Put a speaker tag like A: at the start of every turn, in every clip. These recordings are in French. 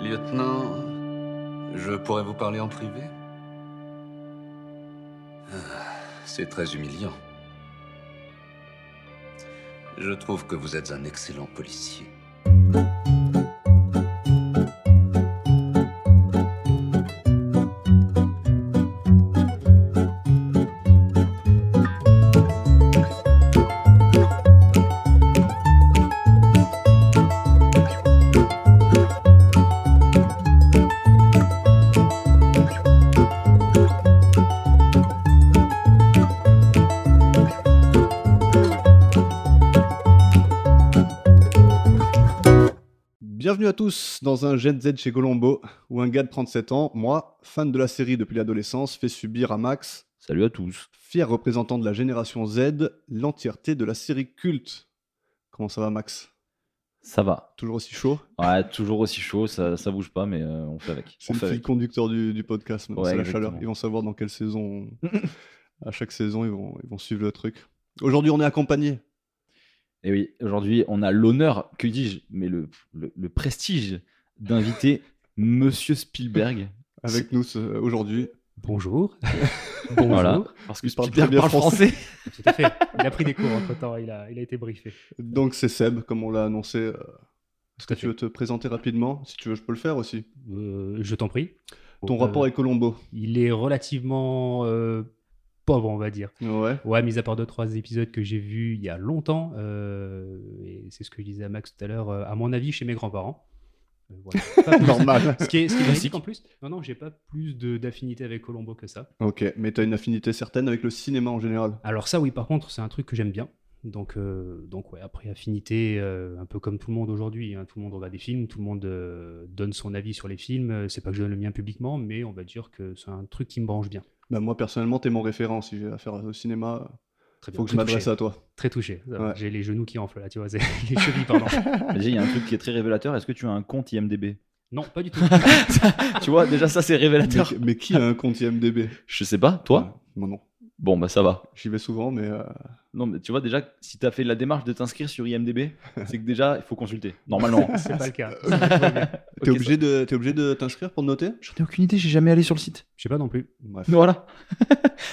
A: Lieutenant, je pourrais vous parler en privé Ah, C'est très humiliant. Je trouve que vous êtes un excellent policier.
B: Bienvenue à tous dans un Gen Z chez Colombo, où un gars de 37 ans, moi, fan de la série depuis l'adolescence, fait subir à Max,
C: Salut à tous.
B: fier représentant de la génération Z, l'entièreté de la série culte. Comment ça va Max
C: Ça va.
B: Toujours aussi chaud
C: Ouais, toujours aussi chaud, ça, ça bouge pas, mais euh, on fait avec.
B: C'est
C: On
B: le
C: fait
B: fil
C: avec.
B: conducteur du, du podcast, maintenant,
C: Ouais,
B: c'est la
C: exactement.
B: chaleur. Ils vont savoir dans quelle saison... on- à chaque saison, ils vont, ils vont suivre le truc. Aujourd'hui, on est accompagné.
C: Et oui, aujourd'hui, on a l'honneur, que dis-je, mais le, le, le prestige d'inviter Monsieur Spielberg.
B: Avec nous ce- aujourd'hui,
D: Bonjour. Bonjour.
C: Voilà. Parce que
B: Il parle
C: Spielberg
B: très bien
C: parle français.
D: Tout à fait. Il a pris des cours entre temps, il a, il a été briefé.
B: donc c'est Seb, comme on l'a annoncé. euh, Est-ce que
D: à
B: tu veux te présenter rapidement Si tu veux, je peux le faire aussi.
D: Euh, je t'en prie.
B: Ton
D: Euh,
B: rapport avec Colombo
D: Il est relativement euh, pauvre, on va dire.
B: Ouais.
D: Ouais, mis à part deux, trois épisodes que j'ai vus il y a longtemps, euh, et c'est ce que je disais à Max tout à l'heure, euh, à mon avis, chez mes grands-parents. Euh, voilà. Pas plus.
B: Normal.
D: Ce qui est, ce qui est
C: Classique.
D: magnifique en plus, non, non, j'ai pas plus de- d'affinité avec Colombo que ça.
B: Ok, mais t'as une affinité certaine avec le cinéma en général.
D: Alors ça, oui, par contre, c'est un truc que j'aime bien. Donc, euh, donc ouais, après affinité, euh, un peu comme tout le monde aujourd'hui, hein, tout le monde regarde des films, tout le monde euh, donne son avis sur les films. Euh, C'est pas que je donne le mien publiquement, mais on va dire que c'est un truc qui me branche bien.
B: Bah moi personnellement, t'es mon référent. Si j'ai affaire au cinéma,
D: Très bien.
B: faut que je
D: Très touché.
B: m'adresse à toi.
D: Très touché. Ça va,
B: Ouais.
D: J'ai les genoux qui enflent là, tu vois, c'est- les chevilles, pardon.
C: Déjà, il y a un truc qui est très révélateur. Est-ce que tu as un compte IMDB
D: non, pas du tout.
C: Tu vois, déjà, ça, c'est
B: Mais,
C: révélateur.
B: mais qui a un compte IMDB
C: Je sais pas, toi
B: Moi non.
C: Bon, bah, ça va.
B: J'y vais souvent, mais euh,
C: Non, mais tu vois, déjà, si t'as fait la démarche de t'inscrire sur IMDB, c'est que déjà, il faut consulter. Normalement.
D: C'est pas le cas.
B: t'es
C: Ok,
B: obligé de t'es obligé de t'inscrire pour noter
C: J'en ai aucune idée, j'ai jamais allé sur le site.
D: Je sais pas non plus.
B: Bref.
C: Voilà.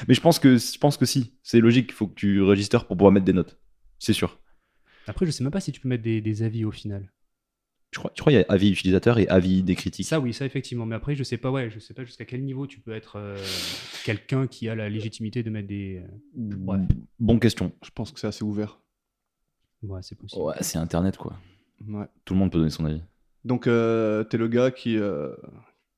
C: Mais je pense que je pense que si, c'est logique, il faut que tu registres pour pouvoir mettre des notes. C'est sûr.
D: Après, je sais même pas si tu peux mettre des, des avis au final.
C: Je crois je crois qu'il y a avis utilisateur et avis des critiques.
D: Ça, oui, ça effectivement. Mais après, je sais pas, ouais, je sais pas jusqu'à quel niveau tu peux être euh, quelqu'un qui a la légitimité de mettre des. euh, Bref.
C: Bonne question.
B: Je pense que c'est assez ouvert.
D: Ouais, c'est possible.
C: Ouais, c'est internet quoi.
B: Ouais.
C: Tout le monde peut donner son avis.
B: Donc euh, t'es le gars qui euh,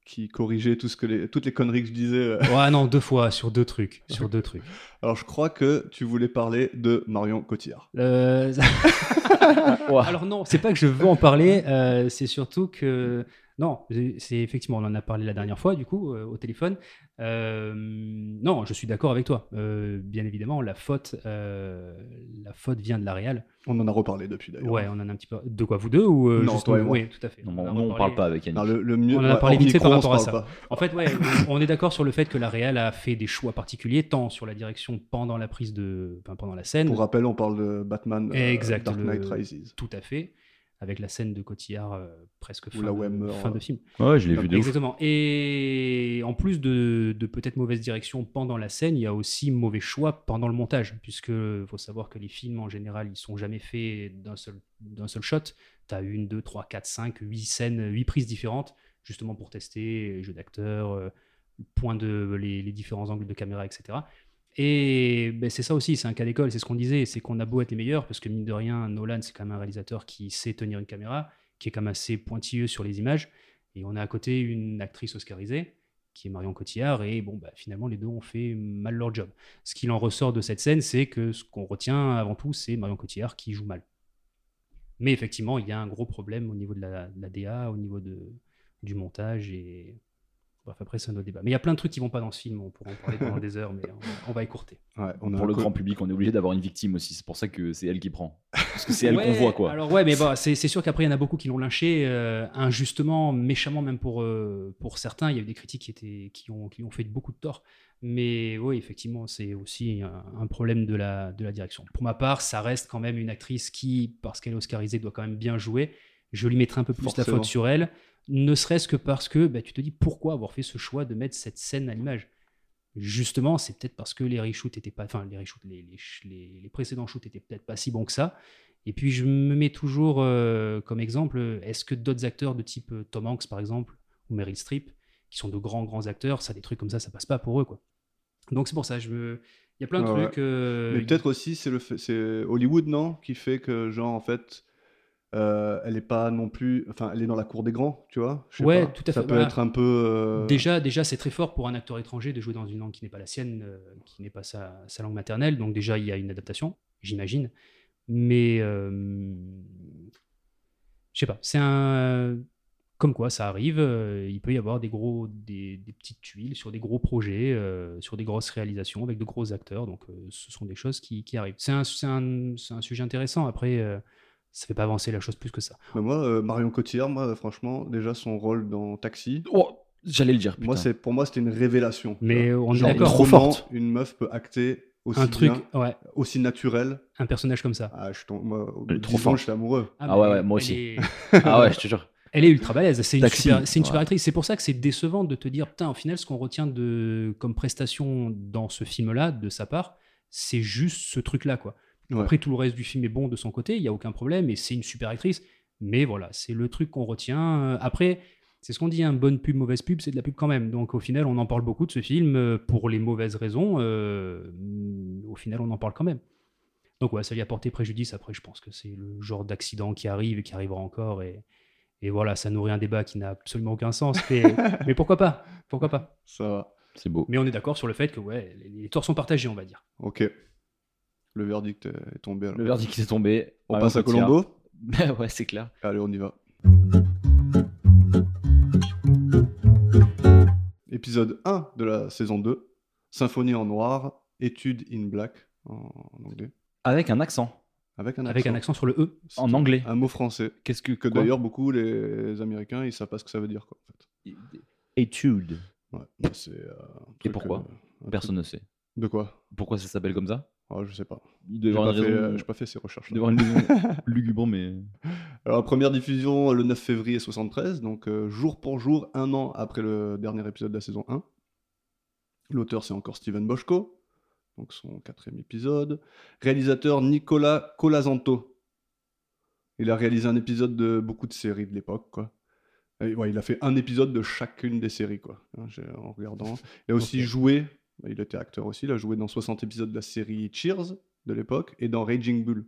B: qui corrigeait tout ce que les, toutes les conneries que je disais. euh.
D: Ouais, non, deux fois, sur deux trucs. Sur deux trucs.
B: Alors je crois que tu voulais parler de Marion Cotillard.
D: Euh,
C: Ouah.
D: Alors, non, c'est pas que je veux en parler, euh, c'est surtout que. Non, c'est effectivement, on en a parlé la dernière fois, du coup, euh, au téléphone. Euh, non, je suis d'accord avec toi. Euh, bien évidemment, la faute, euh, la faute vient de la Real.
B: On en a reparlé depuis d'ailleurs.
D: Ouais, on en a un petit peu. De quoi, vous deux ou euh,
B: Non,
D: juste
B: toi et
D: nous
B: moi.
D: Oui, tout à fait.
C: Non,
D: en a
C: on, on
D: reparlé.
C: parle pas avec Yannick.
B: Alors, le, le mieux.
D: On en a
B: ouais,
D: parlé
B: hors
D: vite fait par
B: micro, on
D: rapport
B: se
D: à
B: parle
D: En fait, ouais, on on est d'accord sur le fait que la Real a fait des choix particuliers, tant sur la direction pendant la prise de, enfin, pendant la
B: pas.
D: scène,
B: Pour rappel, on parle de Batman. euh,
D: Exact,
B: Dark
D: le-
B: Knight Rises.
D: tout à fait, avec la scène de Cotillard euh, presque
B: Où
D: fin,
B: la
D: de,
B: Wem meurt,
D: fin
B: euh,
D: de film.
C: Ouais, je l'ai vu de ouf.
D: Exactement. Et en plus de, de peut-être mauvaise direction pendant la scène, il y a aussi mauvais choix pendant le montage, puisque faut savoir que les films en général, ils sont jamais faits d'un seul d'un seul shot. T'as une, deux, trois, quatre, cinq, huit scènes, huit prises différentes, justement pour tester jeu d'acteur, euh, point de les, les différents angles de caméra, etc. Et ben, c'est ça aussi, c'est un cas d'école, c'est ce qu'on disait, c'est qu'on a beau être les meilleurs, parce que mine de rien, Nolan, c'est quand même un réalisateur qui sait tenir une caméra, qui est quand même assez pointilleux sur les images. Et on a à côté une actrice oscarisée, qui est Marion Cotillard, et bon, bah, finalement, les deux ont fait mal leur job. Ce qu'il en ressort de cette scène, c'est que ce qu'on retient avant tout, c'est Marion Cotillard qui joue mal. Mais effectivement, il y a un gros problème au niveau de la, de la DA, au niveau de, du montage, et. Bref, après, c'est un autre débat. Mais il y a plein de trucs qui vont pas dans ce film, on pourra en parler pendant des heures, mais on, on va écourter.
B: Ouais, on a
C: Pour
B: un
C: le
B: co-
C: grand public, on est obligé d'avoir une victime aussi. C'est pour ça que c'est elle qui prend. Parce que c'est elle qu'on
D: Ouais,
C: voit quoi.
D: Alors ouais, mais bah, c'est c'est sûr qu'après il y en a beaucoup qui l'ont lynché euh, injustement, méchamment même pour euh, pour certains. Il y a eu des critiques qui étaient qui ont qui ont fait beaucoup de tort. Mais oui, effectivement, c'est aussi un, un problème de la de la direction. Pour ma part, ça reste quand même une actrice qui, parce qu'elle est oscarisée, doit quand même bien jouer. je lui mettrai un peu plus la
B: Forcément.
D: faute sur elle, ne serait-ce que parce que bah, tu te dis pourquoi avoir fait ce choix de mettre cette scène à l'image. Justement, c'est peut-être parce que les reshoots étaient pas, enfin les reshoots, les, les ch- les- les précédents shoots étaient peut-être pas si bons que ça. Et puis je me mets toujours euh, comme exemple, euh, est-ce que d'autres acteurs de type euh, Tom Hanks par exemple ou Meryl Streep, qui sont de grands grands acteurs, ça des trucs comme ça, ça passe pas pour eux quoi. Donc c'est pour ça, je me, il y a plein de
B: Ouais, ouais.
D: trucs. euh,
B: Mais peut-être aussi, c'est le fait- c'est Hollywood, non Qui fait que, genre, en fait, euh, elle est pas non plus. Enfin, elle est dans la cour des grands, tu vois Je sais
D: Ouais,
B: pas.
D: tout à
B: Ça
D: fait,
B: peut
D: voilà.
B: être un peu. euh,
D: Déjà, déjà c'est très fort pour un acteur étranger de jouer dans une langue qui n'est pas la sienne, euh, qui n'est pas sa, sa langue maternelle. Donc déjà, il y a une adaptation, j'imagine. Mais euh, je sais pas, c'est un... Comme quoi, ça arrive, euh, il peut y avoir des gros, des, des petites tuiles sur des gros projets, euh, sur des grosses réalisations avec de gros acteurs. Donc, euh, ce sont des choses qui, qui arrivent. C'est un, c'est un- c'est un sujet intéressant. Après, euh, ça fait pas avancer la chose plus que ça.
B: mais moi, euh, Marion Cotillard, moi, franchement, déjà son rôle dans Taxi,
C: Oh, J'allais le dire.
B: moi,
C: putain.
B: c'est pour moi, c'était une révélation. tu
D: Mais
B: vois.
D: on est
B: Genre,
D: d'accord.
C: trop
B: comment
C: forte.
B: Une meuf peut acter aussi
D: Un truc,
B: bien,
D: ouais,
B: aussi naturel.
D: un personnage comme ça.
B: Ah, je suis tom- moi, au bout
C: Elle est
B: de
C: trop
B: 10 ans,
C: forte.
B: je suis amoureux.
C: Ah
D: bah,
C: ouais,
D: elle-
C: ouais, moi aussi.
D: Elle est,
C: Ah ouais, je te jure.
D: elle est ultra balèze. C'est une,
C: Taxi,
D: super, c'est une
C: ouais.
D: super actrice. C'est pour ça que c'est décevant de te dire, putain, au final, ce qu'on retient de, comme prestation dans ce film-là, de sa part, c'est juste ce truc-là, quoi.
B: Ouais.
D: Après, tout le reste du film est bon de son côté, il n'y a aucun problème, et c'est une super actrice. Mais voilà, c'est le truc qu'on retient. Euh, Après, c'est ce qu'on dit, hein, bonne pub, mauvaise pub, c'est de la pub quand même. Donc au final, on en parle beaucoup de ce film euh, pour les mauvaises raisons. euh, au final, on en parle quand même. Donc ouais, ça lui a porté préjudice. Après, je pense que c'est le genre d'accident qui arrive et qui arrivera encore. Et, et voilà, ça nourrit un débat qui n'a absolument aucun sens. Mais, mais pourquoi pas Pourquoi pas
B: Ça va.
C: C'est beau.
D: Mais on est d'accord sur le fait que ouais, les- les torts sont partagés, on va dire.
B: Ok. Le verdict est tombé. alors.
C: Le verdict est tombé.
B: On
C: Marion
B: passe à
C: Cotillard.
B: Colombo
C: Ouais, c'est clair.
B: Allez, on y va. Épisode 1 de la saison 2, Symphonie en noir, Étude in black en en anglais.
C: Avec un accent.
B: Avec un accent.
D: Avec un accent sur le E.
B: C'est
C: En anglais.
B: Un mot français.
C: Ah, Qu'est-ce
B: Que
C: quoi
B: d'ailleurs, beaucoup les Américains, ils savent pas ce que ça veut dire. Quoi, en fait.
C: Étude.
B: Ouais, bah, c'est, euh, un truc,
C: pourquoi
B: euh, un truc-
C: Personne ne sait.
B: De quoi
C: Pourquoi ça s'appelle comme ça
B: oh, Je sais pas.
C: Il doit y
B: J'ai
C: avoir
B: pas,
C: une
B: fait,
C: raison.
B: euh, j'ai pas fait ces recherches.
C: il doit y avoir une raison lugubre, mais.
B: Alors, première diffusion euh, le 9 février 73, donc euh, jour pour jour, un an après le dernier épisode de la saison 1. L'auteur, c'est encore Steven Boschko, donc son quatrième épisode. Réalisateur, Nicolas Colasanto. Il a réalisé un épisode de beaucoup de séries de l'époque, quoi. Et ouais, il a fait un épisode de chacune des séries, quoi, hein, j'ai- en regardant. Il a aussi
D: Ok.
B: joué, il était acteur aussi, il a joué dans 60 épisodes de la série Cheers de l'époque et dans Raging Bull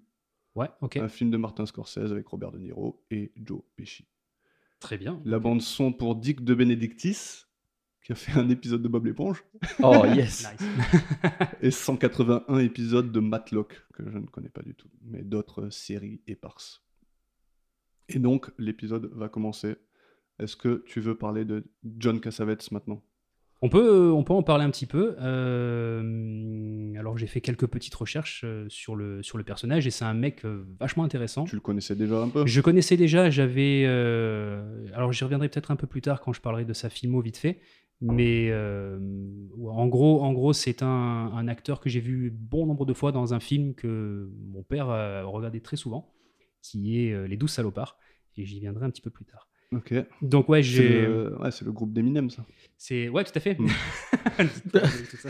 D: Ouais, ok.
B: un film de Martin Scorsese avec Robert De Niro et Joe Pesci.
D: Très bien.
B: La bande son pour Dick de Benedictis, qui a fait un épisode de Bob l'éponge,
C: Oh yes
D: Nice.
B: et 181 épisodes de Matlock, que je ne connais pas du tout, mais d'autres séries éparses. Et donc, l'épisode va commencer. Est-ce que tu veux parler de John Cassavetes maintenant
D: On peut, euh, on peut en parler un petit peu. Euh, alors j'ai fait quelques petites recherches euh, sur le, sur le personnage et c'est un mec euh, vachement intéressant.
B: Tu le connaissais déjà un peu
D: Je connaissais déjà, j'avais... euh, alors j'y reviendrai peut-être un peu plus tard quand je parlerai de sa filmo vite fait. Mais euh, ouais, en gros, en gros c'est un, un acteur que j'ai vu bon nombre de fois dans un film que mon père euh, regardait très souvent, qui est euh, Les Douze Salopards. Et j'y viendrai un petit peu plus tard.
B: Ok.
D: Donc ouais,
B: C'est euh,
D: j'ai...
B: le... ouais, c'est le groupe d'Eminem, ça.
D: C'est ouais, tout à fait.
B: Mm.
D: Tout ça.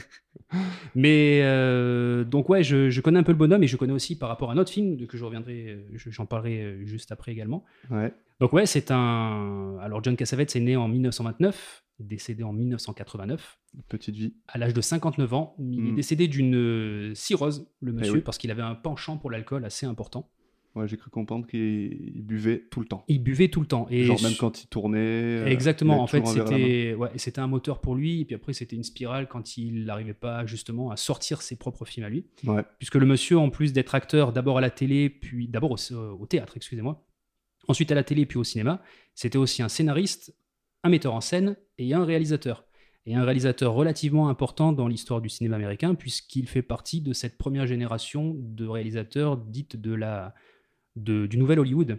D: Mais euh, donc ouais, je, je connais un peu le bonhomme et je connais aussi par rapport à un autre film de- que je reviendrai, euh, je- j'en parlerai euh, juste après également.
B: Ouais.
D: Donc ouais, c'est un. Alors John Cassavetes est né en 1929, décédé en 1989.
B: Petite vie.
D: À l'âge de 59 ans, il est
B: Mm.
D: décédé d'une euh, cirrhose, le monsieur,
B: Eh oui.
D: parce qu'il avait un penchant pour l'alcool assez important.
B: Ouais, j'ai cru comprendre qu'il il buvait tout le temps.
D: Il buvait tout le temps. Et
B: Genre même
D: su-
B: quand il tournait. euh, il
D: Exactement,
B: avait
D: en fait,
B: toujours un verre à la main.
D: c'était ouais, c'était un moteur pour lui, et puis après, c'était une spirale quand il n'arrivait pas justement à sortir ses propres films à lui.
B: Ouais.
D: Puisque le monsieur, en plus d'être acteur d'abord à la télé, puis d'abord au, euh, au théâtre, excusez-moi, ensuite à la télé, puis au cinéma, c'était aussi un scénariste, un metteur en scène et un réalisateur. Et un réalisateur relativement important dans l'histoire du cinéma américain, puisqu'il fait partie de cette première génération de réalisateurs dites de la, de- du Nouvel Hollywood.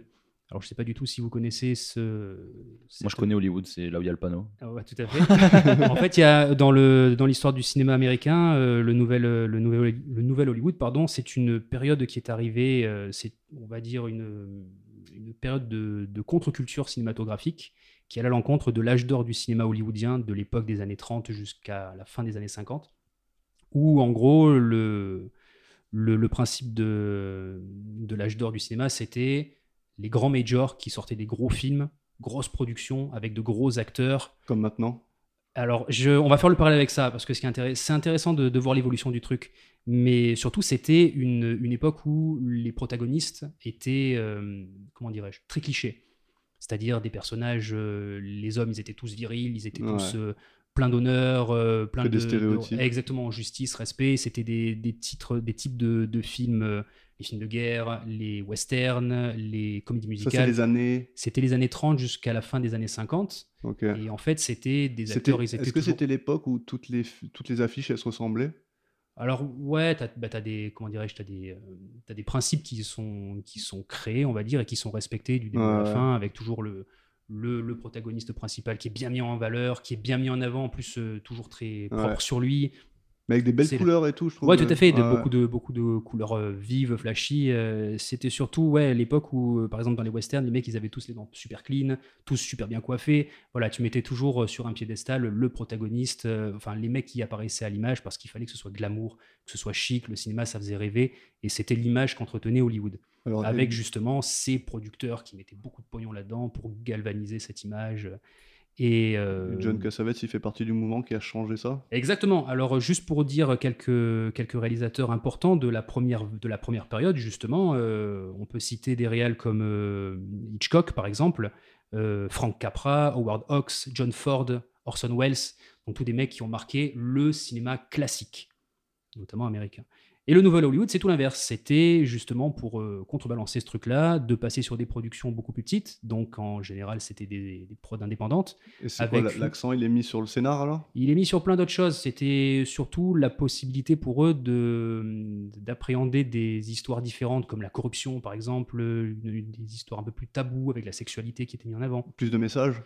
D: Alors, je ne sais pas du tout si vous connaissez ce.
C: Moi je
D: cette-
C: connais Hollywood, c'est là où il y a le panneau.
D: ah ouais, tout à fait. en fait, il y a dans le dans l'histoire du cinéma américain, euh, le nouvel euh, le nouvel le nouvel Hollywood, pardon, c'est une période qui est arrivée, euh, c'est on va dire une une période de, de contre-culture cinématographique qui allait à l'encontre de l'âge d'or du cinéma hollywoodien de l'époque des années 30 jusqu'à la fin des années 50, où en gros le, le, le principe de, de l'âge d'or du cinéma, c'était les grands majors qui sortaient des gros films, grosses productions avec de gros acteurs
B: Comme maintenant.
D: alors, je- on va faire le parallèle avec ça, parce que ce qui est intéress- c'est intéressant de, de voir l'évolution du truc. Mais surtout, c'était une, une époque où les protagonistes étaient, euh, comment dirais-je, très clichés. C'est-à-dire des personnages, euh, les hommes, ils étaient tous virils, ils étaient tous
B: Ouais.
D: euh, pleins d'honneur, euh, pleins
B: Que
D: de,
B: des
D: de-
B: stéréotypes.
D: exactement, justice, respect. C'était des, des titres, des types de, de films, euh, les films de guerre, les westerns, les comédies
B: Ça, c'est
D: musicales.
B: les années.
D: C'était les années 30 jusqu'à la fin des années 50.
B: Ok.
D: Et en fait, c'était des
B: C'était-
D: acteurs, ils
B: Est-ce
D: étaient
B: que
D: toujours-
B: c'était l'époque où toutes les, f- toutes les affiches, elles se ressemblaient
D: Alors ouais, t'as bah, t'as des comment dirais-je, t'as des euh, t'as des principes qui sont qui sont créés, on va dire, et qui sont respectés du début à la
B: Ouais, ouais.
D: fin, avec toujours le, le le protagoniste principal qui est bien mis en valeur, qui est bien mis en avant, en plus euh, toujours très propre
B: Ouais.
D: sur lui.
B: Mais avec des belles
D: C'est-
B: couleurs et tout, je trouve. euh,
D: Ouais, tout à fait, de,
B: Ouais,
D: beaucoup de beaucoup de couleurs euh, vives, flashy. euh, C'était surtout ouais l'époque où euh, par exemple dans les westerns, les mecs ils avaient tous les dents super clean, tous super bien coiffés. Voilà, tu mettais toujours euh, sur un piédestal le protagoniste, euh, enfin les mecs qui apparaissaient à l'image parce qu'il fallait que ce soit glamour, que ce soit chic, le cinéma ça faisait rêver et c'était l'image qu'entretenait Hollywood.
B: Alors,
D: Avec justement ces producteurs qui mettaient beaucoup de pognon là-dedans pour galvaniser cette image. Et euh,
B: John Cassavetes, il fait partie du mouvement qui a changé ça.
D: Exactement. Alors, euh, juste pour dire quelques, quelques réalisateurs importants de la première, de la première période, justement, euh, on peut citer des réals comme euh, Hitchcock, par exemple, euh, Frank Capra, Howard Hawks, John Ford, Orson Welles, donc tous des mecs qui ont marqué le cinéma classique, notamment américain. Et le nouvel Hollywood, c'est tout l'inverse. C'était justement pour euh, contrebalancer ce truc-là, de passer sur des productions beaucoup plus petites. Donc, en général, c'était des, des prods indépendantes.
B: Et c'est quoi,
D: Avec-
B: la- l'accent, il est mis sur le scénar alors
D: Il est mis sur plein d'autres choses. C'était surtout la possibilité pour eux de d'appréhender des histoires différentes, comme la corruption, par exemple, une- une- des histoires un peu plus taboues avec la sexualité qui était mise en avant.
B: Plus de messages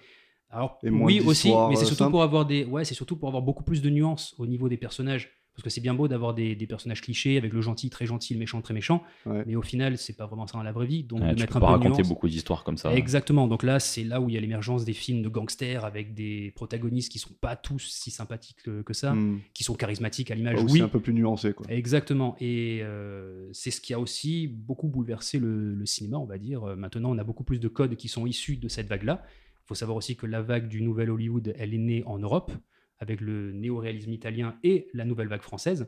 D: Alors
B: Et moins
D: oui aussi,
B: d'histoires,
D: mais c'est
B: euh,
D: surtout
B: simples.
D: pour avoir des, ouais, c'est surtout pour avoir beaucoup plus de nuances au niveau des personnages, parce que c'est bien beau d'avoir des, des personnages clichés avec le gentil très gentil, le méchant très méchant,
B: Ouais.
D: mais au final c'est pas vraiment ça dans la vraie vie, donc
C: Ouais,
D: de
C: tu
D: mettre
C: peux
D: un
C: pas
D: peu de
C: raconter
D: nuances.
C: beaucoup d'histoires comme ça. hein.
D: Exactement. Donc là, c'est là où il y a l'émergence des films de gangsters avec des protagonistes qui sont pas tous si sympathiques que, que ça
B: Hmm.
D: qui sont charismatiques à
B: Ah,
D: l'image.
B: où
D: Oui,
B: C'est un peu plus nuancé quoi.
D: exactement. Et euh, c'est ce qui a aussi beaucoup bouleversé le, le cinéma, on va dire. Euh, Maintenant, on a beaucoup plus de codes qui sont issus de cette vague-là. Il faut savoir aussi que la vague du nouvel Hollywood, elle est née en Europe avec le néoréalisme italien et la nouvelle vague française.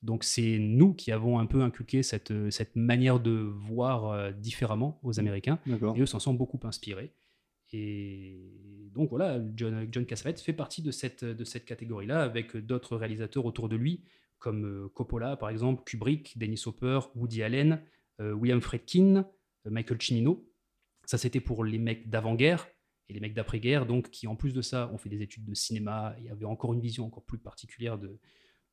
D: Donc c'est nous qui avons un peu inculqué cette, euh, cette manière de voir euh, différemment aux Américains.
B: D'accord.
D: Et eux s'en sont beaucoup inspirés. Et donc voilà, John, John Cassavetes fait partie de cette, de cette catégorie-là, avec d'autres réalisateurs autour de lui, comme euh, Coppola par exemple, Kubrick, Dennis Hopper, Woody Allen, euh, William Friedkin, euh, Michael Cimino. Ça c'était pour les mecs d'avant-guerre et les mecs d'après-guerre, donc qui en plus de ça ont fait des études de cinéma et avaient encore une vision encore plus particulière de,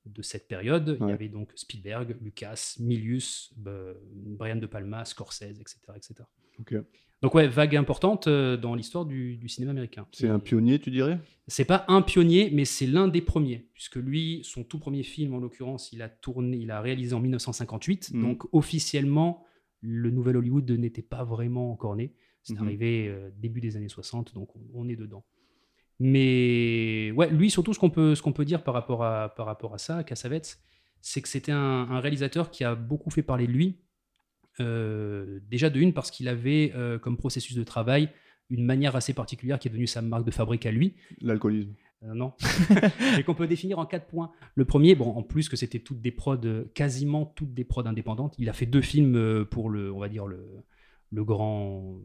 D: de cette période. Il y
B: Ouais.
D: avait donc Spielberg, Lucas, Milius, euh, Brian De Palma, Scorsese, etc. etc.
B: Ok.
D: Donc ouais, vague importante euh, dans l'histoire du, du cinéma américain.
B: C'est
D: Et
B: un pionnier, tu dirais
D: C'est pas un pionnier, mais c'est l'un des premiers, puisque lui, son tout premier film en l'occurrence, il a tourné, il a réalisé en 1958.
B: Mhm.
D: Donc officiellement, le nouvel Hollywood n'était pas vraiment encore né. C'est
B: Mhm.
D: arrivé euh, début des années 60, donc on, on est dedans. Mais ouais, lui surtout, ce qu'on peut, ce qu'on peut dire par rapport à par rapport à ça, Cassavetes, c'est que c'était un, un réalisateur qui a beaucoup fait parler de lui. Euh, déjà de une parce qu'il avait euh, comme processus de travail une manière assez particulière qui est devenue sa marque de fabrique à lui.
B: L'alcoolisme.
D: Euh, non, mais qu'on peut définir en quatre points. Le premier, bon, en plus que c'était toutes des prods, euh, quasiment toutes des prods indépendantes. Il a fait deux films euh, pour le, on va dire le, le grand,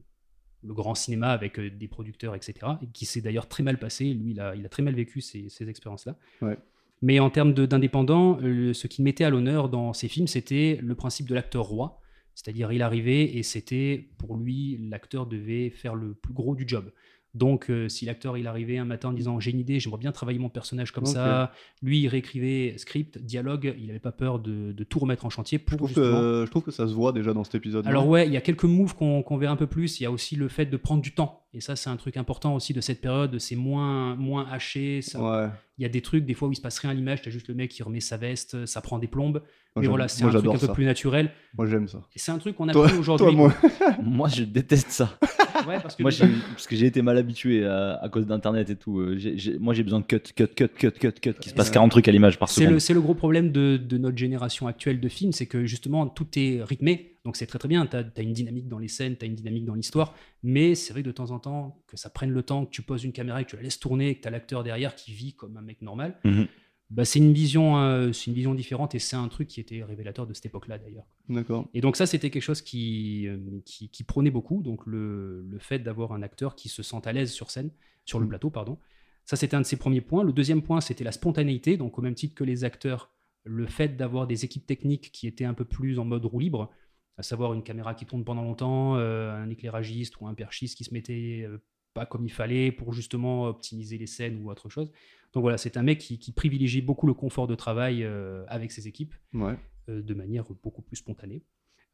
D: le grand cinéma avec euh, des producteurs, etc. et qui s'est d'ailleurs très mal passé. Lui, il a, il a très mal vécu ces, ces expériences-là.
B: Ouais.
D: Mais en termes de- d'indépendant, euh, ce qu'il mettait à l'honneur dans ses films, c'était le principe de l'acteur roi. C'est-à-dire, il arrivait et c'était pour lui, l'acteur devait faire le plus gros du job. Donc, euh, si l'acteur il arrivait un matin en disant j'ai une idée, j'aimerais bien travailler mon personnage comme
B: Ok.
D: ça, lui il réécrivait script, dialogue, il n'avait pas peur de, de tout remettre en chantier
B: Je
D: pour
B: trouve,
D: justement-
B: que, je trouve que euh, ça se voit déjà dans cet épisode.
D: Alors ouais, il y a quelques moves qu'on qu'on verra un peu plus. Il y a aussi le fait de prendre du temps. Et ça, c'est un truc important aussi de cette période. C'est moins, moins haché. ça- Il
B: ouais.
D: y a des trucs, des fois, où il se passe rien à l'image. T'as juste le mec qui remet sa veste, ça prend des plombes.
B: Moi,
D: Mais
B: j'aime-
D: voilà, c'est
B: moi,
D: un truc
B: j'adore
D: un peu
B: ça.
D: plus naturel.
B: Moi j'aime ça.
D: Et c'est un truc qu'on a
B: Toi-
D: plus
B: Toi,
D: aujourd'hui.
B: moi,
C: Moi, je déteste ça.
D: Ouais, parce que
C: Moi,
D: déjà-
C: j'ai- parce que j'ai été mal habitué à, à cause d'Internet et tout. euh, j'ai- j'ai- moi, j'ai besoin de cut, cut, cut, cut, cut, cut, qui se passe
D: Euh,
C: 40 trucs à l'image par
D: c'est
C: seconde.
D: le, c'est le gros problème de, de notre génération actuelle de films, c'est que justement tout est rythmé, donc c'est très très bien, tu as, une dynamique dans les scènes, tu as une dynamique dans l'histoire, mais c'est vrai que de temps en temps, que ça prenne le temps, que tu poses une caméra et que tu la laisses tourner, et que tu as l'acteur derrière qui vit comme un mec normal,
C: Mhm.
D: bah, c'est une, vision, euh, c'est une vision différente et c'est un truc qui était révélateur de cette époque-là d'ailleurs.
B: D'accord.
D: Et donc ça, c'était quelque chose qui, euh, qui, qui prônait beaucoup, donc le, le fait d'avoir un acteur qui se sente à l'aise sur scène, sur le
B: Mm.
D: plateau, pardon. Ça, c'était un de ses premiers points. Le deuxième point, c'était la spontanéité, donc au même titre que les acteurs, le fait d'avoir des équipes techniques qui étaient un peu plus en mode roue libre, à savoir une caméra qui tourne pendant longtemps, euh, un éclairagiste ou un perchiste qui se mettait euh, pas comme il fallait pour justement optimiser les scènes ou autre chose. Donc voilà, c'est un mec qui, qui privilégie beaucoup le confort de travail euh, avec ses équipes
B: Ouais.
D: euh, de manière beaucoup plus spontanée.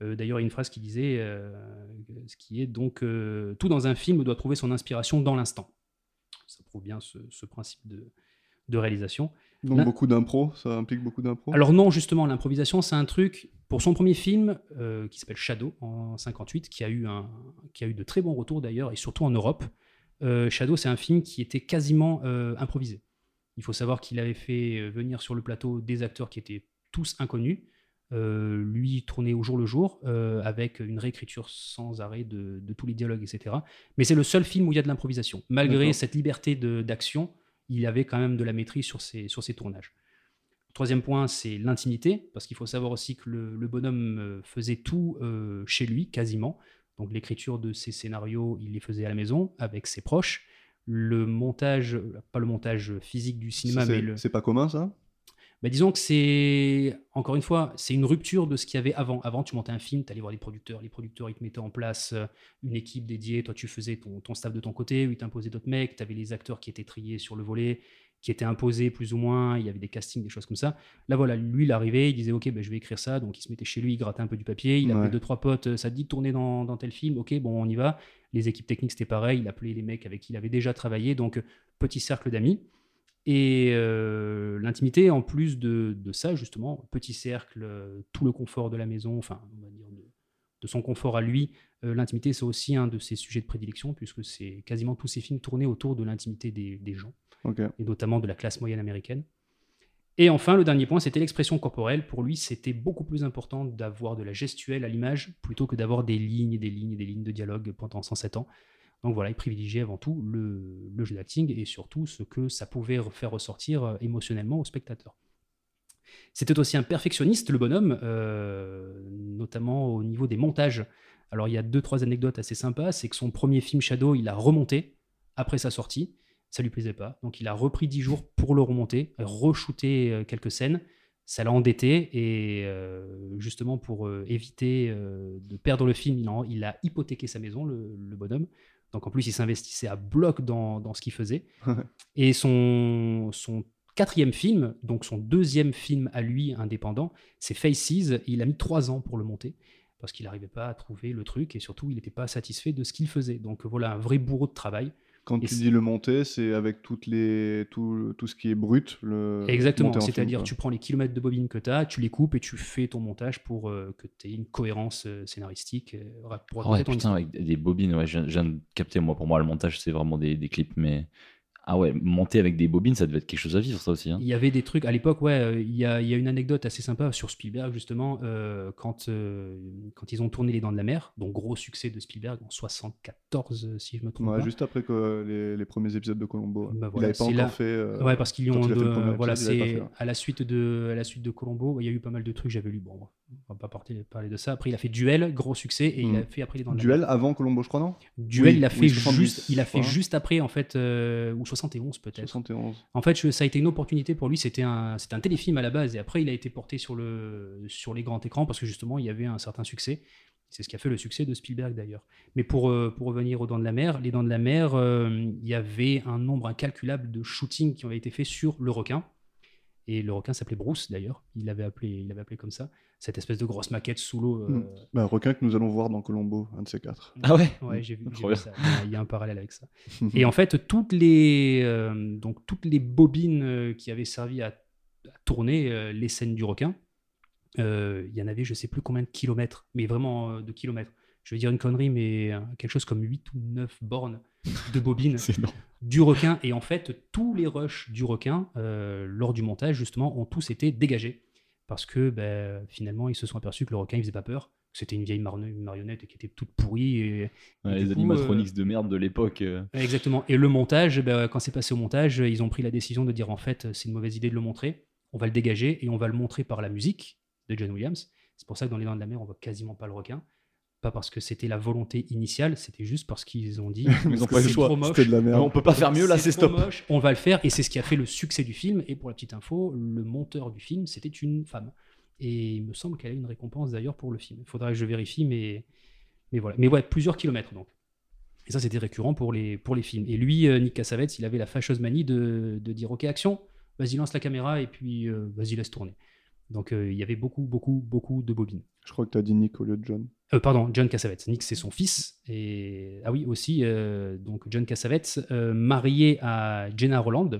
D: Euh, D'ailleurs, il y a une phrase qui disait, euh, ce qui est donc, euh, tout dans un film doit trouver son inspiration dans l'instant. Ça prouve bien ce, ce principe de, de réalisation.
B: Donc
D: Là-
B: beaucoup d'impro, ça implique beaucoup d'impro.
D: Alors non, justement, l'improvisation, c'est un truc, pour son premier film, euh, qui s'appelle Shadow, en 58, qui a eu, un, qui a eu de très bons retours d'ailleurs, et surtout en Europe, euh, Shadow, c'est un film qui était quasiment euh, improvisé. Il faut savoir qu'il avait fait euh, venir sur le plateau des acteurs qui étaient tous inconnus. Euh, lui tournait au jour le jour, euh, avec une réécriture sans arrêt de, de tous les dialogues, etc. Mais c'est le seul film où il y a de l'improvisation. Malgré
B: D'accord.
D: cette liberté de- d'action, il avait quand même de la maîtrise sur ses, sur ses tournages. Troisième point, c'est l'intimité, parce qu'il faut savoir aussi que le, le bonhomme euh, faisait tout euh, chez lui, quasiment. Donc l'écriture de ses scénarios, il les faisait à la maison, avec ses proches. Le montage, pas le montage physique du
B: Ça,
D: cinéma, mais
B: c'est
D: le,
B: c'est pas commun ça
D: bah, disons que c'est, encore une fois, c'est une rupture de ce qu'il y avait avant. Avant, tu montais un film, tu allais voir des producteurs, les producteurs, ils te mettaient en place euh, une équipe dédiée, toi tu faisais ton, ton staff de ton côté, ou ils t'imposaient d'autres mecs, tu avais les acteurs qui étaient triés sur le volet, qui étaient imposés plus ou moins, il y avait des castings, des choses comme ça. Là, voilà, lui, il arrivait, il disait, OK, ben, je vais écrire ça, donc il se mettait chez lui, il grattait un peu du papier, il appelait
B: Ouais.
D: deux, trois potes, euh, ça te dit de tourner dans, dans tel film, OK, bon, on y va. Les équipes techniques, c'était pareil, il appelait les mecs avec qui il avait déjà travaillé, donc euh, petit cercle d'amis. Et euh, l'intimité, en plus de, de ça, justement, petit cercle, euh, tout le confort de la maison, enfin, on va dire de, de son confort à lui, euh, l'intimité, c'est aussi un de ses sujets de prédilection, puisque c'est quasiment tous ses films tournés autour de l'intimité des, des gens,
B: Ok.
D: et notamment de la classe moyenne américaine. Et enfin, le dernier point, c'était l'expression corporelle. Pour lui, c'était beaucoup plus important d'avoir de la gestuelle à l'image plutôt que d'avoir des lignes et des lignes et des lignes de dialogue pendant 107 ans. Donc voilà, il privilégiait avant tout le, le jeu d'acting et surtout ce que ça pouvait re- faire ressortir euh, émotionnellement au spectateur. C'était aussi un perfectionniste, le bonhomme, euh, notamment au niveau des montages. Alors il y a deux, trois anecdotes assez sympas. C'est que son premier film Shadow, il a remonté après sa sortie. Ça lui plaisait pas. Donc il a repris dix jours pour le remonter, re-shooter euh, quelques scènes. Ça l'a endetté et euh, justement pour euh, éviter euh, de perdre le film, il, en- il a hypothéqué sa maison, le- le bonhomme. Donc en plus, il s'investissait à bloc dans, dans ce qu'il faisait. Et son, son quatrième film, donc son deuxième film à lui indépendant, c'est Faces. Il a mis trois ans pour le monter parce qu'il n'arrivait pas à trouver le truc et surtout, il n'était pas satisfait de ce qu'il faisait. Donc voilà, un vrai bourreau de travail.
B: Quand
D: Et
B: tu
D: c'est-
B: dis le monter, c'est avec toutes les tout, tout ce qui est brut. Le...
D: Exactement,
B: Euh, monter en film,
D: c'est-à-dire
B: quoi.
D: tu prends les kilomètres de bobine que tu as, tu les coupes et tu fais ton montage pour euh, que tu aies une cohérence euh, scénaristique. euh, pour
C: Ah
D: raconter
C: ouais,
D: ton
C: putain,
D: histoire.
C: avec des bobines, ouais, je, viens- je viens de capter, moi, pour moi, le montage, c'est vraiment des, des clips, mais. Ah ouais, monter avec des bobines, ça devait être quelque chose à vivre, ça aussi. hein.
D: Il y avait des trucs à l'époque, ouais. euh, Il y, a, il y a une anecdote assez sympa sur Spielberg justement euh, quand euh, quand ils ont tourné Les Dents de la Mer, donc gros succès de Spielberg en 74 euh, si je me trompe
B: Ouais,
D: pas.
B: juste après que euh, les, les premiers épisodes de Colombo. hein.
D: Bah
B: il
D: voilà,
B: avait pas
D: c'est
B: encore
D: là-
B: fait. euh,
D: Ouais, parce qu'ils
B: quand
D: ont
B: il a fait le
D: de-
B: premier
D: voilà,
B: épisode, il l'avait
D: c'est
B: pas fait, hein.
D: à la suite de à la suite de Colombo, il y a eu pas mal de trucs. J'avais lu, bon, on va pas porter- parler de ça. Après, il a fait Duel, gros succès, et il
B: Hmm.
D: a fait après Les Dents de la Mer.
B: Duel avant Colombo, je crois, non
D: Duel,
B: Oui,
D: il a
B: oui,
D: fait
B: 70,
D: juste, il a fait
B: voilà.
D: juste après en fait euh, ou 71 peut-être.
B: 71.
D: En fait, je- ça a été une opportunité pour lui. C'était un, c'était un téléfilm à la base, et après, il a été porté sur, le, sur les grands écrans parce que justement, il y avait un certain succès. C'est ce qui a fait le succès de Spielberg d'ailleurs. Mais pour, euh, pour revenir aux Dents de la Mer, les Dents de la Mer, euh, il y avait un nombre incalculable de shootings qui ont été faits sur le requin. Et le requin s'appelait Bruce d'ailleurs. Il l'avait appelé, il l'avait appelé comme ça. Cette espèce de grosse maquette sous l'eau. euh,
B: Mm. Bah, un requin que nous allons voir dans Colombo, un de ces quatre.
C: Ah ouais
D: Ouais, j'ai vu, j'ai
C: Trop
D: vu
C: bien.
D: ça. Il y a- Il y a un parallèle avec ça. Et en fait, toutes les, euh, donc, toutes les bobines euh, qui avaient servi à, à tourner euh, les scènes du requin, euh, il y en avait je sais plus combien de kilomètres, mais vraiment euh, de kilomètres. Je vais dire une connerie, mais euh, quelque chose comme 8 ou 9 bornes de bobines
C: C'est énorme.
D: du requin. Et en fait, tous les rushs du requin, euh, lors du montage, justement, ont tous été dégagés. Parce que ben, finalement, ils se sont aperçus que le requin, il faisait pas peur. que C'était une vieille marne- une marionnette qui était toute pourrie. Et...
C: Ouais,
D: Et
C: les
D: du coup,
C: animatronics de merde de l'époque. euh.
D: Ouais, Exactement. Et le montage, ben, quand c'est passé au montage, ils ont pris la décision de dire en fait, c'est une mauvaise idée de le montrer. On va le dégager et on va le montrer par la musique de John Williams. C'est pour ça que dans Les Dents de la Mer, on voit quasiment pas le requin. Pas parce que c'était la volonté initiale, c'était juste parce qu'ils ont dit
C: Ils ont
B: Parce
C: pas eu
B: que
C: le choix.
D: trop moche.
B: C'était de la merde.
C: on peut pas faire mieux là, c'est
D: trop
C: stop.
D: moche, on va le faire et c'est ce qui a fait le succès du film. Et pour la petite info, le monteur du film, c'était une femme. Et il me semble qu'elle a eu une récompense d'ailleurs pour le film. Il faudrait que je vérifie, mais, mais voilà. Mais ouais, plusieurs kilomètres donc. Et ça, c'était récurrent pour les, pour les films. Et lui, euh, Nick Cassavetes, il avait la fâcheuse manie de, de dire Ok, action, vas-y, lance la caméra et puis euh, vas-y, laisse tourner. Donc euh, il y avait beaucoup, beaucoup, beaucoup de bobines.
B: Je crois que t'as dit Nick au lieu de John.
D: Euh, pardon, John Cassavetes. Nick, c'est son fils. Et ah oui, aussi, euh, donc John Cassavetes, euh, marié à Jenna Roland,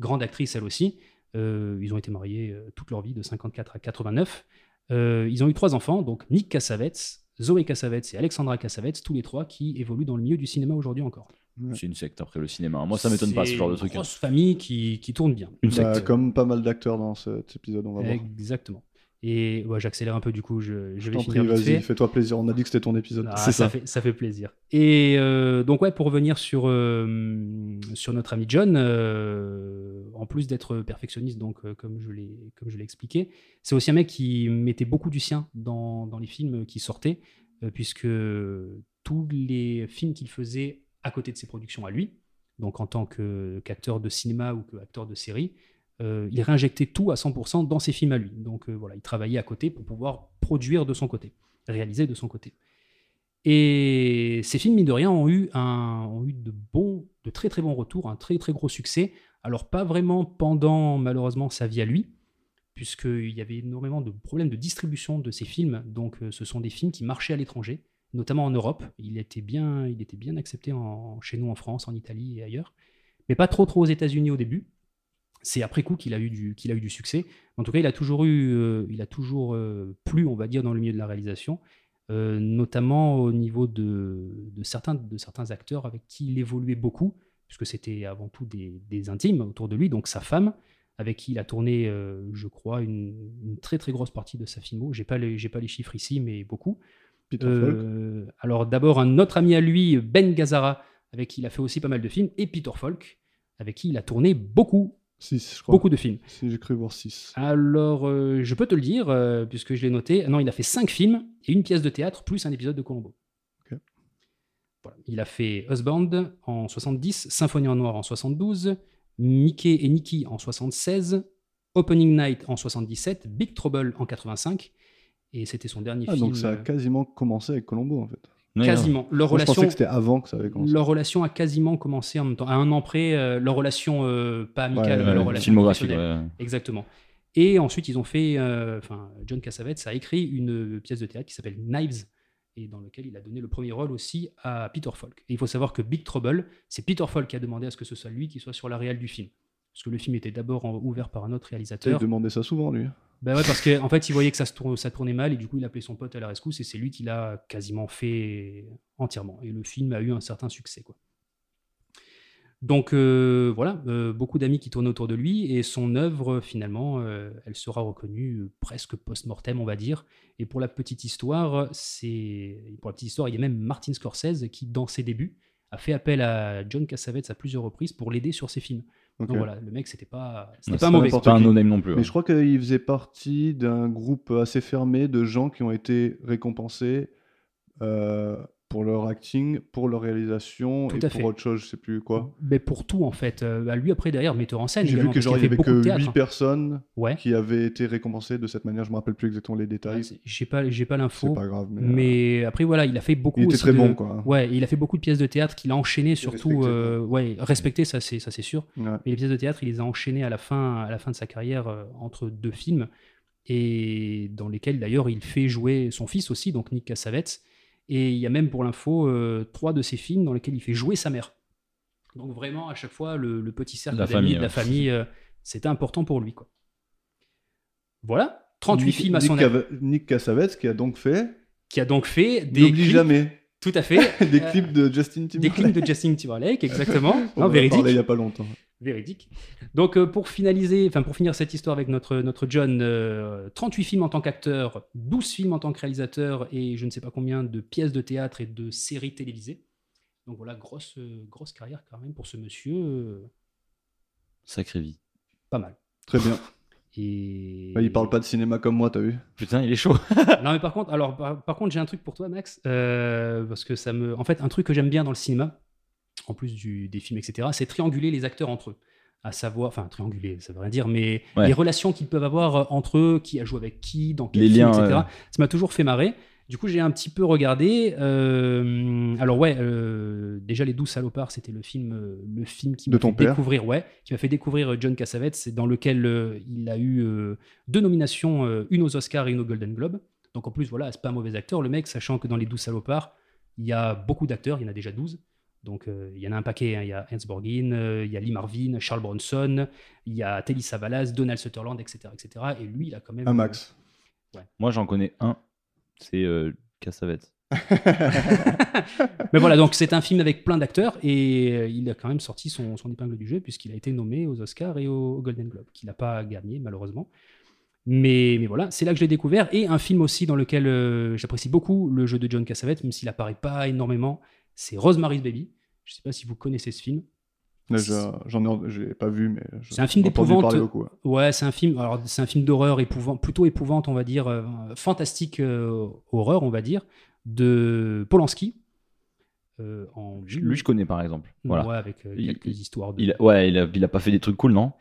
D: grande actrice elle aussi. Euh, ils ont été mariés euh, toute leur vie, de 54 à 89. Euh, ils ont eu trois enfants, donc Nick Cassavetes, Zoé Cassavetes et Alexandra Cassavetes, tous les trois qui évoluent dans le milieu du cinéma aujourd'hui encore.
C: C'est une secte après le cinéma. Moi, ça m'étonne pas ce genre de truc. hein.
D: C'est une grosse famille qui, qui tourne bien.
C: Une
B: Bah,
C: secte.
B: comme pas mal d'acteurs dans cet épisode, on va voir.
D: Exactement. Et ouais, j'accélère un peu du coup, je, je
B: Je
D: vais
B: t'en
D: finir
B: prie,
D: vite fait.
B: vas-y, fais-toi plaisir. On a dit que c'était ton épisode.
D: Ah,
C: C'est ça.
D: Fait, ça fait plaisir. Et euh, donc, ouais, pour revenir sur, euh, sur notre ami John, euh, en plus d'être perfectionniste, donc, euh, comme je l'ai comme je l'ai expliqué, c'est aussi un mec qui mettait beaucoup du sien dans, dans les films qui sortaient, euh, puisque tous les films qu'il faisait à côté de ses productions à lui, donc en tant que- qu'acteur de cinéma ou qu'acteur de série, euh, il réinjectait tout à 100% dans ses films à lui. Donc euh, voilà, il travaillait à côté pour pouvoir produire de son côté, réaliser de son côté. Et ces films, mine de rien, ont eu, un, ont eu de, bons, de très très bons retours, un très très gros succès. Alors pas vraiment pendant malheureusement sa vie à lui, puisqu'il y avait énormément de problèmes de distribution de ces films. Donc euh, ce sont des films qui marchaient à l'étranger, notamment en Europe. Il était bien, il était bien accepté en- chez nous en France, en Italie et ailleurs. Mais pas trop trop aux États-Unis au début. C'est après coup qu'il a, eu du, qu'il a eu du succès. En tout cas, il a toujours eu, euh, il a toujours euh, plu, on va dire, dans le milieu de la réalisation euh, notamment au niveau de, de certains, de certains acteurs avec qui il évoluait beaucoup, puisque c'était avant tout des, des intimes autour de lui, donc sa femme, avec qui il a tourné, euh, je crois, une, une très très grosse partie de sa filmo. J'ai pas les- j'ai pas les chiffres ici, mais beaucoup.
B: Peter Falk.
D: Euh, alors d'abord un autre ami à lui, Ben Gazzara, avec qui il a fait aussi pas mal de films, et Peter Falk, avec qui il a tourné beaucoup,
B: 6, je crois.
D: beaucoup de Ah, films.
B: Si j'ai cru voir 6.
D: Alors, euh, je peux te le dire, euh, puisque je l'ai noté. Non, il a fait cinq films et une pièce de théâtre, plus un épisode de Colombo.
B: Ok.
D: Voilà. Il a fait Husband en 70, Symphonie en noir en 72, Mickey et Nikki en 76, Opening Night en 77, Big Trouble en 85. Et c'était son dernier
B: Ah,
D: film.
B: donc ça a
D: euh,
B: quasiment commencé avec Colombo en fait.
C: Ouais,
D: quasiment. Leur
B: Moi, je
D: relation.
B: pensais que c'était avant que ça avait commencé.
D: Leur relation a quasiment commencé en même temps. À un an près, euh, leur relation, euh, pas amicale,
B: Ouais,
D: mais
C: ouais,
D: leur
B: ouais,
D: relation
C: filmographie.
D: professionnelle.
C: ouais.
D: Exactement. Et ensuite, ils ont fait. euh, Enfin, John Cassavetes a écrit une pièce de théâtre qui s'appelle Knives et dans lequel il a donné le premier rôle aussi à Peter Falk. Et il faut savoir que Big Trouble, c'est Peter Falk qui a demandé à ce que ce soit lui qui soit sur la réal du film. Parce que le film était d'abord en- ouvert par un autre
B: Il
D: réalisateur.
B: demandait ça souvent lui.
D: Ben ouais, parce qu'en en fait, il voyait que ça, se tourne- ça tournait mal et du coup, il appelait son pote à la rescousse et c'est lui qui l'a quasiment fait entièrement. Et le film a eu un certain succès, quoi. Donc euh, voilà, euh, beaucoup d'amis qui tournent autour de lui et son œuvre, euh, finalement, euh, elle sera reconnue euh, presque post-mortem, on va dire. Et pour la petite histoire, c'est pour la petite histoire, il y a même Martin Scorsese qui, dans ses débuts, a fait appel à John Cassavetes à plusieurs reprises pour l'aider sur ses films.
B: Ok.
D: Donc voilà, le mec, c'était pas, c'était
C: Ouais,
D: pas
B: c'est
D: mauvais.
B: n'importe
C: Pas un
B: qui.
C: no-name non plus. hein.
B: Mais je crois qu'il faisait partie d'un groupe assez fermé de gens qui ont été récompensés euh, pour leur acting, pour leur réalisation
D: Tout
B: et
D: à
B: pour
D: fait.
B: autre chose, je sais plus quoi.
D: Mais pour tout, en fait. Euh, bah, lui, après, derrière, metteur en scène.
B: J'ai vu
D: également,
B: que
D: parce qu'il
B: genre il y
D: fait
B: avait
D: beaucoup
B: que
D: de théâtre,
B: 8
D: hein.
B: personnes
D: Ouais.
B: qui avaient été récompensées de cette manière. Je me rappelle plus exactement les détails.
D: C'est- J'ai pas, j'ai pas
B: Ah, C'est
D: l'info.
B: pas grave, mais, euh,
D: Mais après, voilà, il a fait beaucoup
B: il était
D: aussi
B: très
D: de-
B: bon quoi.
D: Ouais, il a fait beaucoup de pièces de théâtre qu'il a enchaînées, surtout.
B: respecté,
D: euh, ouais, respecté, ça c'est ça, c'est sûr.
B: Ouais.
D: Mais les pièces de théâtre, il les a enchaînées à la fin, à la fin de sa carrière euh, entre deux films, et dans lesquels d'ailleurs il fait jouer son fils aussi, donc Nick Cassavetes. Et il y a même pour l'info euh, trois de ses films dans lesquels il fait jouer sa mère. Donc vraiment à chaque fois le, le petit cercle
C: La
D: d'amis,
C: famille,
D: de
C: ouais.
D: la famille, euh, c'était important pour lui quoi. Voilà, 38
B: Nick-
D: films à
B: Nick
D: son actif,
B: Cave- Nick Cassavetes qui a donc fait
D: qui a donc fait des
B: N'oublie
D: clips,
B: jamais
D: tout à fait,
B: des
D: Euh,
B: clips de Justin Timberlake.
D: des clips de Justin Timberlake, exactement,
B: On
D: non,
B: en a
D: véridique.
B: parlé il y a pas longtemps.
D: Véridique. Donc euh, pour finaliser, enfin pour finir cette histoire avec notre, notre John, euh, 38 films en tant qu'acteur, 12 films en tant que réalisateur et je ne sais pas combien de pièces de théâtre et de séries télévisées. Donc voilà, grosse, euh, grosse carrière quand même pour ce monsieur, euh,
C: Sacrée vie.
D: pas mal.
B: Très bien.
D: Et...
B: Bah, il parle pas de cinéma comme moi, t'as vu
C: Putain, il est chaud.
D: Non mais par contre, alors par, par contre j'ai un truc pour toi Max, euh, parce que ça me, en fait un truc que j'aime bien dans le cinéma, en plus du, des films etc, c'est trianguler les acteurs entre eux, à savoir, enfin trianguler, ça veut rien dire, mais
C: Ouais.
D: les relations qu'ils peuvent avoir euh, entre eux, qui a joué avec qui, dans quel
C: Les
D: film,
C: liens,
D: etc.
C: ouais.
D: Ça m'a toujours fait marrer. Du coup j'ai un petit peu regardé. euh, alors ouais, euh, déjà les douze salopards, c'était le film, euh, le film qui m'a
B: De ton
D: fait
B: père.
D: découvrir, ouais, qui m'a fait découvrir euh, John Cassavetes, c'est dans lequel euh, il a eu euh, deux nominations, euh, une aux Oscars et une aux Golden Globe. Donc en plus, voilà, c'est pas un mauvais acteur, le mec, sachant que dans les 12 salopards, il y a beaucoup d'acteurs, il y en a déjà 12. Donc euh, il y en a un paquet, hein. il y a Hans Borgin, euh, il y a Lee Marvin, Charles Bronson, il y a Telly Savalas, Donald Sutherland, etc., etc. Et lui, il a quand même...
B: Un max.
C: Moi, j'en connais un. C'est euh, Cassavetes.
D: Mais voilà, donc c'est un film avec plein d'acteurs et euh, il a quand même sorti son, son épingle du jeu puisqu'il a été nommé aux Oscars et aux, aux Golden Globes, qu'il n'a pas gagné malheureusement. Mais, mais voilà, c'est là que je l'ai découvert et un film aussi dans lequel euh, j'apprécie beaucoup le jeu de John Cassavetes, même s'il apparaît pas énormément, c'est Rosemary's Baby. Je ne sais pas si vous connaissez ce film.
B: Là, j'ai- J'en ai, j'ai pas vu, mais je-
D: C'est un film
B: j'ai entendu parler
D: d'épouvante.
B: beaucoup, ouais.
D: Ouais, c'est un film. Alors, c'est un film d'horreur épouvant, plutôt épouvante, on va dire, euh, fantastique euh, horreur, on va dire, de Polanski. euh, en
C: Lui, je connais par exemple. Voilà.
D: Ouais, avec euh,
C: Il-
D: quelques
C: il-
D: histoires de.
C: Il a, ouais, il a, il a pas fait des trucs cool, non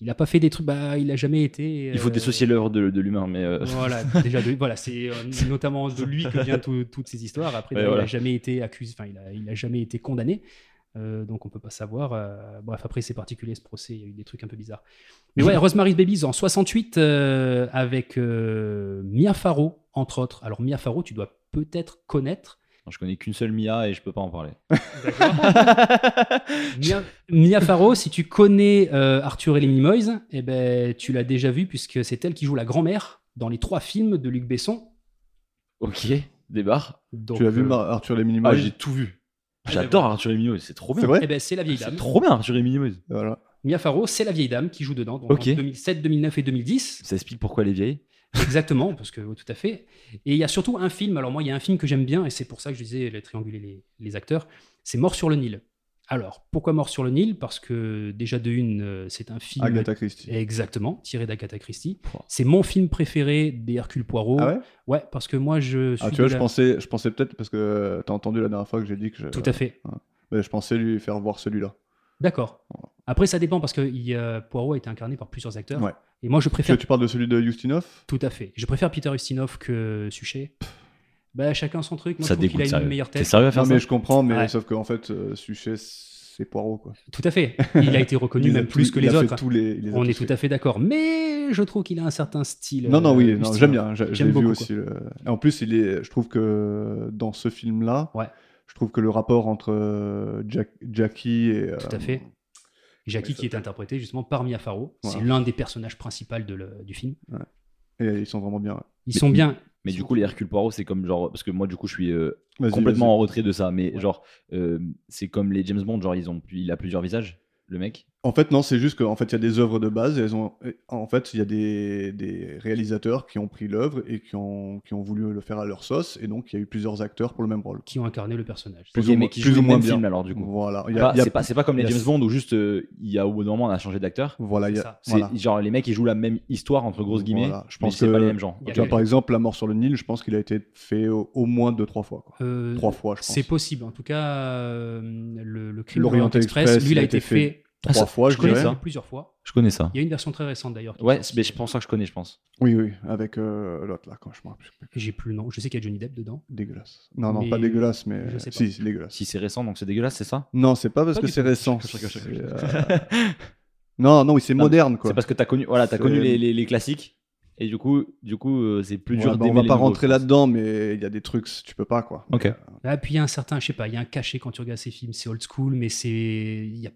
D: Il a pas fait des trucs, bah, il a jamais été.
C: Il faut
D: euh,
C: dissocier l'œuvre de, de l'humain, mais euh,
D: Voilà, déjà, de- voilà, c'est euh, notamment de lui que viennent tout- toutes ces histoires. Après,
C: Ouais,
D: d'ailleurs,
C: voilà.
D: il a jamais été accusé, enfin, il a, il a jamais été condamné. Euh, donc on peut pas savoir. euh, bref, après c'est particulier ce procès, il y a eu des trucs un peu bizarres. Mais ouais, Rosemary's Babies en 68 euh, avec euh, Mia Farrow entre autres. Alors Mia Farrow, tu dois peut-être connaître.
C: je connais qu'une seule Mia et je peux pas en parler.
D: Mia, Mia Farrow, si tu connais euh, Arthur et les Minimoys, eh ben tu l'as déjà vu puisque c'est elle qui joue la grand-mère dans les trois films de Luc Besson.
C: ok, débarre.
D: Donc,
B: Tu as vu
D: euh,
B: Mar- Arthur les Minimoys
C: Ah, j'ai tout vu.
D: Ah,
C: J'adore Arthur et Minimoys, c'est trop bien.
B: C'est vrai
D: eh ben, c'est la vieille
C: C'est
D: dame.
C: trop bien Arthur et Minimoys.
B: Voilà.
D: Mia Farrow, c'est la vieille dame qui joue dedans. Donc
C: Ok.
D: entre 2007, 2009 et 2010.
C: Ça explique pourquoi elle est vieille.
D: Exactement, parce que oui, tout à fait. Et il y a surtout un film. Alors moi, il y a un film que j'aime bien, et c'est pour ça que je disais les trianguler les, les acteurs. C'est Mort sur le Nil. Alors pourquoi Mort sur le Nil Parce que déjà de une, euh, c'est un film.
B: Agatha Christie.
D: Exactement, tiré d'Agatha Christie.
C: Pouah.
D: C'est mon film préféré des Hercule Poirot.
B: Ah ouais
D: parce que moi je suis.
B: Ah, tu
D: de
B: vois, je
D: la-
B: pensais, je pensais peut-être parce que euh, t'as entendu la dernière fois que j'ai dit que euh, je,
D: Tout à fait.
B: mais je pensais lui faire voir celui-là.
D: D'accord. Après, ça dépend parce que il y a- Poirot a été incarné par plusieurs acteurs.
B: Ouais.
D: Et moi, je
B: Tu,
D: préfère
B: tu parles de celui de Justinov
D: Tout à fait. Je préfère Peter Ustinov que Suchet. Bah, chacun son truc. Moi,
C: ça
D: je trouve qu'il
C: dégoûte
D: a une
C: sérieux.
D: meilleure
C: T'es
D: tête.
C: sérieux à
B: Non
C: faire
B: mais
C: ça
B: je comprends, mais
D: Ouais.
B: sauf qu'en fait, euh, Suchet c'est Poirot quoi.
D: Tout à fait. Il a été reconnu
B: Il les a
D: même
B: tous-
D: plus que
B: il
D: les
B: a fait
D: autres. hein.
B: tous les- il les a
D: On
B: tous
D: est tout
B: fait.
D: à fait d'accord. Mais je trouve qu'il a un certain style.
B: Non non oui,
D: euh,
B: non,
D: Ustinov.
B: j'aime bien, j'ai j'ai vu
D: beaucoup,
B: aussi. le- Et En plus, il est, je trouve que dans ce film là,
D: Ouais.
B: je trouve que le rapport entre euh, Jack, Jackie et euh,
D: Tout à fait. Jackie
B: ça
D: qui est
B: fait.
D: interprété justement par Mia Farrow. C'est
B: Voilà.
D: l'un des personnages principaux de le- du film.
B: et ils sont vraiment bien. ouais.
D: Ils
C: Mais-
D: sont bien.
C: Mais du coup, les Hercule Poirot, c'est comme genre. Parce que moi, du coup, je suis euh,
B: Vas-y,
C: complètement
B: vas-y.
C: en retrait de ça, mais
D: Ouais.
C: genre, euh, c'est comme les James Bond, genre, ils ont, il a plusieurs visages. le mec
B: En fait, non, c'est juste qu'en fait, il y a des œuvres de base. Et elles ont... et En fait, il y a des, des réalisateurs qui ont pris l'œuvre et qui ont... qui ont voulu le faire à leur sauce. Et donc, il y a eu plusieurs acteurs pour le même rôle.
D: qui ont incarné le personnage.
B: Plus
C: Ok,
B: ou moins-
C: mais qui
B: plus
C: joue
B: ou
C: le
B: moins
C: même
B: bien.
C: film alors du coup.
B: Voilà. Il y a-
C: Pas-
B: il y a-
C: C'est pas, c'est pas comme les
B: il y a-
C: James Bond où juste euh, il y a au bout d'un moment on a changé d'acteur.
B: Voilà, il y
D: C'est
B: a-
D: ça.
C: C'est
B: voilà.
C: genre les mecs ils jouent la même histoire entre grosses guillemets.
B: Voilà, je
C: mais
B: pense
C: c'est
B: que-
C: pas les mêmes gens.
D: Il y a
B: Tu vois,
D: Ok.
B: par exemple, La mort sur le Nil, je pense qu'il a été fait au, au moins deux, trois fois. quoi.
D: Euh,
B: Trois fois, je pense.
D: C'est possible. En tout cas, euh, le, le crime
B: L'Orient
D: L'Orient Express,
B: Express,
D: lui, il a été fait,
C: Ah, ça-
B: Trois fois, je,
D: je connais
B: dirais.
D: ça, plusieurs fois.
C: Je connais ça.
D: Il y a une version très récente d'ailleurs. qui est
C: Ouais,
D: sortie.
C: mais je pense ça que je connais, je pense.
B: Oui, oui, avec euh, l'autre là, quand je me rappelle.
D: J'ai plus le nom. Je sais qu'il y a Johnny Depp dedans.
B: Dégueulasse. Non, non,
D: Mais-
B: pas dégueulasse, mais.
D: je sais pas.
B: Si, c'est dégueulasse.
C: Si c'est récent, donc c'est dégueulasse, c'est ça
B: Non, c'est pas parce
D: Pas
B: que
D: du
B: c'est
D: tout.
B: récent.
C: Je- je- je- je-
B: c'est, euh, Non, non, oui, c'est
C: Non,
B: moderne, quoi.
C: C'est parce que t'as connu, voilà, t'as connu
B: C'est-
C: les, les- les classiques, et du coup, du coup, euh, c'est plus
B: Ouais,
C: dur.
B: bah, on
C: d'aimer
B: va
C: les
B: pas
C: nouveaux,
B: rentrer
C: je pense.
B: là-dedans, mais il y a des trucs, tu peux pas, quoi.
C: Ok.
D: Ah, puis il y a un certain, je sais pas, il y a un cachet quand tu regardes ces films. C'est old school, mais c'est. il Y a...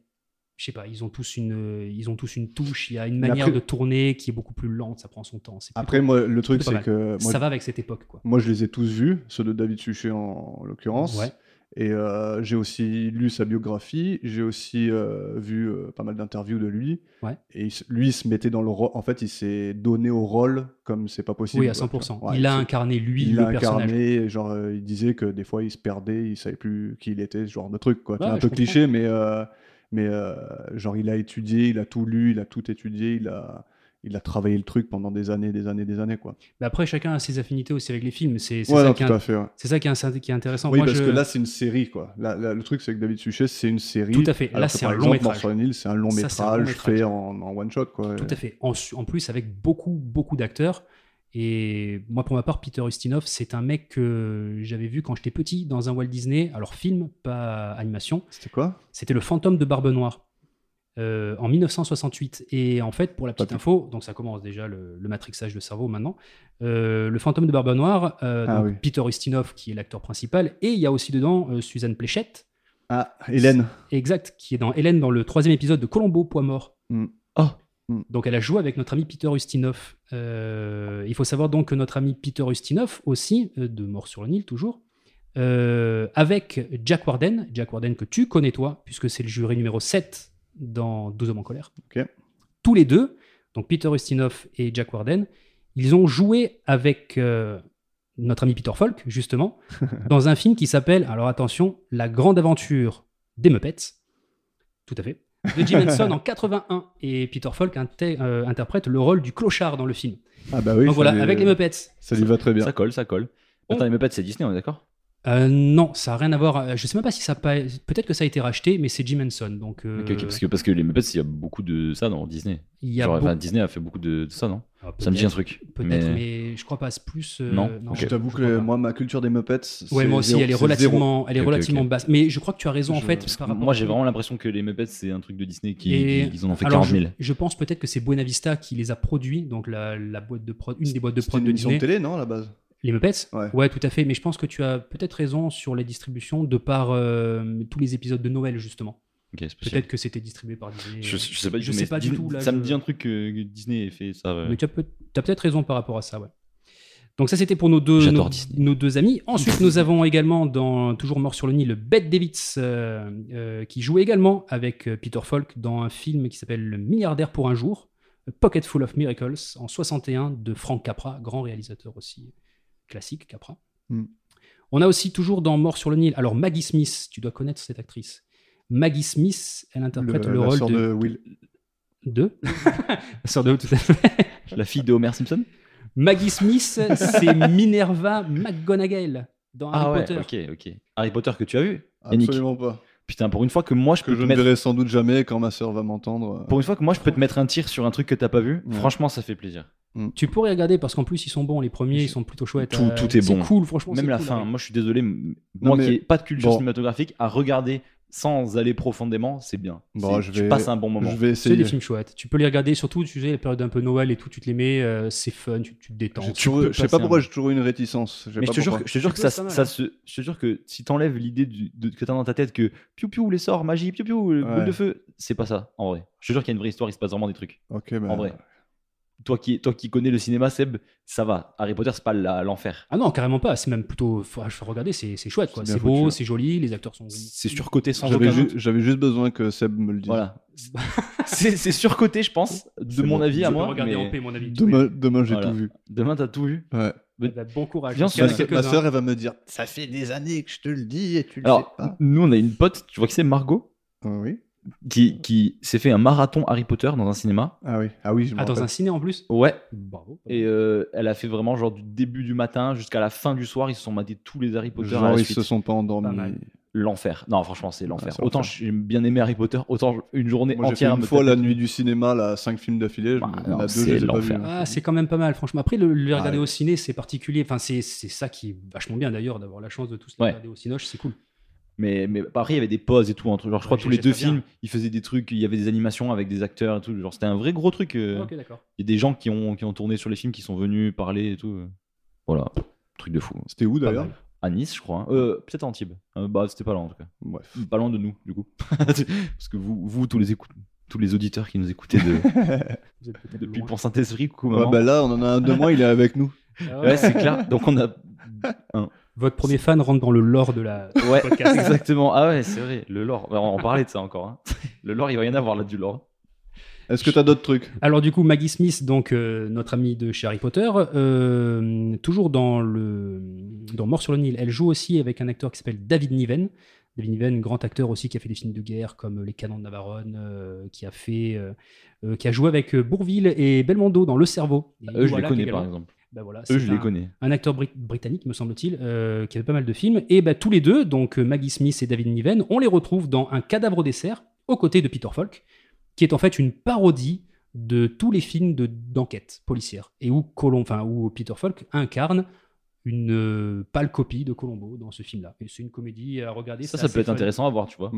D: Je sais pas, ils ont, tous une, ils ont tous une touche, il y a une
B: Mais
D: manière
B: après-
D: de tourner qui est beaucoup plus lente, ça prend son temps. c'est plus-
B: Après, moi, le truc,
D: C'est pas
B: c'est que. Moi,
D: ça va avec cette époque, quoi.
B: moi, je les ai tous vus, ceux de David Suchet en, en l'occurrence.
D: Ouais.
B: Et euh, j'ai aussi lu sa biographie, j'ai aussi euh, vu euh, pas mal d'interviews de lui.
D: Ouais.
B: Et il se- lui, il se mettait dans le rôle. En fait, il s'est donné au rôle comme c'est pas possible.
D: Oui, à
B: quoi, tu vois.
D: 100%.
B: Ouais,
D: il a
B: c'est-
D: incarné, lui,
B: il
D: le
B: a
D: personnage.
B: incarné, genre, euh, il disait que des fois, il se perdait, il savait plus qui il était, ce genre de truc, quoi.
D: Ouais,
B: c'est un
D: je
B: peu
D: comprends.
B: cliché, mais, euh, mais euh, genre, il a étudié, il a tout lu, il a tout étudié, il a, il a travaillé le truc pendant des années, des années, des années, quoi.
D: Mais après, chacun a ses affinités aussi avec les films. C'est c'est
B: Ouais,
D: ça,
B: non,
D: qui
B: tout
D: est
B: à
D: in-
B: fait, ouais.
D: c'est ça qui est in- qui est intéressant.
B: Oui,
D: Moi,
B: parce
D: je-
B: que là, c'est une série, quoi. Là, là, le truc, c'est que David Suchet, c'est une série.
D: Tout à fait. Là,
B: alors que,
D: c'est
B: par
D: un
B: exemple,
D: long métrage.
B: Mort sur une île, c'est un long
D: Ça, c'est un long
B: métrage
D: métrage.
B: fait en, en one shot, quoi.
D: Tout à fait. En, su- en plus, avec beaucoup, beaucoup d'acteurs. Et moi, pour ma part, Peter Ustinov, c'est un mec que j'avais vu quand j'étais petit dans un Walt Disney. Alors, film, pas animation.
B: C'était quoi
D: C'était Le fantôme de Barbe Noire. euh, en 1968. Et en fait, pour la petite
B: Pas
D: info, donc ça commence déjà le, le matrixage de cerveau maintenant. euh, le fantôme de Barbe Noire, euh,
B: Ah
D: donc
B: oui.
D: Peter Ustinov, qui est l'acteur principal, et il y a aussi dedans euh, Suzanne Pléchette,
B: Ah, Hélène.
D: exact, qui est dans Hélène dans le troisième épisode de Colombo, Poids mort.
C: Ah,
D: Donc elle a joué avec notre ami Peter Ustinov. Euh, il faut savoir donc que notre ami Peter Ustinov aussi, euh, de Mort sur le Nil toujours, euh, avec Jack Warden, Jack Warden que tu connais toi, puisque c'est le jury numéro 7 dans Deux hommes en colère.
B: Ok.
D: Tous les deux, donc Peter Ustinov et Jack Warden, ils ont joué avec euh, notre ami Peter Falk, justement, dans un film qui s'appelle, alors attention, La grande aventure des Muppets. Tout à fait de Jim Henson en 81 et Peter Falk inté- euh, interprète le rôle du clochard dans le film.
B: Ah, bah oui.
D: Donc
B: ça
D: voilà,
B: lui-
D: avec les Muppets.
B: Ça lui va très bien.
C: ça colle, ça colle.
D: On-
C: Attends, les Muppets, c'est Disney, on est d'accord
D: Euh, non, ça n'a rien à voir. euh, Je sais même pas si ça. a pas- Peut-être que ça a été racheté, mais c'est Jim Henson. Donc euh,
C: Ok, ok, parce, que, parce que les Muppets, il y a beaucoup de ça dans Disney.
D: il y a.
C: Genre,
D: beaucoup-
C: enfin, Disney a fait beaucoup de, de ça, non
D: Ah,
C: Ça me dit un
D: peut-être,
C: truc.
D: Peut-être, mais... je crois pas. C'est plus. euh,
C: Non. Ok.
B: Je t'avoue
D: je
B: que
D: crois pas.
B: moi, ma culture des Muppets.
D: Ouais,
B: c'est
D: moi aussi,
B: zéro-
D: elle est
B: c'est
D: relativement, elle est
C: Ok, ok,
D: relativement
C: ok.
D: basse. Mais je crois que tu as raison en
B: Je-
D: fait.
C: Parce que
D: par rapport
C: moi,
D: à-
C: j'ai vraiment l'impression que les Muppets, c'est un truc de Disney qui,
D: Et-
C: qui- ils en ont fait
D: Alors,
C: 40
D: je,
C: 000.
D: je pense peut-être que c'est Buena Vista qui les a produits, donc la, la boîte de prod, une des boîtes de
B: C'était
D: prod
B: une
D: de
B: émission
D: Disney.
B: de télé, non, à la base
D: Les Muppets
B: Ouais.
D: tout à fait. Mais je pense que tu as peut-être raison sur les distributions de par euh, tous les épisodes de Noël, justement.
C: Ok, c'est possible.
D: Peut-être que c'était distribué par Disney. euh,
C: Je, je sais pas du
D: je
C: tout.
D: sais
C: mais
D: pas du
C: Disney-
D: tout, là,
C: ça me
D: je-
C: dit un truc que, que Disney a fait ça. euh, ouais.
D: Mais tu as, peut- t'as peut-être raison par rapport à ça, ouais. Donc ça, c'était pour nos deux,
C: J'adore
D: nos,
C: Disney.
D: nos deux amis. Ensuite, nous avons également, dans Toujours mort sur le Nil, Bette Davids, euh, euh, qui joue également avec euh, Peter Falk dans un film qui s'appelle Le milliardaire pour un jour, A Pocket Full of Miracles, en 61, de Frank Capra, grand réalisateur aussi classique, Capra.
B: Mm.
D: On a aussi toujours dans Mort sur le Nil, alors Maggie Smith, tu dois connaître cette actrice. Maggie Smith, elle interprète le,
B: la
D: rôle
B: sœur
D: de...
B: de Will.
D: de... La sœur de Will, tout à fait.
C: La fille de Homer Simpson
D: Maggie Smith, c'est Minerva McGonagall dans Harry
C: Ah ouais,
D: Potter.
C: ok, ok. Harry Potter que tu as vu Yannick.
B: Absolument pas.
C: Putain, pour une fois que moi je peux
B: Que je
C: te
B: ne
C: mettre...
B: verrai sans doute jamais quand ma sœur va m'entendre.
C: Pour une fois que moi je peux te mettre un tir sur un truc que t'as pas vu,
B: Ouais.
C: franchement ça fait plaisir.
D: Tu pourrais regarder parce qu'en plus ils sont bons, les premiers ils sont plutôt chouettes. Euh,
C: Tout- tout est
D: c'est
C: bon.
D: cool, franchement.
C: Même
D: c'est
C: la
D: cool, hein.
C: fin,
D: Harry.
C: moi je suis désolé, m-
B: Non,
C: moi qui
B: mais-
C: n'ai pas de culture
B: Bon.
C: cinématographique, à regarder sans aller profondément, c'est bien.
B: Bon,
C: C'est-
B: je
C: tu
B: vais-
C: passes un bon moment.
B: Je vais
D: C'est
B: essayer.
D: des films chouettes. Tu peux les regarder surtout, tu sais, la période un peu Noël et tout, tu te les mets, euh, c'est fun, tu, tu te détends.
B: J'ai
D: Tu
B: toujours-
C: peux
B: Je sais
C: passer
B: pas
C: un
B: pourquoi
C: bon-
B: j'ai toujours une réticence. sais
C: Mais
B: pas
C: je te, jure,
B: pourquoi.
C: que- je te jure que
D: Tu peux
C: ça,
D: être pas mal,
C: ça
D: hein.
C: se, je te jure que si t'enlèves l'idée du- de- que t'as dans ta tête que piou piou les sorts, magie, piou piou, boule
B: Ouais.
C: de feu, c'est pas ça en vrai. Je te jure qu'il y a une vraie histoire, il se passe vraiment des trucs.
B: Ok, ben,
C: En vrai. toi qui, toi qui connais le cinéma, Seb, ça va. Harry Potter, c'est pas la- l'enfer.
D: Ah non, carrément pas. C'est même plutôt. faut- Je regardais, c'est c'est chouette. quoi.
B: C'est
D: C'est
B: bien
D: beau,
B: foutu, hein.
D: c'est joli, les acteurs sont.
C: C'est surcoté sans
B: J'avais
C: aucun
B: ju-
C: doute.
B: J'avais juste besoin que Seb me le dise.
C: Voilà. C'est c'est surcoté, je pense, de
B: C'est
C: mon
B: bon.
C: avis à
D: Je peux
C: moi.
D: regarder
C: mais
D: en paix, mon avis.
B: Demain, demain, j'ai
C: Voilà.
B: tout vu.
C: Demain, t'as tout vu.
B: Ouais.
D: Eh ben, bon courage.
C: Viens,
D: Parce qu'il y en
B: Ma,
C: c'est-
D: a
B: sœur-
D: quelques-uns.
B: ma sœur, elle va me dire Ça fait des années que je te le dis et tu le
C: Alors,
B: sais pas.
C: nous, on a une pote, tu vois qui c'est Margot,
B: Ah oui.
C: qui, qui s'est fait un marathon Harry Potter dans un cinéma.
B: Ah oui, ah oui, je me
D: Ah, dans un
B: rappelle.
D: ciné en plus
C: Ouais.
D: Bravo.
C: Et euh, elle a fait vraiment genre du début du matin jusqu'à la fin du soir, ils se sont matés tous les Harry Potter à
B: Genre,
C: la
B: ils
C: suite.
B: se sont pas endormis.
D: Pas mal.
C: L'enfer. Non, franchement, c'est l'enfer.
B: c'est
C: autant
B: l'enfer.
C: j'ai bien aimé Harry Potter, autant je- une journée
B: Moi, j'ai fait
C: entière. à
B: une
C: me
B: fois
C: taper
B: la
C: tout.
B: nuit du cinéma, là, 5 films d'affilée. je-
C: Bah,
B: la
C: non,
B: deux, je
C: c'est
B: les ai pas
C: l'enfer.
B: vus.
D: Ah, c'est quand même pas mal, franchement. Après, le,
C: Ah
D: le regarder
B: ouais.
D: au ciné, c'est particulier. Enfin, c'est c'est ça qui est vachement bien d'ailleurs, d'avoir la chance de tous les
C: Ouais.
D: regarder au cinoche, c'est cool.
C: Mais, mais après, il y avait des pauses et tout. Entre, genre, je crois
D: Ouais,
C: tous les deux
D: j'espère
C: films, ils faisaient des trucs, il y avait des animations avec des acteurs et tout. Genre, c'était un vrai gros truc. euh.
D: Ok, d'accord.
C: Il y a des gens qui ont, qui ont tourné sur les films qui sont venus parler et tout. euh. Voilà, truc de fou.
B: C'était où
D: Pas
B: d'ailleurs
D: mal.
C: À Nice, je crois. hein. Euh, Peut-être à Antibes. Euh, bah, c'était pas loin en tout cas.
B: Bref.
C: Pas loin de nous, du coup. Parce que vous, vous tous, les écou- tous les auditeurs qui nous écoutaient de-
D: Vous êtes peut-être
C: depuis
D: loin.
C: Pont Saint-Esprit, coucou
B: Ouais,
C: maman.
B: bah là, on en a un de moins, il est avec nous.
D: Ah ouais.
C: Ouais, c'est clair. Donc on a.
D: Votre premier fan rentre dans le lore de la du
C: Ouais,
D: podcast.
C: exactement. Ah ouais, c'est vrai. Le lore. Bah, on en parlait de ça encore. hein. Le lore, il va y en avoir là du lore.
B: Est-ce que t'as d'autres trucs
D: Alors du coup, Maggie Smith, donc euh, notre amie de chez Harry Potter, euh, toujours dans le dans Mort sur le Nil, elle joue aussi avec un acteur qui s'appelle David Niven. David Niven, grand acteur aussi qui a fait des films de guerre comme Les Canons de Navarone, euh, qui a fait, euh, euh, qui a joué avec euh, Bourvil et Belmondo dans Le Cerveau. Et
C: Ah, Eux, je les
D: Wallach
C: connais
D: également.
C: par exemple.
D: Bah voilà,
C: Eux,
D: c'est
C: je
D: un-
C: les connais.
D: un acteur brit- britannique, me semble-t-il, euh, qui avait pas mal de films. Et bah, tous les deux, donc euh, Maggie Smith et David Niven, on les retrouve dans Un cadavre au dessert, aux côtés de Peter Falk, qui est en fait une parodie de tous les films de- d'enquête policière, et où, Colom- enfin, où Peter Falk incarne une euh, pâle copie de Colombo dans ce film-là. Et c'est une comédie à regarder.
C: Ça,
D: c'est
C: ça
D: assez
C: peut être
D: fun.
C: intéressant à voir, tu vois.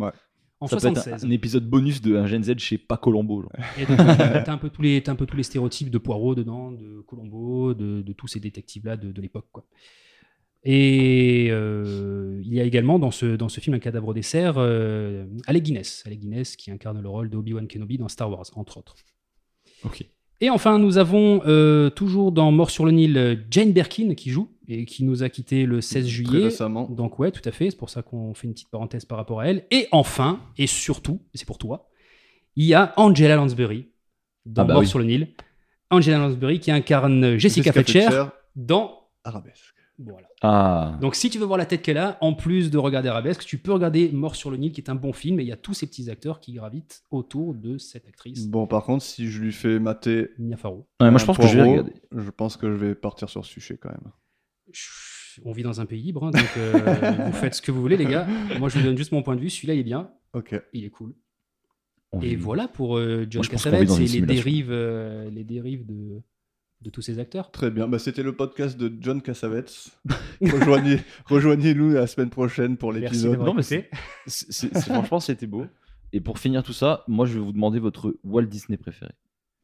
D: En
C: ça peut
D: 76.
C: être un, un épisode bonus de un Gen Z chez pas Colombo. genre.
D: Et donc, t'as t'as un peu tous les t'as un peu tous les stéréotypes de Poirot dedans, de Colombo, de, de tous ces détectives là de, de l'époque quoi. Et euh, il y a également dans ce, dans ce film Un cadavre au dessert, euh, Alec Guinness. Alec Guinness qui incarne le rôle de Obi-Wan Kenobi dans Star Wars, entre autres.
C: Ok.
D: Et enfin, nous avons euh, toujours dans Mort sur le Nil, Jane Birkin qui joue et qui nous a quitté le 16
B: Très
D: juillet.
B: récemment.
D: Donc ouais, tout à fait. C'est pour ça qu'on fait une petite parenthèse par rapport à elle. Et enfin, et surtout, et c'est pour toi, il y a Angela Lansbury dans
C: Ah bah
D: Mort
C: oui.
D: sur le Nil. Angela Lansbury qui incarne Jessica, Fletcher, dans
B: Arabesque.
D: voilà.
C: Ah.
D: Donc si tu veux voir la tête qu'elle a, en plus de regarder Arabesque, tu peux regarder Mort sur le Nil, qui est un bon film. Et il y a tous ces petits acteurs qui gravitent autour de cette actrice,
B: Bon, par contre, si je lui fais mater.
C: Mm.
D: Mia Farrow.
C: Ouais, moi,
B: un
C: je pense que je vais
B: Poirot,
C: regarder.
B: Je pense que je vais partir sur ce sujet quand même.
D: Chut, On vit dans un pays libre, hein, donc euh, vous faites ce que vous voulez, les gars. Moi, je vous donne juste mon point de vue. Celui-là, il est bien,
B: Ok.
D: il est cool.
C: On
D: Et
C: vit-
D: voilà pour euh, John
C: Moi, je pense qu'on vit
D: Cassavetes
C: dans
D: et
C: une
D: les
C: simulation.
D: dérives, euh, les dérives de, de tous ces acteurs.
B: Très bien. Bah, C'était le podcast de John Cassavetes. Rejoignez- Rejoignez-nous la semaine prochaine pour
D: Merci
B: l'épisode.
D: d'avoir
C: Non, mais
D: écouté.
C: C'est- c'est- c'est- franchement, c'était beau. Et pour finir tout ça, moi, je vais vous demander votre Walt Disney préféré.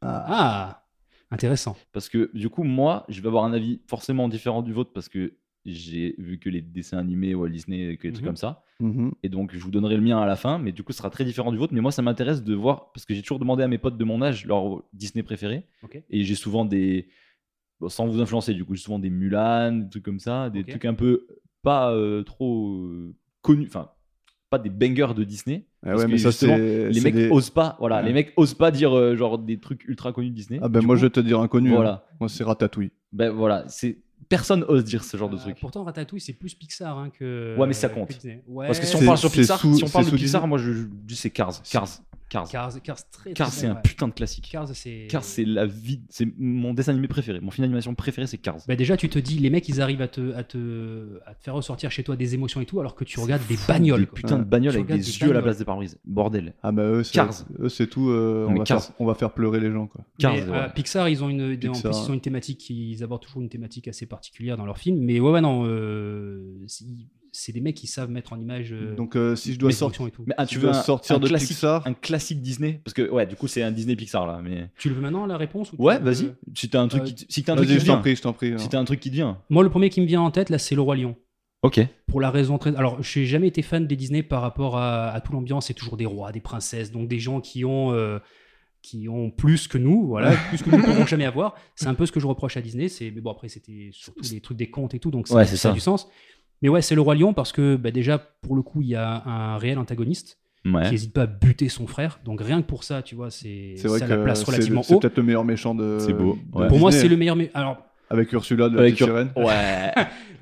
B: Ah,
D: Ah, intéressant.
C: Parce que du coup, moi, je vais avoir un avis forcément différent du vôtre parce que j'ai vu que les dessins animés Walt Disney, que les trucs
D: Mhm.
C: comme ça.
B: mhm.
C: Et donc, je vous donnerai le mien à la fin, mais du coup, ce sera très différent du vôtre. Mais moi, ça m'intéresse de voir, parce que j'ai toujours demandé à mes potes de mon âge leur Disney préféré.
D: Ok.
C: Et j'ai souvent des. bon, sans vous influencer, du coup, j'ai souvent des Mulan, des trucs comme ça, des
D: Ok.
C: trucs un peu pas euh, trop euh, connus, enfin, pas des bangers de Disney.
B: Ah
C: parce
B: ouais,
C: que
B: mais ça,
C: justement,
B: c'est.
C: Les
B: c'est
C: mecs
B: des-
C: osent pas, voilà,
B: Ouais.
C: les mecs osent pas dire euh, genre des trucs ultra connus de Disney.
B: Ah, ben
C: Du
B: moi,
C: coup,
B: je vais te dire inconnu. hein.
C: Voilà,
B: Moi, c'est Ratatouille.
C: ben voilà, c'est. Personne ose dire ce genre de
D: Euh,
C: truc.
D: Pourtant, Ratatouille, c'est plus Pixar hein, que.
C: Ouais, mais ça compte.
D: que Disney. Ouais,
C: Parce que si
B: C'est-
C: on parle sur
B: c'est
C: Pixar,
B: sous-
C: si on parle
B: c'est
C: de
B: sous
C: Pixar,
B: Disney.
C: moi je, je dis c'est Cars, Cars, Cars.
D: Cars, Cars, très, très
C: Cars,
D: bon,
C: c'est un
D: ouais.
C: putain de classique.
D: Cars, c'est.
C: Cars, c'est la vie, c'est mon dessin animé préféré, mon film d'animation préféré, c'est Cars.
D: Bah déjà, tu te dis, les mecs, ils arrivent à te, à te, à te faire ressortir chez toi des émotions et tout, alors que tu regardes des bagnoles.
C: Des
D: quoi.
C: putains de
B: Ouais.
C: bagnoles
D: Tu
C: avec des,
D: regardes des
C: yeux à la
D: bagnoles.
C: place des pare-brise. Bordel.
B: Ah, bah, eux, c'est
C: Cars.
B: eux, c'est tout. euh,
C: Non,
B: on,
C: mais
B: va
C: Cars.
B: faire... on va faire pleurer les gens, quoi.
C: Cars,
D: Mais,
C: ouais.
D: euh, Pixar, ils ont une, en
B: Pixar,
D: plus, ils ont
B: ouais.
D: une thématique, qui- ils abordent toujours une thématique assez particulière dans leurs films. Mais ouais, ouais, non, euh, c'est- c'est des mecs qui savent mettre en image euh,
B: Donc, euh, si je dois
D: les
B: sortir.
D: émotions et tout.
C: Mais ah,
B: Si
C: tu
B: je
C: veux
B: dois
C: un,
B: sortir
C: un
B: de
C: classique,
B: Pixar
C: un classique Disney Parce que ouais, du coup c'est un Disney Pixar là. Mais
D: Tu le veux maintenant la réponse ou tu
C: ouais,
D: veux-
C: vas-y. Si t'as un truc,
D: euh,
C: qui, si t'as un truc
B: Vas-y,
C: qui
B: je
C: te vient,
B: t'en prie, je t'en prie.
C: si t'as un truc qui te vient.
D: Moi, le premier qui me vient en tête là, c'est le roi lion.
C: Ok.
D: Pour la raison très. Alors, j'ai jamais été fan des Disney par rapport à, à tout l'ambiance. C'est toujours des rois, des princesses, donc des gens qui ont euh, qui ont plus que nous, voilà, plus que nous ne pourrons jamais avoir. C'est un peu ce que je reproche à Disney. C'est, mais bon, après, c'était surtout des trucs des contes et tout, donc ça,
C: Ouais, c'est
D: ça a
C: ça.
D: du sens. Mais ouais, c'est le Roi Lion parce que bah, déjà, pour le coup, il y a un réel antagoniste qui
C: Ouais.
D: n'hésite pas à buter son frère. Donc rien que pour ça, tu vois, c'est,
B: C'est vrai
D: ça
B: que
D: la place
B: c'est-
D: relativement
B: c'est
D: haut.
B: peut-être le meilleur méchant de.
C: C'est beau,
B: de
C: ouais.
D: Pour
B: Disney, hein.
D: moi, c'est le meilleur. mais- Alors,
B: Avec Ursula de la
C: Avec
B: petite
C: Ur-
B: sirène.
C: Ouais.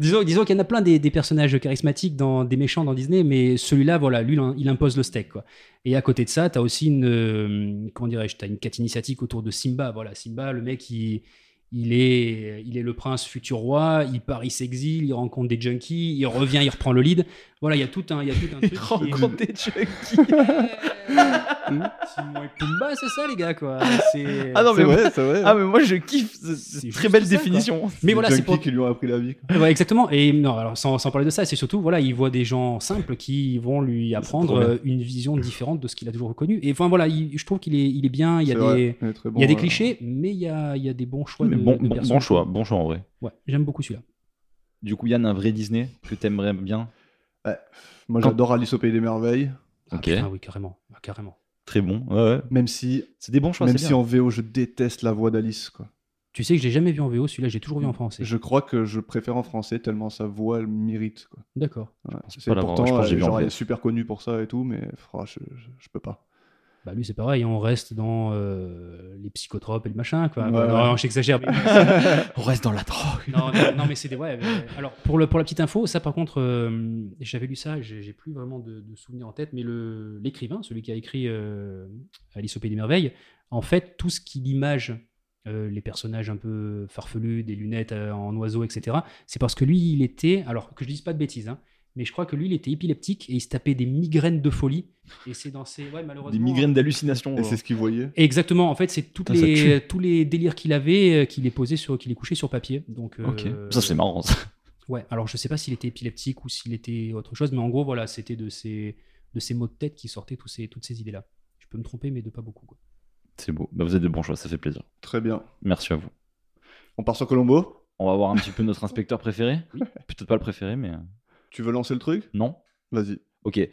D: Disons, disons qu'il y en a plein des, des personnages charismatiques, dans, des méchants dans Disney, mais celui-là, voilà, lui, il in- il impose le steak. Quoi. Et à côté de ça, tu as aussi une, euh, comment dirais-je, t'as une quête initiatique autour de Simba. Voilà, Simba, le mec, il, il, est, il est le prince futur roi, il part, il s'exile, il rencontre des junkies, il revient, il reprend le lead. Voilà, il y a tout un, il y a tout un truc. qui est-
C: Oh, des
D: Timon et Pumba, c'est ça, les gars, quoi. C'est-
C: Ah non,
B: C'est
C: mais,
B: vrai, c'est vrai.
C: ah, mais moi je kiffe. C'est, c'est
D: C'est
C: très
D: juste
C: belle
D: ça, quoi.
C: définition.
D: mais voilà, c'est pour,
B: qui lui ont appris la vie. quoi.
D: Ouais, exactement. Et non, alors sans, sans parler de ça, c'est surtout, voilà, il voit des gens simples qui vont lui apprendre
C: trop bien.
D: euh, une vision différente de ce qu'il a toujours reconnu. Et enfin, voilà, il- je trouve qu'il est, il est bien, il y a
B: C'est
D: des,
B: vrai, il est très
D: il y a
B: bon,
D: des
B: euh,
D: clichés, mais il y a, il y a des bons choix
C: Mais
D: de,
C: bon,
D: de
C: bon,
D: personnes.
C: bon choix, bon choix en vrai.
D: Ouais, j'aime beaucoup celui-là.
C: Du coup, Yann, un vrai Disney que t'aimerais bien.
B: Moi,
C: Quand-
B: j'adore Alice au pays des merveilles.
D: Ah,
C: Ok.
D: putain, oui, carrément. Ah, carrément.
C: Très bon. Ouais, ouais.
B: Même si,
C: C'est des bons choix.
B: même
C: c'est
B: si
C: bien.
B: en VO, je déteste la voix d'Alice. quoi.
D: Tu sais que j'ai jamais vu en VO, celui-là, j'ai toujours vu en français.
B: Je crois que je préfère en français tellement sa voix elle mérite. Quoi.
D: D'accord.
B: Ouais.
C: pense
B: C'est
C: pas l'avoir-
B: pourtant,
C: je pense que j'ai
B: euh,
C: vu en
B: genre, elle
C: VF.
B: est super connue pour ça et tout, mais oh, je, je, je peux pas.
D: Bah, lui, c'est pareil, on reste dans euh, les psychotropes et le machin, quoi.
B: Ouais,
D: Bah, non,
B: ouais.
D: non, j'exagère. mais-
C: On reste dans la drogue.
D: non, non, non, mais c'est des. Ouais, euh, alors, pour, le, pour la petite info, ça par contre, euh, j'avais lu ça, j'ai j'ai plus vraiment de, de souvenirs en tête, mais le- l'écrivain, celui qui a écrit euh, Alice au Pays des Merveilles, en fait, tout ce qu'il image, euh, les personnages un peu farfelus, des lunettes euh, en oiseau, etc., c'est parce que lui, il était. Alors, que je dise pas de bêtises, hein, mais je crois que lui, il était épileptique et il se tapait des migraines de folie. Et c'est dans ces. Ouais, malheureusement.
C: Des migraines d'hallucination.
B: Et c'est ce qu'il voyait.
D: Exactement, en fait, c'est toutes
C: Putain, Ah, ça
D: les, tous les délires qu'il avait, euh, qu'il les posait sur, qu'il les couchait sur papier. Donc, euh,
C: Ok. Ça, c'est marrant. ça.
D: Ouais, alors je sais pas s'il était épileptique ou s'il était autre chose, mais en gros, voilà, c'était de ces, de ces mots de tête qui sortaient tous ces, toutes ces idées-là. Je peux me tromper, mais de pas beaucoup. quoi.
C: C'est beau. Bah, vous êtes de bons choix. Ça fait plaisir.
B: Très bien.
C: Merci à vous.
B: On part sur Colombo
C: On va voir un petit peu notre inspecteur préféré. Peut-être pas le préféré, mais euh,
B: Tu veux lancer le truc
C: non.
B: Vas-y.
C: Ok.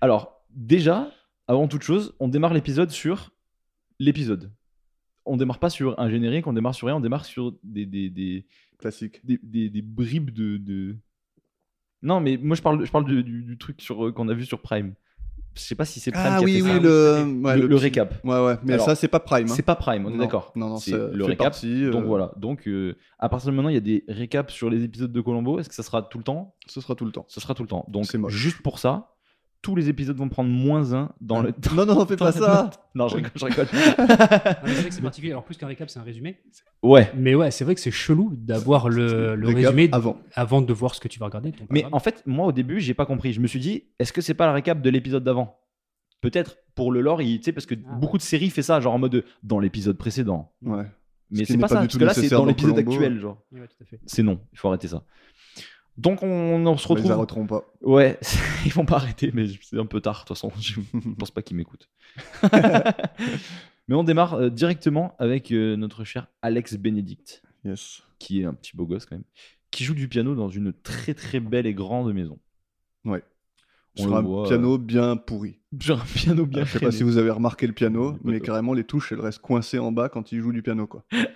C: Alors, déjà, avant toute chose, on démarre l'épisode sur l'épisode. On démarre pas sur un générique, on démarre sur rien, on démarre sur des, des, des,
B: Classique.
C: des, des- des bribes de, de- Non, mais moi je parle, je parle du, du- du truc sur, euh, qu'on a vu sur Prime. Je sais pas si c'est Prime qui a fait ça.
B: Ah le... ouais,
C: Ah Le- le
B: petit-
C: récap.
B: Ouais, ouais, mais
C: Alors,
B: ça, c'est pas Prime. hein.
C: C'est pas Prime, on est
B: Non,
C: d'accord.
B: Non, non,
C: c'est
B: ça
C: le
B: fait
C: récap.
B: partie, euh,
C: Donc voilà, donc euh, à partir de maintenant, il y a des récaps sur les épisodes de Colombo. Est-ce que ça sera tout le temps
B: Ce sera tout le temps.
C: Ce sera tout le temps. Donc,
B: C'est moche.
C: juste pour ça, tous les épisodes vont prendre moins un dans le temps.
B: Non, Ah. non, fais pas ça
C: Non, je rigole, je rigole.
D: Non, Ah, mais c'est vrai que c'est particulier. Alors, plus qu'un récap, c'est un résumé.
B: Ah
C: ouais.
D: Mais ouais, c'est vrai que c'est chelou d'avoir le, le
B: Récap
D: résumé
B: avant.
D: avant de voir ce que tu vas regarder. ton
C: Mais
D: programme.
C: en fait, moi, au début, j'ai pas compris. Je me suis dit, est-ce que c'est pas le récap de l'épisode d'avant Peut-être pour le lore, il- tu sais, parce que
D: Ah,
C: beaucoup de séries fait ça, genre en mode euh, dans l'épisode précédent.
B: Ouais.
C: Mais
B: qui
C: c'est
B: n'est
C: pas,
B: pas
C: ça,
B: du
C: parce
B: tout
C: que là, c'est
B: nécessaire
C: dans
B: dans hein.
C: l'épisode
B: Columbo.
C: actuel, genre.
D: Ouais, tout à fait.
C: C'est non, il faut arrêter ça. Donc, on, on se
B: Mais Bah, Ils
C: retrouve.
B: arrêteront pas.
C: Ouais, ils vont pas arrêter, mais c'est un peu tard, de toute façon. Je pense pas qu'ils m'écoutent. mais on démarre euh, directement avec euh, notre cher Alex Benedict,
B: Yes.
C: qui est un petit beau gosse quand même, qui joue du piano dans une très très belle et grande maison.
B: Ouais.
C: On
B: Sur
C: le
B: un
C: voit, euh,
B: piano bien pourri.
C: sur un piano bien
B: Je sais
C: freiné.
B: pas si vous avez remarqué le
C: Il
B: piano,
C: est pas
B: mais
C: top.
B: carrément les touches elles restent coincées en bas quand il joue du piano quoi.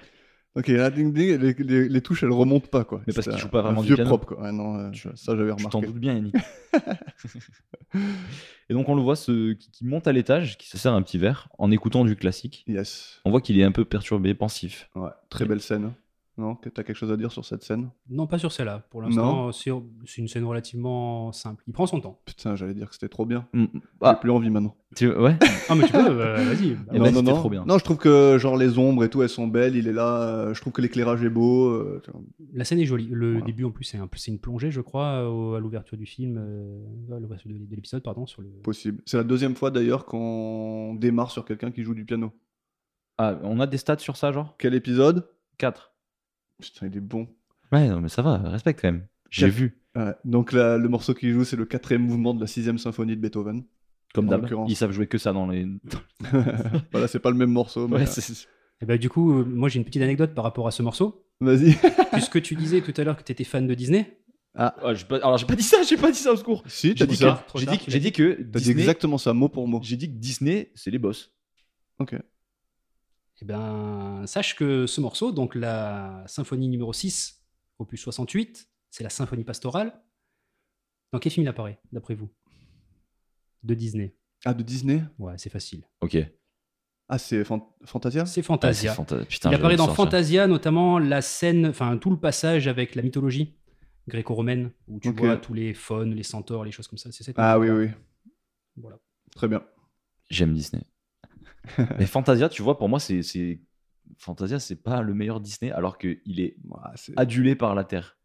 B: Ok, là, ding, ding, les, les- les touches elles remontent pas quoi.
C: Mais parce
B: C'est
C: qu'il
B: un-
C: joue pas
B: un
C: vraiment du
B: vieux
C: piano.
B: propre quoi. Ouais, non, euh,
C: Tu-
B: ça j'avais
C: Je t'en
B: remarqué.
C: doute bien, Yannick. et donc on le voit ce, qui, qui monte à l'étage, qui se sert un petit verre, en écoutant du classique.
B: Yes.
C: On voit qu'il est un peu perturbé, pensif.
B: Ouais, très belle scène. Non, que- t'as quelque chose à dire sur cette scène
D: Non, pas sur celle-là. Pour l'instant, c'est c'est une scène relativement simple. Il prend son temps.
B: Putain, j'allais dire que c'était trop bien.
C: Mm,
B: J'ai
C: Ah,
B: plus envie maintenant.
C: tu... ouais.
D: Ah, mais tu peux, euh, vas-y.
C: Eh ben, c'était trop bien.
B: Non, je trouve que genre les ombres et tout, elles sont belles. Il est là. euh, je trouve que l'éclairage est beau. euh, tu vois.
D: La scène est jolie. Le
B: Voilà.
D: début, en plus, c'est un- c'est une plongée, je crois, au- à l'ouverture du film, euh, à l'ouverture de, de l'épisode, pardon, sur le.
B: possible. C'est la deuxième fois d'ailleurs qu'on démarre sur quelqu'un qui joue du piano.
C: Ah, on a des stats sur ça, genre
B: Quel épisode
C: 4.
B: Putain, il est bon.
C: Ouais, non, mais ça va, respecte quand même. J'ai
B: Quatre-
C: vu,
B: Ouais, donc la- le morceau qu'il joue, c'est le quatrième mouvement de la sixième symphonie de Beethoven.
C: comme
B: en
C: d'hab.
B: l'occurrence.
C: Ils savent jouer que ça dans les.
B: voilà, c'est pas le même morceau. Mais... euh,
C: Ouais, c'est-
D: Et bah, du coup, euh, moi, j'ai une petite anecdote par rapport à ce morceau.
B: Vas-y.
D: Puisque tu disais tout à l'heure que tu étais fan de Disney,
B: Ah.
C: Ouais, j'ai pas- alors j'ai pas dit ça, j'ai pas dit ça au secours.
B: Si, t'as
C: J'ai
B: dit
C: dit,
D: Trop
B: ça.
D: tard,
C: que-
D: trop
C: j'ai
D: tard,
C: dit,
D: tu
C: j'ai
D: l'as
C: dit que
B: T'as dit
C: Disney,
B: exactement ça, mot pour mot.
C: j'ai dit que Disney, c'est les boss.
B: Ok.
D: Eh ben, sache que ce morceau, donc la symphonie numéro 6, opus 68, c'est la symphonie pastorale. Dans quel film il apparaît, d'après vous De Disney.
B: Ah, de Disney
D: Ouais, c'est facile.
C: Ok.
B: Ah, c'est Fan- Fantasia
D: C'est Fantasia.
C: Putain,
D: il
C: j'allais
D: apparaît
C: le
D: dans
C: sortir.
D: Fantasia, notamment la scène, enfin tout le passage avec la mythologie gréco-romaine, où tu
B: Ok.
D: vois tous les faunes, les centaures, les choses comme ça. C'est cette
B: Ah oui,
D: mythologie.
B: oui.
D: Voilà.
B: Très bien.
C: J'aime Disney. Mais Fantasia, tu vois, pour moi, c'est- c'est. Fantasia, c'est pas le meilleur Disney, alors qu'il est
B: Ah, c'est-
C: adulé par la Terre.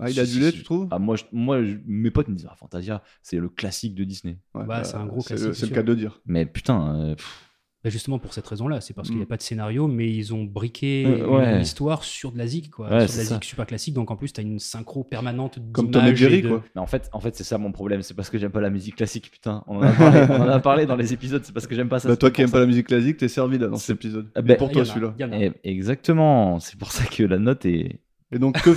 B: Ah, il
C: si,
B: a
C: si,
B: du lait,
C: si.
B: tu trouves
C: Ah, moi, je- moi je- mes potes me disent Ah, Fantasia, c'est le classique de Disney.
B: Ouais,
D: bah, c'est un gros
B: c'est le-
D: classique,
B: C'est le
D: sûr.
B: cas de le dire.
C: Mais putain, euh, pff,
D: Bah, justement pour cette raison-là, c'est parce qu'il n'y a
B: Mm.
D: pas de scénario, mais ils ont briqué
C: Euh, ouais.
D: une histoire sur de la zig, quoi,
C: Ouais,
D: sur de
C: c'est
D: la
C: ça.
D: zig super classique. Donc en plus, tu as une synchro permanente
B: Comme Tom et
D: d'images et
B: Jerry,
D: de-
B: quoi.
C: mais en fait, en fait c'est ça mon problème. C'est parce que j'aime pas la musique classique, putain. On en a parlé, on en a parlé dans les épisodes, c'est parce que j'aime pas ça.
B: Bah,
C: c'est
B: toi
C: pour
B: qui aimes
C: ça.
B: pas la musique classique, t'es servi là dans
C: C'est-
B: cet épisode.
C: Ah,
B: Il
C: bah,
B: est pour
D: Ah,
B: toi
D: y en a,
B: celui-là.
D: y en a.
C: Eh, exactement, c'est pour ça que la note est
B: Et donc que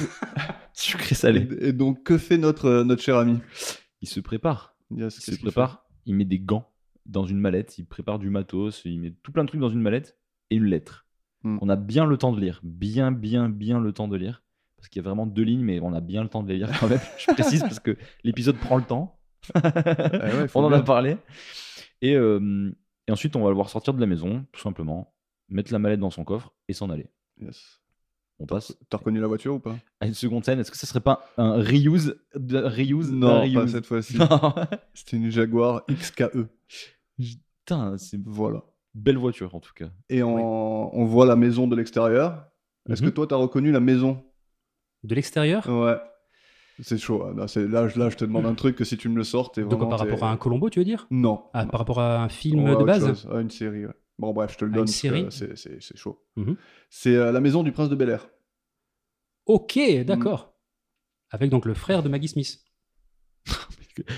C: sucrée salée.
B: et et donc que fait notre euh, notre cher ami
C: Il se prépare.
B: Yes,
C: Il
B: qu'est-ce
C: se
B: qu'il
C: prépare, il met des gants dans une mallette, il prépare du matos, il met tout plein de trucs dans une mallette et une lettre.
B: Hmm.
C: On a bien le temps de lire, bien, bien, bien le temps de lire. Parce qu'il y a vraiment deux lignes, mais on a bien le temps de les lire quand même. Je précise parce que l'épisode prend le temps.
B: fait Eh ouais, faut
C: on en
B: bien.
C: a parlé. Et, euh, et ensuite, on va le voir sortir de la maison, tout simplement, mettre la mallette dans son coffre et s'en aller.
B: Yes.
C: On passe
B: T'as reconnu la voiture ou pas
C: à une seconde scène. Est-ce que ça serait pas un reuse de reuse d'un
B: Non, pas
C: reuse
B: cette fois-ci.
C: Non.
B: C'était une Jaguar XKE.
C: Putain, c'est une
B: Voilà.
C: belle voiture en tout cas.
B: Et on, on voit la maison de l'extérieur. Est-ce
D: Mhm.
B: que toi t'as reconnu la maison
D: de l'extérieur.
B: Ouais. C'est chaud. hein. Là, c'est- là, je- là, je te demande un truc que si tu me le sors, t'es
D: De quoi,
B: vraiment.
D: par
B: t'es-
D: rapport à un Colombo, tu veux dire
B: Non.
D: Ah,
B: Non.
D: par rapport à un film
B: Ouais,
D: de
B: autre
D: base
B: chose. Ouais, une série, ouais. Bon, bref, je te le
D: Ah,
B: donne.
D: une
B: parce que
D: série
B: c'est- C'est c'est chaud.
D: Mhm.
B: C'est euh, la maison du prince de Bel Air.
D: Ok,
B: Mhm.
D: d'accord. Avec donc le frère de Maggie Smith.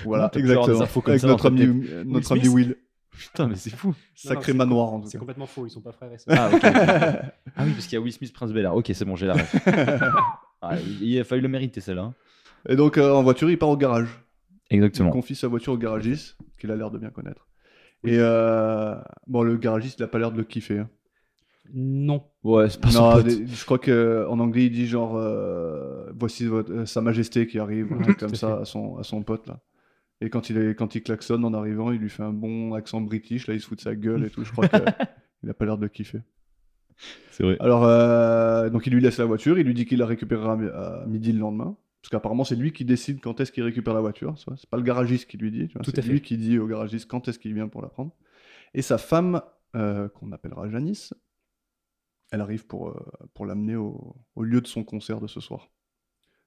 B: Voilà,
C: T'as pu avoir des
B: exactement.
C: infos comme
B: Avec
C: ça
B: notre
C: dans ta
B: ami, euh, notre ami
C: Smith
B: Will.
C: Putain, mais c'est fou.
B: Sacré
D: c'est-
B: manoir, en tout
D: C'est
B: cas.
D: complètement faux, ils sont pas frères et sœurs.
C: Ah, ok, ok, ok. Ah oui, parce qu'il y a Will Smith, Prince Bel Air. Ok, c'est bon, j'ai la ref. Ah, il a fallu le mériter celle-là. hein.
B: Et donc, euh, en voiture, il part au garage. Il
C: Exactement.
B: confie sa voiture au garagiste, qu'il a l'air de bien connaître. Et euh, bon, le garagiste, il a pas l'air de le kiffer. hein.
D: Non.
C: Ouais, c'est pas son
B: Non,
C: pote.
B: des- je crois qu'en anglais, il dit genre euh, voici votre- euh, Sa Majesté qui arrive, ou un
D: Ouais,
B: truc
D: tout
B: comme
D: à
B: ça, à son, à son pote là. Et quand il, est, quand il klaxonne en arrivant, il lui fait un bon accent british, là, il se fout de sa gueule et tout. Je crois qu'il a pas l'air de le kiffer.
C: C'est vrai.
B: Alors, euh, donc il lui laisse la voiture, il lui dit qu'il la récupérera à mi- à midi le lendemain. Parce qu'apparemment, c'est lui qui décide quand est-ce qu'il récupère la voiture. tu vois. C'est pas le garagiste qui lui dit. tu vois,
D: Tout
B: c'est
D: à fait.
B: lui qui dit au garagiste quand est-ce qu'il vient pour la prendre. Et sa femme, euh, qu'on appellera Janice, elle arrive pour, euh, pour l'amener au, au lieu de son concert de ce soir.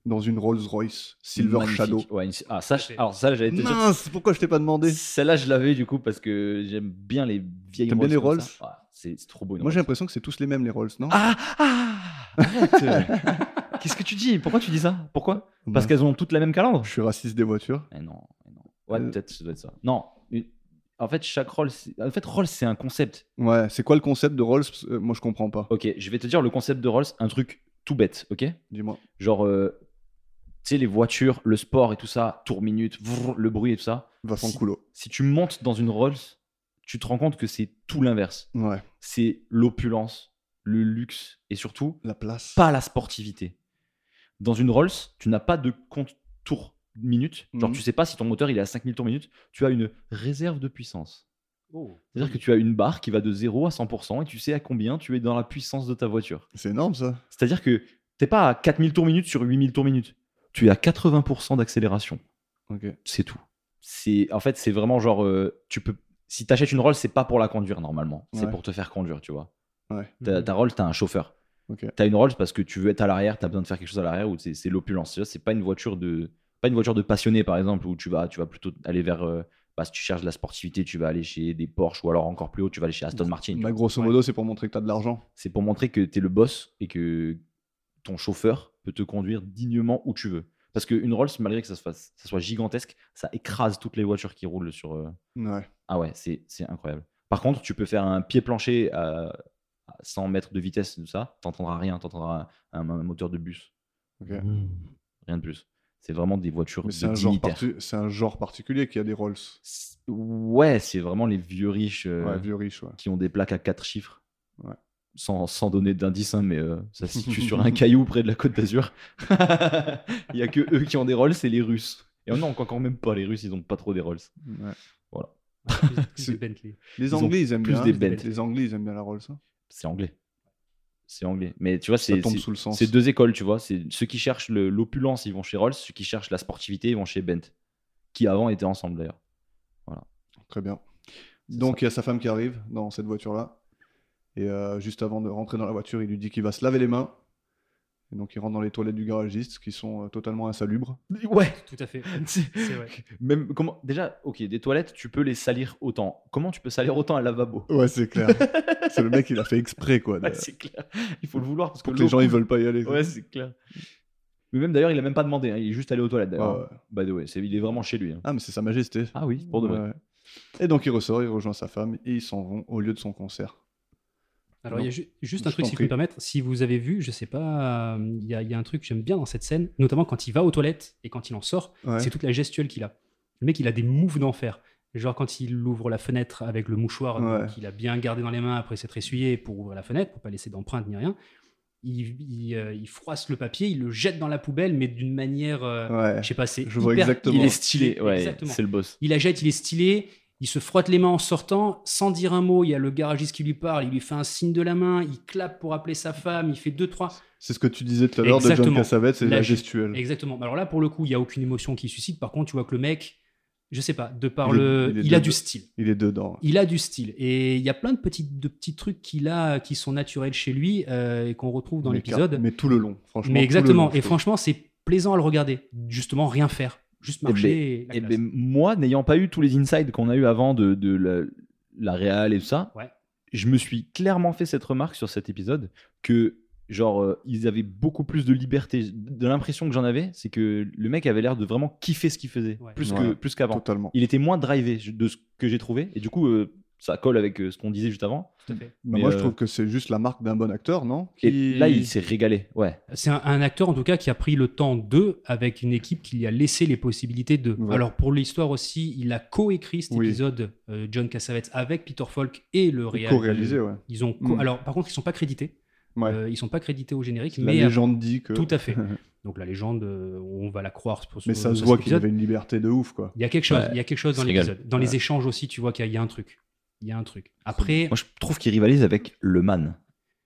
B: Dans une Rolls Royce Silver
C: Magnifique.
B: Shadow.
C: Ouais, une- Ah, ça, je-
D: Tout à fait.
C: alors ça, j'allais te dire.
B: Mince, pourquoi je t'ai pas demandé
C: Celle-là, je l'avais du coup parce que j'aime bien les vieilles
B: T'aimes bien les
C: comme
B: Rolls
C: ça. Ah, c'est c'est trop beau. une
B: Moi, j'ai
C: Rolls.
B: l'impression que c'est tous les mêmes, les Rolls, non
C: Ah, ah Arrête Qu'est-ce que tu dis Pourquoi tu dis ça Pourquoi Parce
B: Mince,
C: qu'elles ont toutes la même calandre
B: Je suis raciste des voitures.
C: Eh non, eh non. Ouais,
B: Euh.
C: peut-être, ça doit être ça. Non. une- En fait, chaque Rolls. c'est- En fait, Rolls, c'est un concept.
B: Ouais, c'est quoi le concept de Rolls Parce que, euh, Moi, je comprends pas.
C: Ok, je vais te dire le concept de Rolls, un truc tout bête, ok
B: Dis-moi.
C: Genre, euh, tu sais, les voitures, le sport et tout ça, tour minute, vrrr, le bruit et tout ça.
B: Vincent
C: Si-
B: Coulot.
C: Si tu montes dans une Rolls, tu te rends compte que c'est tout l'inverse.
B: Ouais,
C: C'est l'opulence, le luxe et surtout
B: la place.
C: pas la sportivité. Dans une Rolls, tu n'as pas de compte tour minute. Genre,
B: Mhm.
C: tu sais pas si ton moteur il est à 5000 tours minute. Tu as une réserve de puissance.
D: Oh.
C: C'est-à-dire
B: Mhm.
C: que tu as une barre qui va de 0 à 100% et tu sais à combien tu es dans la puissance de ta voiture.
B: C'est énorme ça.
C: C'est-à-dire que t'es pas à 4000 tours minutes sur 8000 tours minutes. Tu es à 80% d'accélération.
B: Ok.
C: C'est tout. C'est en fait c'est vraiment genre euh, tu peux si t'achètes une Rolls c'est pas pour la conduire normalement. C'est
B: Ouais.
C: pour te faire conduire tu vois.
B: Ouais.
C: Ta,
D: Mhm.
C: ta Rolls t'as un chauffeur.
B: Ok.
C: T'as une Rolls parce que tu veux être à l'arrière, t'as besoin de faire quelque chose à l'arrière ou c'est c'est l'opulence. C'est-à-dire, C'est pas une voiture de pas une voiture de passionné par exemple où tu vas tu vas plutôt aller vers euh, bah, si tu cherches de la sportivité tu vas aller chez des Porsche ou alors encore plus haut tu vas aller chez Aston Martin. tu
B: Bah, grosso modo, c'est pour montrer que t'as de l'argent.
C: c'est pour montrer que tu es le boss et que ton chauffeur peut te conduire dignement où tu veux. Parce qu'une Rolls, malgré que ça, se fasse, ça soit gigantesque, ça écrase toutes les voitures qui roulent sur. euh,
B: Ouais.
C: Ah ouais, c'est c'est incroyable. Par contre, tu peux faire un pied plancher à, à 100 mètres de vitesse, tout ça. T'entendras rien, t'entendras un, un moteur de bus,
B: Ok.
D: Mm.
C: rien de plus. C'est vraiment des voitures
B: Mais
C: de
B: c'est un, genre
C: dignitaires.
B: parti- c'est un genre particulier qui a des Rolls.
C: C'est- Ouais, c'est vraiment les vieux riches euh,
B: Ouais, vieux riche, ouais.
C: qui ont des plaques à quatre chiffres.
B: Ouais.
C: Sans, sans donner d'indice, hein, mais euh, ça se situe sur un caillou près de la côte d'Azur. Il y a que eux qui ont des Rolls, c'est les Russes. Et oh non, encore même pas, les Russes, ils ont pas trop des Rolls.
B: Ouais.
D: Plus- plus
B: C'est-
D: de Bentley.
B: Les
C: ont
B: Anglais, ils aiment
C: plus
B: bien.
C: des
B: les-
C: bêtes.
B: Les Anglais, ils aiment bien la Rolls. hein.
C: C'est anglais. C'est anglais. Mais tu vois,
B: Ça
C: c'est
B: tombe
C: c'est-
B: sous le sens.
C: c'est deux écoles, tu vois. C'est ceux qui cherchent le- l'opulence, ils vont chez Rolls. Ceux qui cherchent la sportivité, ils vont chez Bent. Qui avant étaient ensemble d'ailleurs.
B: Très bien.
C: C'est
B: Donc il y a sa femme qui arrive dans cette voiture-là. Et euh, juste avant de rentrer dans la voiture, il lui dit qu'il va se laver les mains. Et donc il rentre dans les toilettes du garagiste qui sont euh, totalement insalubres.
C: Ouais.
D: Tout à fait.
C: C'est-
D: C'est vrai.
C: Même comment déjà, ok, des toilettes, tu peux les salir autant. Comment tu peux salir autant un lavabo
B: Ouais, c'est clair. c'est le mec, il a fait exprès, quoi. de-
C: Ouais, Ah, C'est clair. Il faut le vouloir parce que
B: pour que les
C: l'eau
B: gens, ils
C: coule.
B: veulent pas y aller. quoi.
C: Ouais, c'est clair. Mais même d'ailleurs, il a même pas demandé. hein, Il est juste allé aux toilettes d'ailleurs.
B: Ah ouais.
C: By the way, c'est- il est vraiment chez lui. hein.
B: Ah, mais c'est sa majesté.
C: Ah oui, pour de vrai.
B: Ouais. Et donc il ressort, il rejoint sa femme et ils s'en vont au lieu de son concert.
D: Alors, il y a ju- juste
B: Je
D: un truc,
B: t'en
D: si je peux
B: prie.
D: me permettre. Si vous avez vu, je sais pas, euh, il y, a- il y a un truc que j'aime bien dans cette scène, notamment quand il va aux toilettes et quand il en sort,
B: Ouais.
D: c'est toute la gestuelle qu'il a. Le mec, il a des moves d'enfer. Genre quand il ouvre la fenêtre avec le mouchoir
B: Ouais.
D: donc, qu'il a bien gardé dans les mains après s'être essuyé pour ouvrir la fenêtre, pour pas laisser d'empreinte ni rien, il, il, euh, il froisse le papier, il le jette dans la poubelle, mais d'une manière, euh,
B: Ouais.
D: je sais pas, c'est
B: Je vois
D: hyper-
B: exactement.
C: Il est stylé. Ouais,
D: Exactement.
C: c'est le boss.
D: Il la jette, il est stylé. Il se frotte les mains en sortant, sans dire un mot. Il y a le garagiste qui lui parle, il lui fait un signe de la main, il clappe pour appeler sa femme, il fait deux, trois.
B: C'est ce que tu disais tout à l'heure de John
D: Exactement.
B: Cassavetes, c'est la
D: La-
B: gestuelle.
D: Exactement. Alors là, pour le coup, il n'y a aucune émotion qui suscite. Par contre, tu vois que le mec, je sais pas, de par
B: Il est-
D: le.
B: il
D: Il,
B: est
D: a
B: de-
D: du style.
B: Il est dedans.
D: Il a du style. Et il y a plein de petits, de petits trucs qu'il a qui sont naturels chez lui euh, et qu'on retrouve dans
B: Mais
D: l'épisode.
B: car- Mais tout le long, franchement. tout
D: Mais
B: le
D: exactement.
B: long, je
D: et
B: trouve.
D: franchement, c'est plaisant à le regarder. Justement, rien faire.
B: Eh
D: Juste
B: ben,
D: marcher. et la
C: Et
D: classe.
C: Eh ben, moi, n'ayant pas eu tous les insides qu'on a eu avant de, de la, la réal et tout ça,
D: Ouais.
C: je me suis clairement fait cette remarque sur cet épisode que genre euh, ils avaient beaucoup plus de liberté. De l'impression que j'en avais, c'est que le mec avait l'air de vraiment kiffer ce qu'il faisait
D: Ouais.
C: plus que
B: Ouais.
C: plus qu'avant.
B: Totalement.
C: Il était moins drivé je- de ce que j'ai trouvé et du coup euh, ça colle avec euh, ce qu'on disait juste avant.
D: Tout à fait.
B: Mais
C: Mais
B: moi, je
C: euh,
B: trouve que c'est juste la marque d'un bon acteur, non
C: Et
B: Qui-
C: là, il s'est régalé. Ouais.
D: C'est un, un acteur, en tout cas, qui a pris le temps d'eux avec une équipe qui lui a laissé les possibilités d'eux.
B: Ouais.
D: Alors, pour l'histoire aussi, il a co-écrit cet
B: Oui.
D: épisode, euh, John Cassavetes, avec Peter Falk et le
B: il
D: réel.
B: co-réalisé, ouais.
D: Ils ont co-
B: Mm.
D: Alors, par contre, ils sont pas crédités.
B: Ouais.
D: Euh, ils sont pas crédités au générique,
B: La
D: mais euh,
B: légende dit que.
D: tout à fait. Donc, la légende, euh, on va la croire. pour ce-
B: Mais ça se
D: sur
B: voit
D: cet
B: qu'il
D: épisode.
B: avait une liberté de ouf, quoi.
D: Il y a quelque chose,
C: Ouais,
D: il y a quelque chose
C: il
D: dans
C: se régale.
D: l'épisode. Dans les échanges aussi, tu vois qu'il y, a- il y a un truc. Il y a un truc. Après,
C: Moi, je trouve qu'il rivalise avec le man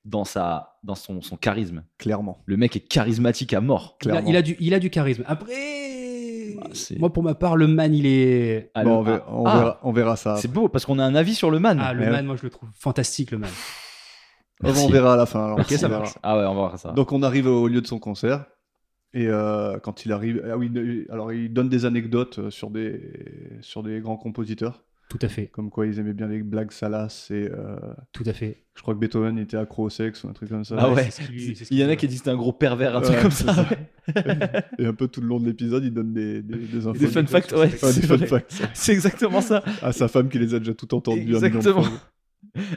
C: dans sa dans son, son charisme.
B: Clairement.
C: Le mec est charismatique à mort.
D: il a,
B: clairement.
D: il a du, il a du charisme. Après,
C: Bah, c'est-
D: moi, pour ma part, le man, il est.
C: Ah,
B: Bon,
C: le-
B: on, verra,
C: ah,
B: on
C: ah,
B: verra- on verra ça.
C: C'est beau parce qu'on a un avis sur le man.
D: Ah, le
B: Mais-
D: man, moi je le trouve fantastique, le man.
B: Eh ben, On
C: Merci.
B: verra à la fin. alors.
C: Ok,
B: On
C: ça
B: verra.
C: marche. Ah ouais, on va voir ça.
B: Donc on arrive au lieu de son concert. Et euh, quand il arrive, ah oui, il- alors il donne des anecdotes euh, sur des sur des grands compositeurs,
D: Tout à fait,
B: comme quoi ils aimaient bien les blagues salaces et euh,
D: tout à fait.
B: je crois que Beethoven était accro au sexe ou un truc comme ça.
C: Ah ouais.
D: c'est ce qui lui- c'est ce
C: il y en a
D: lui-
C: qui disent que c'était un gros pervers, un
B: Ouais,
C: truc comme
B: c'est
C: ça.
B: ça.
C: ouais.
B: Et un peu tout le long de l'épisode, il donne des des, des infos.
C: Des fun facts, ouais.
B: Ouais, des
C: c'est
B: fun
C: vrai.
B: facts
C: C'est exactement ça.
B: à sa femme qui les a déjà tout entendues. un million de fois.
C: Exactement.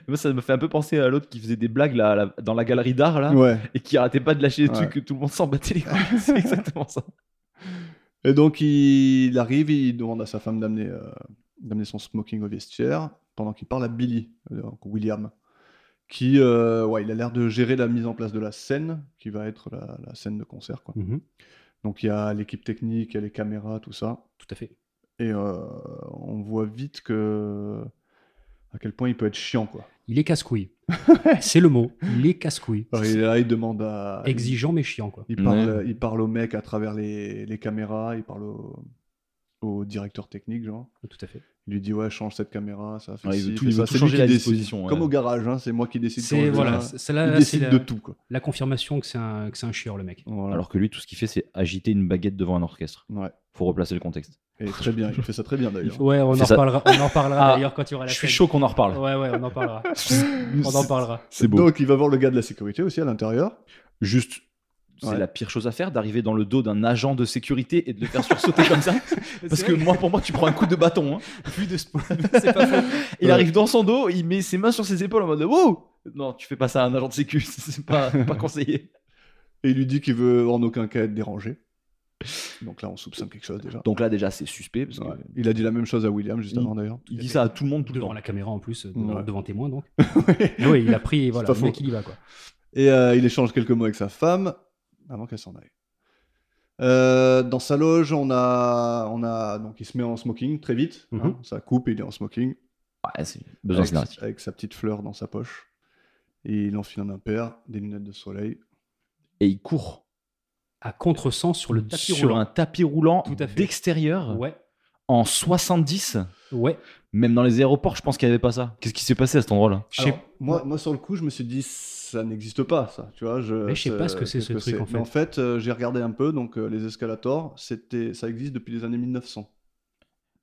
C: Moi, ça me fait un peu penser à l'autre qui faisait des blagues là, là, dans la galerie d'art là,
B: Ouais.
C: et qui arrêtait pas de lâcher des
B: Ouais.
C: trucs que tout le monde s'en battait les couilles. c'est exactement ça.
B: Et donc il arrive, il demande à sa femme d'amener euh, d'amener son smoking au vestiaire pendant qu'il parle à Billy, euh, donc William, qui euh, ouais, il a l'air de gérer la mise en place de la scène qui va être la, la scène de concert quoi.
D: Mhm,
B: Donc il y a l'équipe technique, il y a les caméras, tout ça,
D: Tout à fait.
B: et euh, on voit vite que à quel point il peut être chiant quoi.
D: Il est casse-couille. c'est le mot. Il est casse-couille.
B: Alors, il est là, il demande à
D: Exigeant mais chiant, quoi.
B: Il parle,
C: Ouais.
B: il parle au mec à travers les, les caméras, il parle au, au directeur technique, genre.
D: Tout à fait.
B: Il lui dit ouais change cette caméra, ça fait
C: Ouais, il
B: ci,
C: veut tout-
B: fais
C: il veut
B: ça. C'est
C: tout
B: lui
C: changer
B: qui
C: la
B: décide.
C: disposition, ouais.
B: Comme au garage, hein, c'est moi qui décide. quand
D: C'est
B: je
D: voilà,
B: viens.
D: c'est-
B: il
D: celle-là, c'est
B: décide
D: la,
B: de tout quoi.
D: la confirmation que c'est un, que c'est un chieur, le mec.
B: Voilà.
C: Alors que lui, tout ce qu'il fait, c'est agiter une baguette devant un orchestre.
B: Ouais.
C: Faut replacer le contexte.
B: Et très bien, il fait ça très bien d'ailleurs.
D: Ouais, on en
C: C'est ça.
D: reparlera, on en reparlera
C: Ah,
D: d'ailleurs quand il y aura la
C: Je suis
D: scène.
C: chaud qu'on en reparle.
D: Ouais, ouais, on en parlera. on en parlera.
C: C'est beau.
B: Donc il va voir le gars de la sécurité aussi à l'intérieur.
C: Juste, c'est
B: Ouais.
C: la pire chose à faire d'arriver dans le dos d'un agent de sécurité et de le faire sursauter comme ça. Parce que moi, pour moi, tu prends un coup de bâton. hein.
D: Vu de ce point de vue, c'est pas faux.
C: Il
B: Ouais.
C: arrive dans son dos, il met ses mains sur ses épaules en mode Wow Non, tu fais pas ça à un agent de sécu, c'est pas, pas conseillé.
B: Et il lui dit qu'il veut en aucun cas être dérangé. Donc là, on soupçonne quelque chose déjà.
C: Donc là, déjà, c'est suspect. Parce que
B: Ouais. Il a dit la même chose à William juste
C: Il-
B: avant d'ailleurs.
C: Il dit ça à tout le monde tout le
D: devant
C: temps.
D: la caméra en plus, devant,
B: Ouais.
D: devant témoin donc. Mais oui, il a pris, voilà,
B: pas
D: le
B: faux.
D: mec il y va quoi.
B: Et euh, il échange quelques mots avec sa femme avant qu'elle s'en aille. Euh, dans sa loge, on a, on a donc il se met en smoking très vite. hein.
D: Mhm.
B: ça coupe, il est en smoking
C: Ouais, c'est besoin
B: avec,
C: scénaristique.
B: avec sa petite fleur dans sa poche. Et il enfile un impair, des lunettes de soleil.
C: Et il court
D: À contresens sur le tapis
C: sur
D: roulant.
C: un tapis roulant
D: Tout à fait.
C: d'extérieur
D: Ouais,
C: en 70.
D: ouais.
C: Même dans les aéroports, je pense qu'il n'y avait pas ça. Qu'est-ce qui s'est passé à cet endroit-là
D: Je sais-
B: Alors, moi, moi, sur le coup, je me suis dit, ça n'existe pas, ça. Tu vois, je.
D: Mais je sais
B: c'est-
D: pas ce que c'est,
B: qu'est-ce
D: ce truc, en
B: Mais en fait, euh, j'ai regardé un peu. Donc, euh, les escalators, c'était, ça existe depuis les années 1900.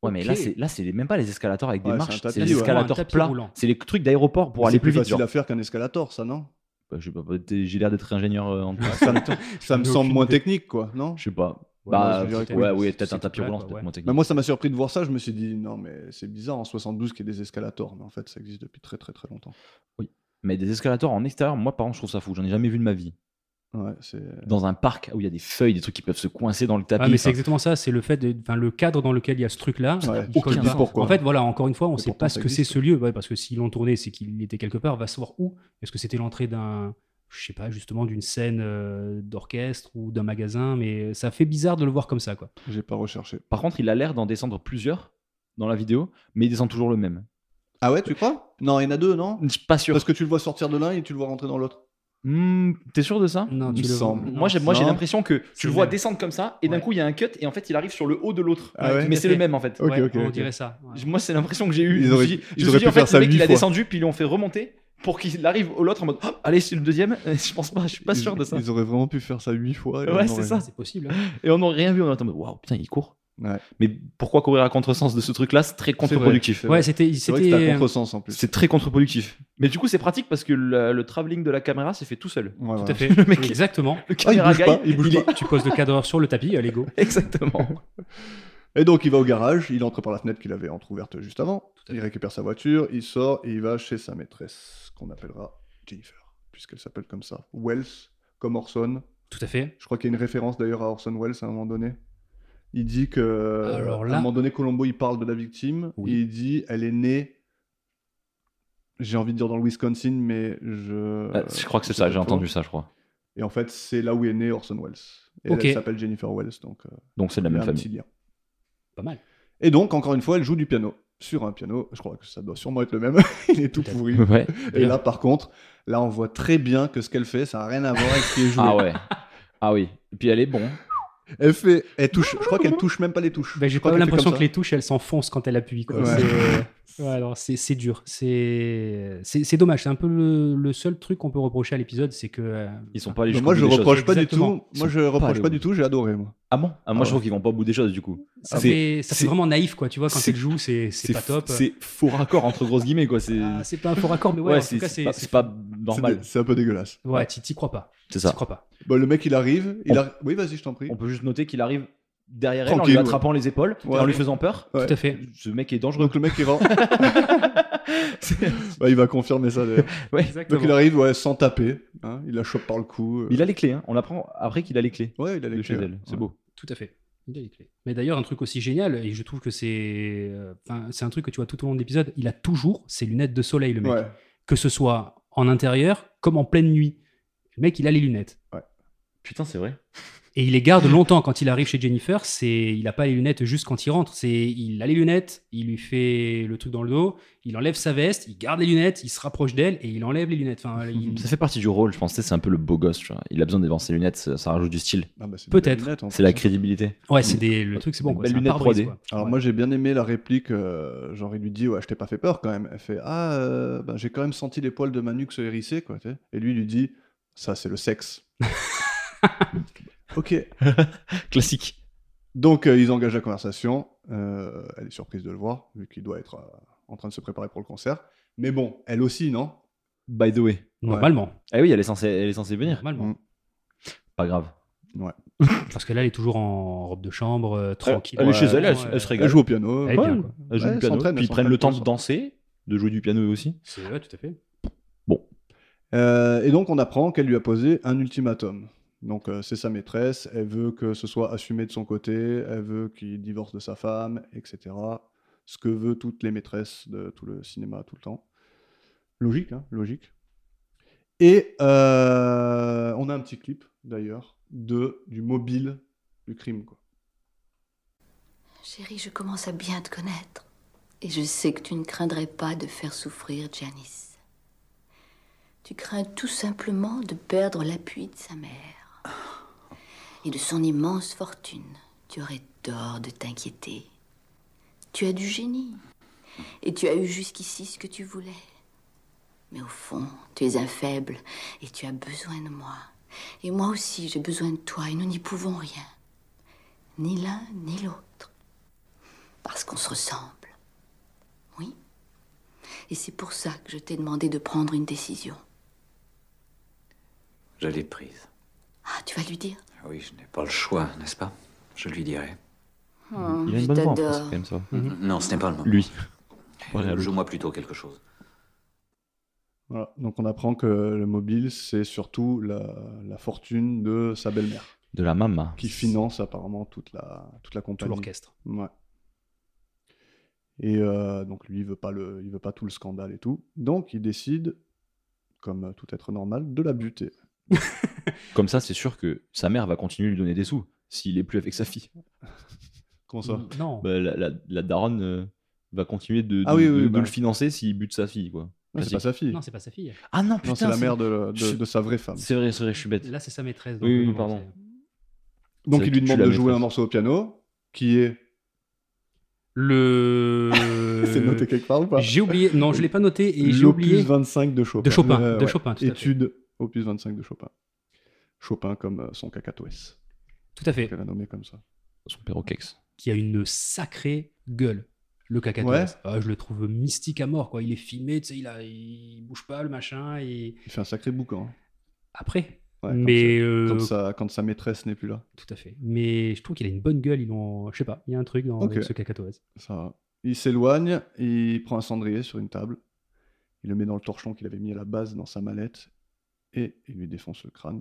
C: Ouais, mais
D: Ok.
C: là, c'est là, c'est les- même pas les escalators avec des
B: Ouais, c'est un
C: marches,
B: tapis,
C: c'est les
B: ouais.
C: escalators
D: Un tapis
C: plats.
D: roulant.
C: C'est les trucs d'aéroport pour
B: C'est
C: aller plus vite.
B: facile
C: genre.
B: à faire qu'un escalator, ça, non
C: Bah, je sais pas, peut-être J'ai l'air d'être ingénieur euh, en
B: Ça me, ça me
D: J'ai
B: semble
D: aucune
B: moins
D: idée.
B: technique, quoi, non
C: Je sais pas.
D: Ouais,
C: bah,
B: je dirais que
C: ouais,
D: oui,
C: oui,
D: c'est-
C: peut-être
D: c'est
C: un tapis
D: tout
C: roulant,
D: plat,
C: c'est peut-être
D: quoi,
C: moins
B: Bah,
C: technique.
B: moi, ça m'a surpris de voir ça. Je me suis dit, non, mais c'est bizarre, en 72 qu'il y ait des escalators. Mais en fait, ça existe depuis très, très, très longtemps.
C: Mais des escalators en extérieur, moi, par contre, je trouve ça fou. J'en ai jamais vu de ma vie.
B: Ouais, c'est.
C: Dans un parc où il y a des feuilles, des trucs qui peuvent se coincer dans le tapis.
D: Ah, mais c'est
C: enfin,
D: exactement ça, c'est le fait, de- enfin le cadre dans lequel il y a ce truc-là.
B: Ouais,
D: il colle
B: aucun
D: pas.
B: sens. Pourquoi
D: En fait, voilà, encore une fois, on
B: Et
D: ne sait
B: pourtant,
D: pas
B: ça
D: ce que c'est
B: existe. hein.
D: ce lieu, ouais, parce que s'ils l'ont tourné, c'est qu'il était quelque part, on va savoir où. Est-ce que c'était l'entrée d'un, je sais pas, justement d'une scène euh, d'orchestre ou d'un magasin, mais ça fait bizarre de le voir comme ça, quoi.
B: J'ai pas recherché.
C: Par contre, il a l'air d'en descendre plusieurs dans la vidéo, mais il descend toujours le même.
B: Ah ouais, tu crois Non, il y en a deux, non
C: Je suis pas sûr.
B: Parce que tu le vois sortir de l'un et tu le vois rentrer dans l'autre.
C: Hmm, T'es sûr de ça
D: Non,
B: Il
D: tu le
B: semble.
D: non,
C: Moi, j'ai- moi, j'ai
B: non.
C: l'impression que
D: C'est
C: tu le vois
D: le même.
C: descendre comme ça, et d'un
D: Ouais.
C: coup, il y a un cut, et en fait, il arrive sur le haut de l'autre.
B: Ah ouais
C: mais
D: Tout à
C: c'est le
D: fait.
C: même, en fait.
B: Ok,
D: Ouais,
B: ok,
D: on
B: ok.
D: dirait ça. ouais.
C: Moi, c'est l'impression que j'ai eue.
B: Ils
C: Je me
B: auraient-
C: suis dit-
B: ils
C: je me
B: auraient
C: suis dit, en
B: pu faire
C: fait,
B: ça
C: le mec,
B: huit
C: il a
B: fois.
C: descendu, puis ils l'ont fait remonter pour qu'il arrive au l'autre en mode Hop, allez, c'est le deuxième. Je pense pas, je suis pas sûr de ça.
B: Ils auraient vraiment pu faire ça huit fois. et
C: Ouais,
B: on
C: c'est
B: aurait-
C: ça.
D: C'est possible. hein.
C: Et on n'a rien vu, on est en mode Waouh, putain, il court.
B: Ouais.
C: Mais pourquoi courir à contresens de ce truc-là C'est très contre-productif.
B: C'est vrai.
D: Ouais, c'était,
B: C'est vrai que c'est
D: c'était.
B: à contresens en plus.
C: euh, C'est très contre-productif. Mais du coup, c'est pratique parce que le, le travelling de la caméra s'est fait tout seul.
B: Ouais,
D: Tout
B: ouais.
D: à fait.
C: Le mec-
D: Exactement.
C: Le
B: Ah, il
C: caméra
B: bouge
C: guy,
B: pas, il bouge pas.
D: Tu poses le cadreur sur le tapis, euh, allez go.
C: Exactement.
B: Et donc il va au garage, il entre par la fenêtre qu'il avait entrouverte juste avant,
D: à fait.
B: il récupère sa voiture, il sort et il va chez sa maîtresse, qu'on appellera Jennifer, puisqu'elle s'appelle comme ça. Wells, comme Orson.
D: Tout à fait.
B: Je crois qu'il y a une référence d'ailleurs à Orson Welles à un moment donné. Il dit que.
D: Alors
B: À
D: là-
B: un moment donné, Colombo, il parle de la victime.
C: Oui.
B: Et il dit elle est née. J'ai envie de dire dans le Wisconsin, mais je.
C: Euh, je crois que c'est ça, j'ai entendu ça, je crois.
B: Et en fait, c'est là où est né Orson Welles. Et
D: Ok.
B: elle s'appelle Jennifer Wells, donc euh,
C: Donc c'est de la
B: il y a
C: même
B: un
C: famille.
B: petit lien.
D: Pas mal.
B: Et donc, encore une fois, elle joue du piano. Sur un piano, je crois que ça doit sûrement être le même. il est tout
D: Peut-être.
B: pourri.
C: Ouais.
B: Et là, par contre, là, on voit très bien que ce qu'elle fait, ça n'a rien à voir avec ce qui est joué.
C: Ah ouais. Ah oui. Et puis elle est bon.
B: Elle fait, elle touche. Je crois qu'elle touche même pas les touches.
D: Ben,
B: Je
D: j'ai
B: crois
D: pas
B: qu'elle fait
D: l'impression
B: comme
D: que les touches elles s'enfoncent quand elle appuie. quoi.
B: Ouais.
D: C'est- ouais, alors, C'est c'est dur. C'est c'est- c'est dommage. C'est un peu le, le seul truc qu'on peut reprocher à l'épisode, c'est que. euh,
C: Ils sont pas allés
B: Non,
C: jusqu'au
B: moi,
C: bout
B: je
C: des choses.
B: reproche pas
D: Exactement.
B: du tout. Moi,
C: Ils
B: je
C: allés
B: reproche
C: au
B: pas
C: bout.
B: du tout. J'ai adoré, moi.
C: Ah bon Ah, moi
B: Ah
C: je trouve qu'ils vont pas au bout des choses du coup.
D: Ça,
C: C'est-
D: fait, ça
C: c'est-
D: fait vraiment naïf, quoi. Tu vois, quand
C: c'est-
D: elle joue, c'est c'est pas top.
C: C'est faux raccord entre grosses guillemets quoi. C'est
D: Ah, c'est pas un faux raccord, mais ouais,
C: ouais,
D: en tout cas, c'est.
C: pas,
D: c'est-
C: c'est pas
B: C'est
C: normal.
B: dé- C'est un peu dégueulasse.
D: Ouais, t'y t'y crois pas.
C: C'est
D: T'y
C: ça.
D: crois pas.
B: Bon, le mec, il arrive. Il
C: On-
B: arrive. Oui, vas-y, je t'en prie.
C: On peut juste noter qu'il arrive derrière elle en lui
B: Tranquille, ouais.
C: attrapant les épaules,
B: Ouais.
C: en lui faisant peur.
B: Ouais.
D: Tout à fait.
C: Ce mec est dangereux.
B: Donc le mec, il rentre. Ouais, il va confirmer ça. d'ailleurs.
C: Ouais.
B: Donc
D: Exactement.
B: il arrive, ouais, sans taper. hein, il la chope par le cou. euh.
C: Il a les clés. hein. On apprend après qu'il a les clés
B: Ouais, il a les
C: de chez
B: clés,
C: elle.
B: ouais.
C: C'est beau.
D: Tout à fait. Il a les clés. Mais d'ailleurs, un truc aussi génial, et je trouve que c'est. euh, enfin, c'est un truc que tu vois tout au long de l'épisode, il a toujours ses lunettes de soleil, le mec.
B: Ouais.
D: que ce soit en intérieur comme en pleine nuit. Le mec, il a les lunettes.
C: Putain, c'est vrai.
D: Et il les garde longtemps quand il arrive chez Jennifer. C'est, il a pas les lunettes juste quand il rentre. C'est, il a les lunettes, il lui fait le truc dans le dos, il enlève sa veste, il garde les lunettes, il se rapproche d'elle et il enlève les lunettes. Enfin, il-
C: Ça fait partie du rôle, je pense. tu sais, C'est un peu le beau gosse. tu vois. Il a besoin d'avoir ses lunettes. Ça, ça rajoute du style.
B: Ah, bah, c'est des
D: Peut-être.
B: lunettes, en
C: C'est
B: plus,
C: la
B: hein.
C: crédibilité.
D: ouais, c'est des, le truc, c'est bon.
C: Des
D: Quoi.
C: belles
D: c'est un
C: lunettes
D: pare-brise,
C: 3D.
D: quoi.
B: Alors
D: Ouais.
B: moi j'ai bien aimé la réplique, euh, genre il lui dit ouais je t'ai pas fait peur quand même. Elle fait ah euh, ben, j'ai quand même senti les poils de ma nuque se hérisser quoi. tu sais. Et lui il lui dit ça c'est le sexe. ok.
C: Classique.
B: Donc euh, ils engagent la conversation. Euh, elle est surprise de le voir vu qu'il doit être euh, en train de se préparer pour le concert. Mais bon elle aussi non.
C: By the way.
D: normalement,
C: Ah oui, elle est censée, elle est censée venir.
D: normalement,
B: Mm.
C: Pas grave.
D: parce que là, elle est toujours en robe de chambre, euh, tranquille.
C: elle est chez elle, elle-
D: Ouais.
C: elle se
B: Elle
C: régale.
B: joue au piano.
D: Elle est bien,
B: Ouais.
D: quoi.
C: Elle joue
B: Ouais,
C: du
B: elle
C: piano,
B: s'entraîne,
C: puis
B: elle
C: ils prennent le
B: s'entraîne
C: temps
B: pour
C: de danser, de jouer du piano eux aussi.
D: C'est ouais, tout à fait.
B: Euh, et donc on apprend qu'elle lui a posé un ultimatum. Donc euh, c'est sa maîtresse, elle veut que ce soit assumé de son côté, elle veut qu'il divorce de sa femme, etc. Ce que veut toutes les maîtresses de tout le cinéma tout le temps. Logique, hein, logique. Et euh, on a un petit clip d'ailleurs de du mobile du crime quoi.
E: Chérie, je commence à bien te connaître. Et je sais que tu ne craindrais pas de faire souffrir Janice. Tu crains tout simplement de perdre l'appui de sa mère. Et de son immense fortune. Tu aurais tort de t'inquiéter. Tu as du génie. Et tu as eu jusqu'ici ce que tu voulais. Mais au fond, tu es un faible et tu as besoin de moi. Et moi aussi, j'ai besoin de toi et nous n'y pouvons rien. Ni l'un ni l'autre parce qu'on se ressemble. Oui. Et c'est pour ça que je t'ai demandé de prendre une décision.
A: Je l'ai prise.
E: Ah, tu vas lui dire
A: Oui, je n'ai pas le choix, n'est-ce pas Je lui dirai.
C: Il a une
E: Oh, je
C: bonne voix en
E: t'adore.
C: français, quand même, ça.
A: Non, ce n'est pas le moment.
C: Mmh. Lui. Ouais, l'autre.
A: Joue-moi plutôt quelque chose.
B: Voilà. Donc on apprend que le mobile c'est surtout la, la fortune de sa belle-mère
C: De la maman.
B: qui finance apparemment toute la toute la
D: tout
B: compagnie.
D: l'orchestre.
B: Ouais. Et euh, donc lui, il veut pas le, il veut pas tout le scandale et tout. Donc il décide, comme tout être normal, de la buter.
C: Comme ça, c'est sûr que sa mère va continuer de lui donner des sous s'il est plus avec sa fille.
B: Comment ça
D: Non.
C: Bah, la, la- la daronne euh, va continuer de, de-
B: Ah oui, oui,
C: de- de
B: bah.
C: le financer s'il bute sa fille, quoi.
B: Non, Ah, c'est
C: Vas-y.
B: pas sa fille.
D: Non, c'est pas sa fille.
C: Ah non,
B: Non, c'est
C: putain,
B: la mère de, de-
C: Je-
B: de sa vraie femme.
C: C'est vrai, c'est vrai, je suis bête.
D: Là, c'est sa maîtresse.
C: Oui, oui,
D: non, non,
C: pardon.
D: c'est-
B: Donc
C: c'est
B: il lui
C: tu
B: demande
C: la
B: de jouer
C: maîtresse.
B: un morceau au piano, qui est.
D: Le.
B: c'est noté quelque part ou pas
D: J'ai oublié. Non, je l'ai pas noté et j'ai
B: L'opus
D: oublié.
B: 25 de Chopin.
D: De Chopin,
B: Euh,
D: de
B: ouais.
D: Chopin, Ah, tout à fait.
B: Étude opus 25 de Chopin. Chopin comme euh, son cacatoès,
D: Tout à fait.
B: qu'elle a nommé comme ça.
C: Son père au kex.
D: Qui a une sacrée gueule. Le cacato.
B: Ouais.
D: Ah, je le trouve mystique à mort, quoi. Il est filmé, tu sais, il, a... il bouge pas, le machin. Et...
B: Il fait un sacré boucan. hein.
D: Après.
B: Ouais, comme
D: mais.
B: ça-
D: euh,
B: quand, sa, quand sa maîtresse n'est plus là.
D: Tout à fait. Mais je trouve qu'il a une bonne gueule. Ils l'ont... Je sais pas, il y a un truc dans
B: Ok.
D: avec ce cacatoès.
B: Ça va. Il s'éloigne, il prend un cendrier sur une table, il le met dans le torchon qu'il avait mis à la base dans sa mallette, et il lui défonce le crâne.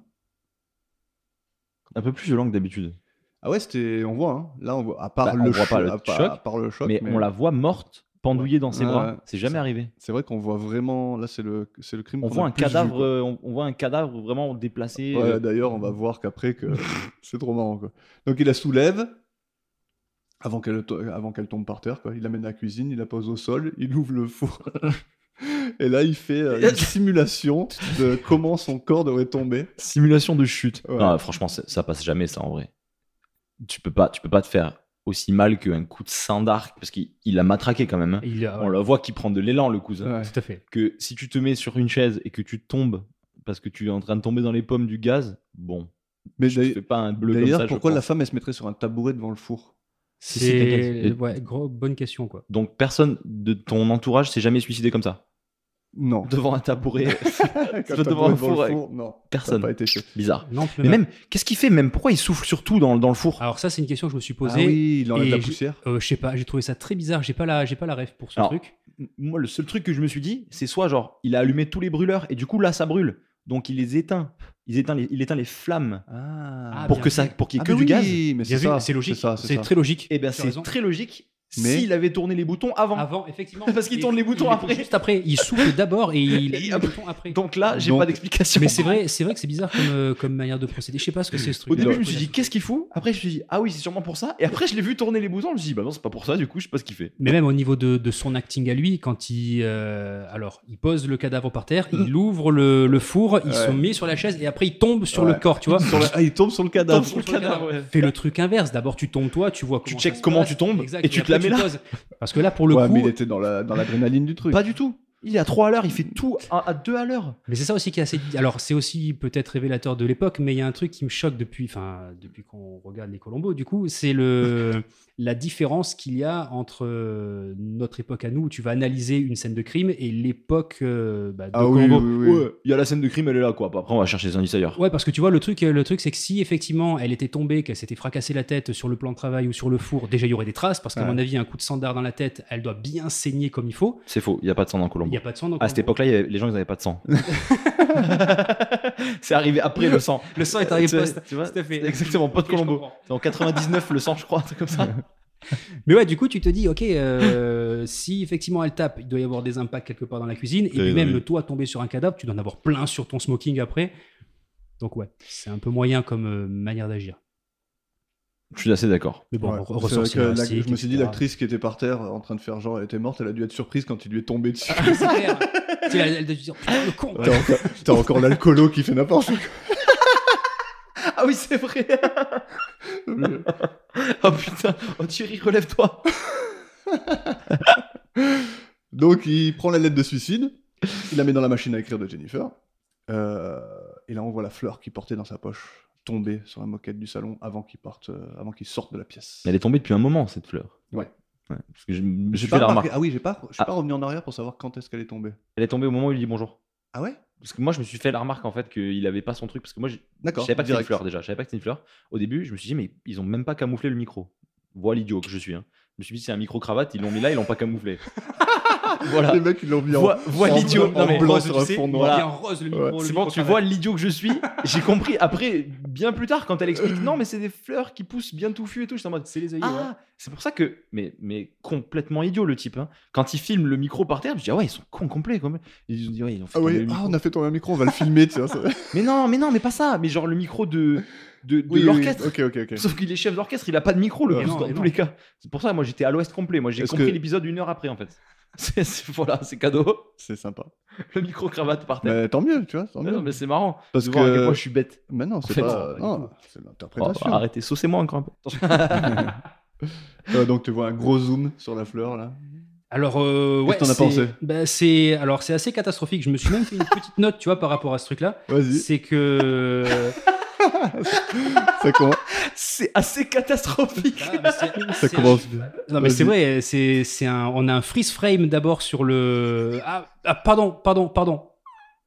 C: Un peu plus violent que d'habitude.
B: Ah ouais, c'était. On voit, hein. Là, on voit. À part,
C: Bah, on
B: le,
C: voit
B: cho-
C: pas le
B: à part-
C: choc,
B: à part le choc.
C: mais, on la voit morte, pendouillée dans ses
B: Ouais, ouais.
C: bras. C'est jamais
B: Ça-
C: arrivé.
B: C'est vrai qu'on voit vraiment. Là, c'est le, c'est le crime.
C: On
B: qu'on
C: voit
B: a
C: un
B: le plus vu,
C: cadavre,
B: quoi.
C: euh, on, on voit un cadavre vraiment déplacé.
B: Ouais,
C: euh,
B: D'ailleurs, on va voir qu'après, que c'est trop marrant. Quoi. Donc, il la soulève avant qu'elle to- avant qu'elle tombe par terre. Quoi. Il l'amène à la cuisine, il la pose au sol, il ouvre le four. Et là, il fait euh, une simulation de comment son corps devrait tomber.
C: Simulation de chute.
B: Ouais.
C: Non, franchement, ça ça passe jamais, ça, en vrai. Tu peux pas, tu peux pas te faire aussi mal qu'un coup de sang d'arc, parce qu'il il a matraqué quand même. hein.
D: Il a...
C: On le voit qui prend de l'élan, le cousin.
B: Ouais.
D: Tout à fait.
C: Que si tu te mets sur une chaise et que tu tombes parce que tu es en train de tomber dans les pommes du gaz, bon,
B: Mais
C: je te
B: d'ailleurs-
C: fais pas un bleu comme
B: d'ailleurs,
C: ça. je
B: pourquoi la
C: pense.
B: femme, elle se mettrait sur un tabouret devant le four
C: Si, si, t'inquiète.
D: C'est.
C: Et-
D: Ouais, gros, bonne question, quoi.
C: Donc personne de ton entourage s'est jamais suicidé comme ça,
B: Non.
C: devant un tabouret.
B: Avec un
C: vas devant
B: tabouret
C: un four avec
B: non. ça a
C: personne.
B: pas été fait.
C: Bizarre.
D: Non, puis
C: Mais même, qu'est-ce qu'il fait Même pourquoi il souffle surtout dans, dans le four
D: Alors, ça, c'est une question que je me suis
B: Ah
D: posée.
B: oui, il enlève
D: et
B: la
D: je-
B: poussière.
D: Euh, je sais pas, j'ai trouvé ça très bizarre. J'ai pas la, j'ai pas la ref pour ce
C: Alors,
D: truc.
C: M- Moi, le seul truc que je me suis dit, c'est soit genre il a allumé tous les brûleurs et du coup là ça brûle, donc il les éteint. Il éteint les, il éteint les flammes
D: Ah,
C: pour
D: bien
C: que ça,
D: fait.
C: pour qu'il bah y
B: Ah,
C: ait que
B: mais
C: du
B: oui,
C: gaz.
B: mais
D: Bien
B: c'est
D: vu,
B: ça,
D: c'est logique.
B: C'est ça,
D: C'est
B: ça.
D: très logique.
C: Et ben
D: Tu as
C: c'est
D: raison. Ah
C: très logique
B: Mais-
C: s'il avait tourné les boutons avant.
D: Avant, effectivement.
C: Parce qu'il
D: Et-
C: tourne les boutons
D: il les
C: après.
D: Juste après, il souffle d'abord et il
C: Et
D: allume les
C: après-
D: boutons après.
C: Donc là, j'ai
B: Donc-
C: pas d'explication.
D: Mais c'est vrai, c'est vrai que c'est bizarre comme, euh, comme manière de procéder. Je sais pas ce que c'est ce truc.
C: Au début, je me suis dit qu'est-ce qu'il fout Après, je me suis dit ah oui, c'est sûrement pour ça. Et après, je l'ai vu tourner les boutons. Je me suis dit bah non, c'est pas pour ça. Du coup, je sais pas ce qu'il fait.
D: Mais même au niveau de, de son acting à lui, quand il, euh, alors, il pose le cadavre par terre,
C: Mm.
D: il ouvre le, le four, il
B: Ouais.
D: se met sur la chaise et après il tombe sur le
B: Ouais.
D: corps, tu vois.
B: Sur le- Ah, il tombe sur le cadavre.
C: Sur le
D: sur le
C: cadavre, ouais.
D: Fais le truc inverse. D'abord, tu tombes toi, tu vois.
C: Tu
D: comment
C: checkes
D: ça se
C: comment
D: passe.
C: tu tombes
D: Exact.
C: et tu te
D: après,
C: la mets là.
D: poses. Parce que là, pour le
B: Ouais,
D: coup,
B: mais il était dans la- dans l'adrénaline du truc.
C: Pas du tout. Il est à 3 à l'heure, il fait tout à, à 2 à l'heure.
D: Mais c'est ça aussi qui est assez. Alors, c'est aussi peut-être révélateur de l'époque, mais il y a un truc qui me choque depuis, enfin, depuis qu'on regarde les Colombos, du coup, c'est le, la différence qu'il y a entre euh, notre époque à nous, où tu vas analyser une scène de crime, et l'époque euh, bah, de
B: Ah oui,
D: Colombo.
B: oui, oui.
C: Ouais, il y a la scène de crime, elle est là, quoi. Bah, Après, on va chercher les indices ailleurs.
D: Ouais, parce que tu vois, le truc, le truc c'est que si effectivement elle était tombée, qu'elle s'était fracassée la tête sur le plan de travail ou sur le four, déjà il y aurait des traces, parce qu'à
B: Ouais.
D: mon avis, un coup de sandar dans la tête, elle doit bien saigner comme il faut.
C: C'est faux, il n'y a pas de sang dans
D: Il
C: Colombo.
D: n'y a pas de sang. donc
C: À
D: on-
C: cette époque-là, il y avait- les gens, ils n'avaient pas de sang. c'est arrivé après le sang.
D: le sang est arrivé
C: Tu vois-
D: post.
C: tu vois,
D: Tout à fait.
C: Exactement, pas de
D: Ok, je
C: Colombo.
D: comprends.
C: C'est en 99, le sang, je crois, un truc comme ça.
D: Mais ouais, du coup, tu te dis, ok, euh, si effectivement elle tape, il doit y avoir des impacts quelque part dans la cuisine, et
C: Oui,
D: puis
C: oui,
D: même
C: oui.
D: le toit tombé sur un cadavre, tu dois en avoir plein sur ton smoking après. Donc ouais, c'est un peu moyen comme euh, manière d'agir.
C: Je suis assez d'accord.
D: Mais bon,
B: Ouais.
D: re-
B: C'est
D: ressort
B: vrai que la-
D: scénaristique,
B: je me suis dit,
D: etc.
B: l'actrice qui était par terre en train de faire genre, elle était morte, elle a dû être surprise quand il lui est tombé dessus.
D: C'est clair. Tu sais, elle elle doit se dire, putain, le con.
B: T'as encore, t'as encore l'alcoolo qui fait n'importe quoi.
C: Ah oui, c'est vrai.
B: euh.
C: oh putain, oh Thierry, relève-toi.
B: Donc il prend la lettre de suicide, il la met dans la machine à écrire de Jennifer, euh, et là on voit la fleur qu'il portait dans sa poche tomber sur la moquette du salon avant qu'il parte, euh, avant qu'il sorte de la pièce.
C: Elle est tombée depuis un moment, cette fleur.
B: Ouais.
C: parce que je me
B: J'ai
C: suis
B: pas
C: fait la
B: remarqué-
C: remarque.
B: Ah oui, j'ai pas, je suis
C: Ah.
B: pas revenu en arrière pour savoir quand est-ce qu'elle est tombée.
C: Elle est tombée au moment où il dit bonjour.
B: Ah ouais
C: Parce que moi, je me suis fait la remarque en fait qu'il avait pas son truc. Parce que moi, je je
B: D'accord.
C: savais pas que c'était une
B: direct.
C: fleur déjà. Je savais pas que c'était une fleur. Au début, je me suis dit, mais ils ont même pas camouflé le micro. Voilà l'idiot que je suis. hein. Je me suis dit, c'est un micro-cravate, ils l'ont mis là, ils l'ont pas camouflé. voilà.
B: Les mecs ils l'ont mis en-
C: Vois, vois
B: en-
C: l'idiot.
B: en
C: Non, mais-
B: blanc
C: Rose,
B: sur
C: tu
B: un
C: sais,
B: fond noir.
C: voilà.
D: Il y a un rose, le micro,
B: Ouais.
D: le
C: C'est bon,
D: micro
C: tu
D: travaille.
C: vois l'idiot que je suis. J'ai compris. Après, bien plus tard, quand elle explique, non, mais c'est des fleurs qui poussent bien touffues et tout, j'étais en mode, c'est les œillets.
E: Ah.
C: ouais. C'est pour ça que, mais, mais complètement idiot le type. hein. Quand il filme le micro par terre, je dis, ah ouais, ils sont cons complets quand même. Ils ont dit, ouais, ils ont fait
B: Ah
C: tomber
B: oui,
C: le
B: ah,
C: micro.
B: on a fait tomber un micro, on va le filmer, tu vois. ça-
C: Mais non, mais non, mais pas ça. Mais genre le micro de, de, de
B: Oui, oui,
C: l'orchestre.
B: Ok, ok, ok.
C: Sauf qu'il est chef d'orchestre, il a pas de micro le
D: Et
C: plus,
D: non,
C: dans
D: et
C: tous
D: non.
C: les cas. C'est pour ça, moi j'étais à l'ouest complet. Moi j'ai
B: Est-ce
C: compris
B: que-
C: l'épisode une heure après en fait. C'est- c'est- voilà, c'est cadeau.
B: C'est sympa.
C: Le micro cravate par terre.
B: Mais tant mieux, tu vois, tant
C: Mais
B: mieux.
C: non, mais c'est marrant.
B: Parce
C: de voir à quel
B: que.
C: point je suis bête.
B: Mais non, c'est
C: fait,
B: pas.
C: non,
B: non, c'est
C: Oh,
B: l'interprétation.
C: arrêtez, saucez-moi encore un peu.
B: Euh, donc tu vois un gros zoom sur la fleur là.
D: Alors, euh, ouais,
B: Qu'est-ce que t'en as
D: c'est-
B: pensé
D: bah, c'est alors c'est assez catastrophique. Je me suis même fait une petite note, tu vois, par rapport à ce truc-là.
B: Vas-y,
D: C'est que euh,
B: ça, commence-
C: C'est assez catastrophique.
D: Ah, mais c'est-
B: ça
D: c'est-
B: commence bien.
D: Non mais c'est
B: Vas-y.
D: vrai, c'est c'est un on a un freeze frame d'abord sur le ah, ah, pardon pardon pardon.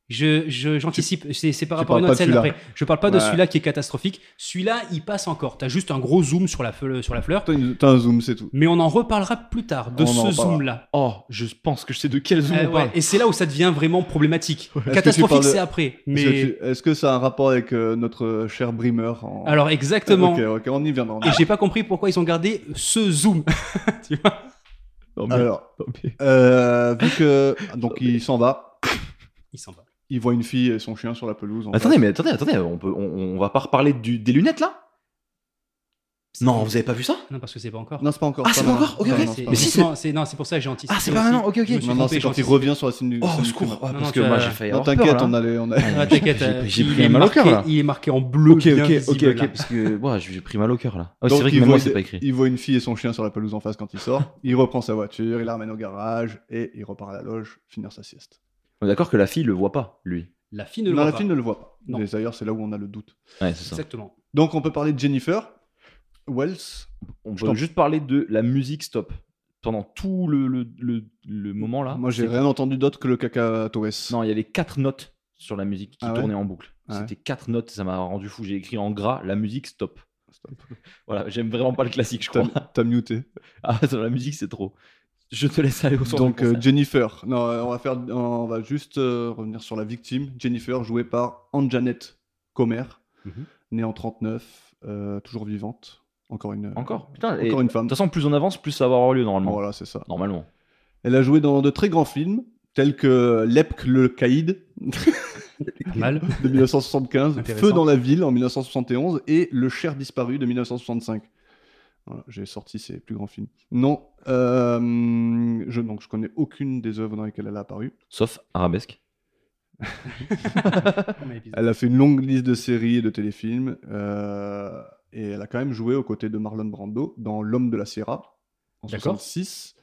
D: Je je- j'anticipe, c'est c'est par
B: tu
D: rapport
B: parles
D: à une
B: pas
D: autre
B: de
D: scène
B: celui-là.
D: après. Je parle pas de
B: Ouais.
D: celui-là qui est catastrophique. Celui-là, il passe encore. T'as juste un gros zoom sur la fe- sur la fleur.
B: T'as une- T'as un zoom, c'est tout.
D: Mais on en reparlera plus tard de
B: On en
D: ce
B: reparlera.
D: zoom-là.
C: Oh, je pense que je sais de quel zoom
D: Euh,
C: on
D: ouais,
C: parle.
D: Et c'est là où ça devient vraiment problématique.
B: Est-ce que tu
D: Catastrophique,
B: parles de-
D: c'est après.
B: Est-ce
D: Mais
B: que tu- Est-ce que ça a un rapport avec euh, notre cher Brimmer en...
D: Alors exactement.
B: Ok, ok, on y viendra. on y
D: Et j'ai pas compris pourquoi ils ont gardé ce zoom. tu vois
C: Non, Oh, mais-
B: viendra. Alors,
C: non, mais-
B: euh, vu que donc il s'en va,
D: Il s'en va.
B: il voit une fille et son chien sur la pelouse. en
C: Attendez,
B: face.
C: mais attendez, attendez, on, peut, on, on va pas reparler du- des lunettes là Non, vous avez pas vu ça
D: Non, parce que c'est pas encore.
B: Non, c'est pas encore.
C: Ah, c'est pas
B: maintenant.
C: encore Ok,
B: Non,
C: ok.
B: non, c'est pas maintenant.
C: Mais si, c'est-
D: justement, c'est non, c'est pour ça que j'ai anticipé.
C: Ah, c'est pas
D: aussi.
C: maintenant, ok, ok.
D: Je me
B: Non,
D: suis
B: non,
D: trompé,
B: c'est
D: j'ai
B: quand il
D: anticipé.
B: revient sur la scène du.
C: Oh,
B: scène
C: au
B: du
C: secours
B: film.
C: Ouais,
D: Non,
C: Parce
D: non,
C: que
D: t'as-
C: moi j'ai failli
B: Non,
C: avoir
B: t'inquiète,
C: peur, là.
B: on a les- on a-
D: Ah, T'inquiète,
C: J'ai-
D: euh,
C: j'ai
D: il
C: pris
D: est
C: mal au cœur,
D: marqué-
C: là.
D: Il est marqué en bleu.
B: Ok,
D: bien
B: ok,
D: visible,
C: Ok, ok,
D: là.
C: parce que ouais, j'ai pris mal au cœur là. Ah,
B: Donc,
C: c'est vrai que
B: il
C: même
B: voit
C: moi c'est
B: une-
C: pas écrit.
B: Il voit une fille et son chien sur la pelouse en face quand il sort. il reprend sa voiture, il la ramène au garage et il repart à la loge finir sa sieste.
C: On est d'accord que la fille le voit pas, lui.
D: La fille ne le
B: Non,
D: voit
B: la
D: pas.
B: fille ne le voit pas.
D: Non.
B: Mais D'ailleurs, c'est là où on a le doute.
C: Ouais, c'est ça.
D: Exactement.
B: Donc, on peut parler de Jennifer Wells.
C: On
B: Je
C: peut
B: t'en-
C: juste parler de la musique stop. Pendant tout le, le, le, le moment là.
B: Moi, j'ai
C: Ah, c'est-
B: rien entendu d'autre que le caca Torres.
C: Non, il y avait quatre notes sur la musique qui
B: Ah ouais
C: tournaient en boucle.
B: Ah ouais.
C: C'était quatre notes, ça m'a rendu fou. J'ai écrit en gras la musique stop. Voilà, j'aime vraiment pas le classique, je
B: T'as
C: crois.
B: t'as muté.
C: Ah, dans la musique, c'est trop. Je te laisse aller au son.
B: Donc,
C: du
B: euh,
C: concert.
B: Jennifer. Non, euh, on va, faire... on va juste euh, revenir sur la victime. Jennifer, jouée par Anjanette Comer,
D: Mhm.
B: née en 39, euh, toujours vivante. Encore une,
C: encore. Putain, et-
B: encore
C: De
B: une femme.
C: toute façon, plus on avance, plus ça va avoir lieu normalement.
B: Voilà, c'est ça.
C: Normalement.
B: Elle a joué dans de très grands films, tels que Lepk le Caïd
D: Pas mal.
B: de 1975,
D: Intéressant.
B: Feu dans la ville en 1971 et Le Cher disparu de 1965. Voilà, j'ai sorti ses plus grands films. Non, euh, je, donc je connais aucune des œuvres dans lesquelles elle a apparu.
C: Sauf arabesque.
D: Premier épisode.
B: Elle a fait une longue liste de séries et de téléfilms, euh, et elle a quand même joué aux côtés de Marlon Brando dans L'homme de la Sierra en
D: D'accord.
B: 1966,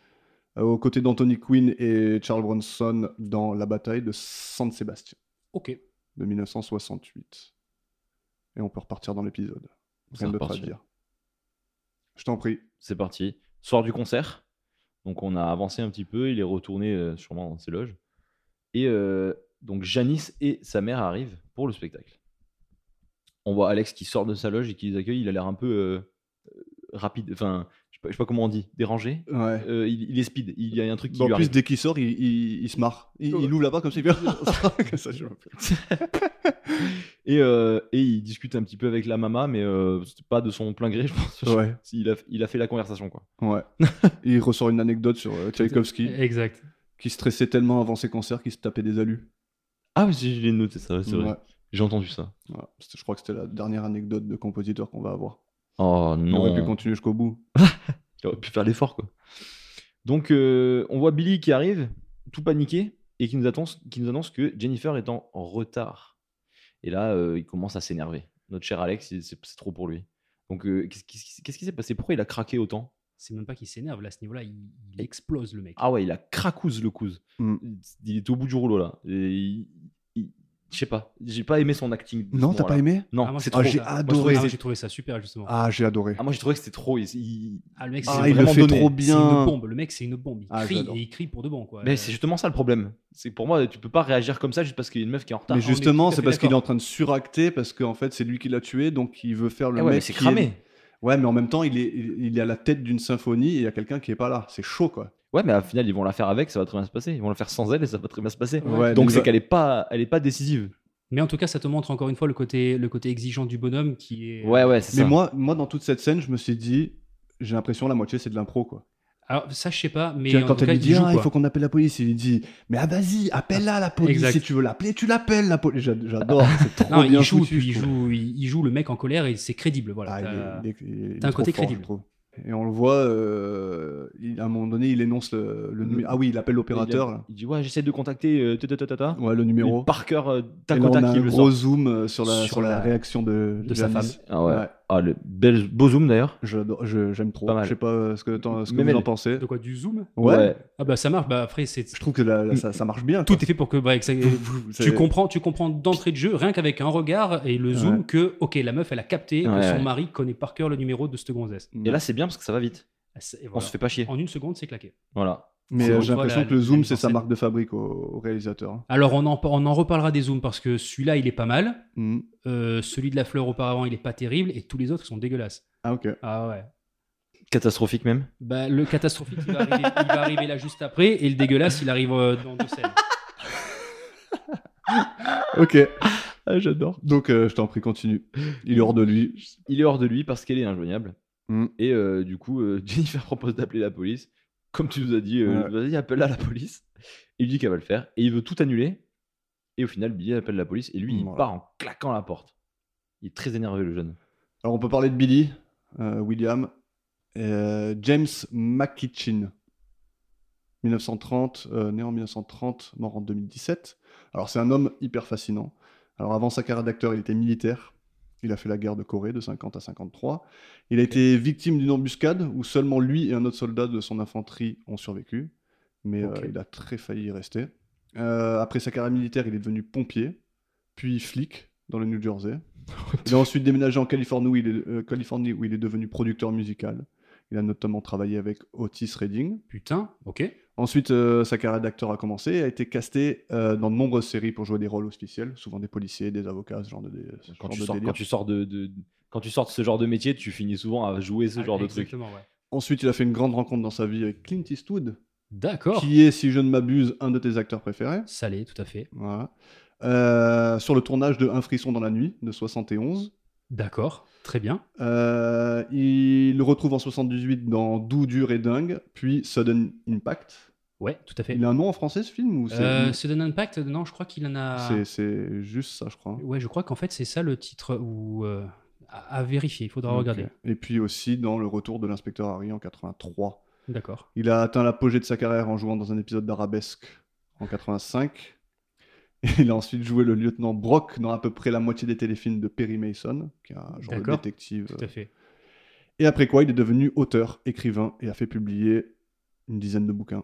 B: aux côtés d'Anthony Quinn et Charles Bronson dans La bataille de San Sébastien.
D: Ok.
B: de 1968. Et on peut repartir dans l'épisode.
C: Ça
B: Rien d'autre à
C: repartit.
B: dire. Je t'en prie.
C: C'est parti. Soir du concert. Donc on a avancé un petit peu. Il est retourné euh, sûrement dans ses loges. Et euh, donc Janice et sa mère arrivent pour le spectacle. On voit Alex qui sort de sa loge et qui les accueille. Il a l'air un peu euh, euh, rapide. Enfin, je sais pas- je sais pas comment on dit. Dérangé.
B: Ouais.
C: Euh, il, il est speed. Il y a un truc qui
B: en
C: lui
B: plus,
C: arrive.
B: dès qu'il sort, il, il- il se marre. Il, il ouvre la barre comme ça, il fait. Comme ça, je vois plus.
C: Et, euh, et il discute un petit peu avec la mama, mais euh, c'était pas de son plein gré, je pense.
B: Ouais,
C: Il, a, il a fait la conversation, quoi.
B: ouais. il ressort une anecdote sur euh, Tchaïkovski,
D: eh, Exact.
B: qui stressait tellement avant ses concerts qu'il se tapait des alus.
C: Ah, mais si, je l'ai noté, ça, c'est vrai.
B: Ouais.
C: J'ai entendu ça.
B: Voilà. C'était- Je crois que c'était la dernière anecdote de compositeur qu'on va avoir.
C: Oh
B: On
C: non.
B: aurait pu continuer jusqu'au bout.
C: Il aurait pu faire l'effort, quoi. Donc, euh, on voit Billy qui arrive, tout paniqué, et qui nous, annonce, qui nous annonce que Jennifer est en retard. Et là, euh, il commence à s'énerver. Notre cher Alex, il- c'est c'est trop pour lui. Donc, euh, qu'est-ce qu'est-ce- qu'est-ce qui s'est passé Pourquoi il a craqué autant
D: C'est même pas qu'il s'énerve, là, à ce niveau-là, il, il explose le mec.
C: Ah ouais, il a cracouse le couze.
B: Mm.
C: Il est au bout du rouleau là. Et il- il- Je sais pas. J'ai pas aimé son acting. de ce
B: Non, t'as pas
C: moment-là.
B: aimé
D: Ah,
C: Non,
D: moi,
C: c'est
D: j'ai
C: trop.
B: Ah, j'ai
D: Moi, je
B: adoré.
D: trouvais- j'ai trouvé ça super, justement. Ah,
B: Ah, j'ai adoré.
C: Ah, moi j'ai trouvé que c'était trop. il- il-
D: le mec, c'est
C: Ah,
B: Ah,
D: une-
B: il le
C: vraiment
B: fait
C: donné.
B: trop
D: c'est une
B: bien.
D: bombe. Le mec, c'est une bombe. Il
B: Ah,
D: crie
B: j'adore.
D: et il crie pour de bon, quoi.
C: Mais c'est justement ça le problème. C'est que pour moi, tu peux pas réagir comme ça juste parce qu'il y a une meuf qui Ah, est en retard.
B: Ah Mais
D: on est
B: justement,
D: tout à
B: c'est
D: fait
B: parce qu'il est
D: d'accord.
B: en train de suracter, parce qu'en fait, c'est lui qui l'a tué, donc il veut faire le
C: Eh ouais,
B: mec.
C: mais c'est
B: qui est-
C: cramé.
B: Ouais, mais en même temps, il est, il il est à la tête d'une symphonie et il y a quelqu'un qui est pas là. C'est chaud, quoi.
C: Ouais, mais au final, ils vont la faire avec, ça va très bien se passer. Ils vont la faire sans elle et ça va très bien se passer.
D: Ouais,
B: Ouais,
C: Donc
B: mais
C: c'est
B: va-
C: qu'elle est pas, elle est pas décisive.
D: Mais en tout cas, ça te montre encore une fois le côté, le côté exigeant du bonhomme qui est.
C: Ouais, ouais, c'est
B: Mais
C: ça.
B: moi, moi, dans toute cette scène, je me suis dit, j'ai l'impression la moitié c'est de l'impro quoi.
D: Alors, ça, je sais pas, mais.
B: Tu vois,
D: en
B: quand
D: tout
B: elle
D: cas,
B: lui dit,
D: joue,
B: ah, il
D: quoi.
B: faut qu'on appelle la police, il lui dit, mais ah vas-y, appelle-la la police
D: Exact.
B: si tu veux l'appeler, tu l'appelles la police. J'a- J'adore, c'est trop
D: Non,
B: bien
D: il joue,
B: foutu, je
D: puis il
B: trouve.
D: joue, il, il joue le mec en colère et c'est crédible, voilà.
B: Ah, il est-
D: T'as-
B: il est- il est
D: t'as un
B: trop
D: côté
B: fort,
D: crédible.
B: je trouve. Et on le voit, euh, il- à un moment donné, il énonce le, le numé- Ah oui, il appelle l'opérateur. là.
C: Il dit ouais, j'essaie de contacter euh, ta, ta, ta, ta, ta.
B: Ouais, le numéro.
C: Et Par cœur, euh, tac
B: Et
C: au
B: là, on
C: tac,
B: a
C: il
B: un
C: le
B: gros
C: sort.
B: zoom euh, sur la,
D: Sur
B: sur la
D: la-
B: réaction de,
D: de sa
B: Janice.
C: Ah ouais.
B: Ouais.
C: Ah, le bel, beau zoom d'ailleurs.
B: J'adore- je- J'aime trop.
C: Pas mal.
B: Je sais pas euh, ce que, t'en- ce que
C: Même
B: vous en
C: elle.
B: pensez.
D: De quoi Du zoom
B: Ouais.
D: Ah, bah ça marche, bah après, c'est.
B: Je trouve que là, là, ça, ça marche bien.
D: Tout
B: quoi.
D: est fait pour que. bah, que ça-
B: C'est-
D: Tu comprends, tu comprends d'entrée de jeu, rien qu'avec un regard et le zoom,
B: Ouais.
D: que, ok, la meuf, elle a capté
C: Ouais,
D: que son
C: ouais.
D: mari connaît par cœur le numéro de cette gonzesse.
C: Et là, c'est bien parce que ça va vite.
D: Ah, C'est- et
C: On
D: voilà.
C: se fait pas chier.
D: En une seconde, c'est claqué.
C: Voilà.
B: Mais
D: C'est
B: euh,
D: bon,
B: j'ai
D: on voit
B: l'impression
D: la-
B: que le
D: la
B: zoom,
D: mise en
B: c'est sa
D: scène.
B: marque de fabrique au, au réalisateur. hein.
D: Alors, on en, on en reparlera des zooms parce que celui-là, il est pas mal.
B: Mhm.
D: Euh, celui de la fleur auparavant, il est pas terrible. Et tous les autres sont dégueulasses.
B: Ah, ok.
D: Ah ouais.
C: Catastrophique même.
D: Bah, le catastrophique, il va, arriver, il va arriver là juste après. Et le dégueulasse, il arrive euh, dans deux scènes.
B: Ok.
C: Ah, j'adore.
B: Donc, euh, je t'en prie, continue. Il est hors de lui.
C: Il est hors de lui parce qu'elle est injoignable.
B: Mm.
C: Et euh, du coup, euh, Jennifer propose d'appeler la police. Comme tu nous as dit, euh,
B: Ouais.
C: vas-y, appelle la la police. Il lui dit qu'elle va le faire. Et il veut tout annuler. Et au final, Billy appelle la police. Et lui, il
B: Voilà.
C: part en claquant la porte. Il est très énervé, le jeune.
B: Alors, on peut parler de Billy, euh, William, euh, James McKitchin. 1930, euh, né en 1930, mort en 2017. Alors, c'est un homme hyper fascinant. Alors, avant sa carrière d'acteur, il était militaire. Il a fait la guerre de Corée de 50 à 53. Il a été victime d'une embuscade où seulement lui et un autre soldat de son infanterie ont survécu. Mais
D: Ok.
B: euh, il a très failli y rester. Euh, après sa carrière militaire, il est devenu pompier, puis flic dans le New Jersey. Il a ensuite déménagé en Californie où il est, euh, Californie où il est devenu producteur musical. Il a notamment travaillé avec Otis Redding.
D: Putain, ok.
B: Ensuite, euh, sa carrière d'acteur a commencé et a été casté euh, dans de nombreuses séries pour jouer des rôles officiels, souvent des policiers, des avocats, ce genre de, dé- ce
C: Quand
B: genre
C: tu,
B: de
C: sors,
B: délire.
C: quand, tu sors de, de- quand tu sors de ce genre de métier, tu finis souvent à jouer ce
D: Ah,
C: genre de truc.
D: Exactement, ouais.
B: Ensuite, il a fait une grande rencontre dans sa vie avec Clint Eastwood,
C: Oh.
D: D'accord.
B: qui est, si je ne m'abuse, un de tes acteurs préférés.
D: Salé, tout à fait.
B: Voilà. Euh, sur le tournage de Un frisson dans la nuit de 71.
D: D'accord. Très bien.
B: Euh, il le retrouve en 78 dans Doux, dur et dingue, puis Sudden Impact.
D: Ouais, tout à fait.
B: Il a un nom en français ce film ou c'est
D: Euh, Sudden Impact, non, je crois qu'il en a.
B: c'est- c'est juste ça, je crois.
D: Ouais, je crois qu'en fait, c'est ça le titre ou euh, à, à vérifier. Il faudra
B: Ok.
D: regarder.
B: Et puis aussi dans Le Retour de l'inspecteur Harry en 83.
D: D'accord.
B: Il a atteint l'apogée de sa carrière en jouant dans un épisode d'Arabesque en 85. Et il a ensuite joué le lieutenant Brock dans à peu près la moitié des téléfilms de Perry Mason, qui est un genre de
D: D'accord.
B: détective.
D: Tout à fait.
B: Et après quoi, il est devenu auteur, écrivain et a fait publier une dizaine de bouquins.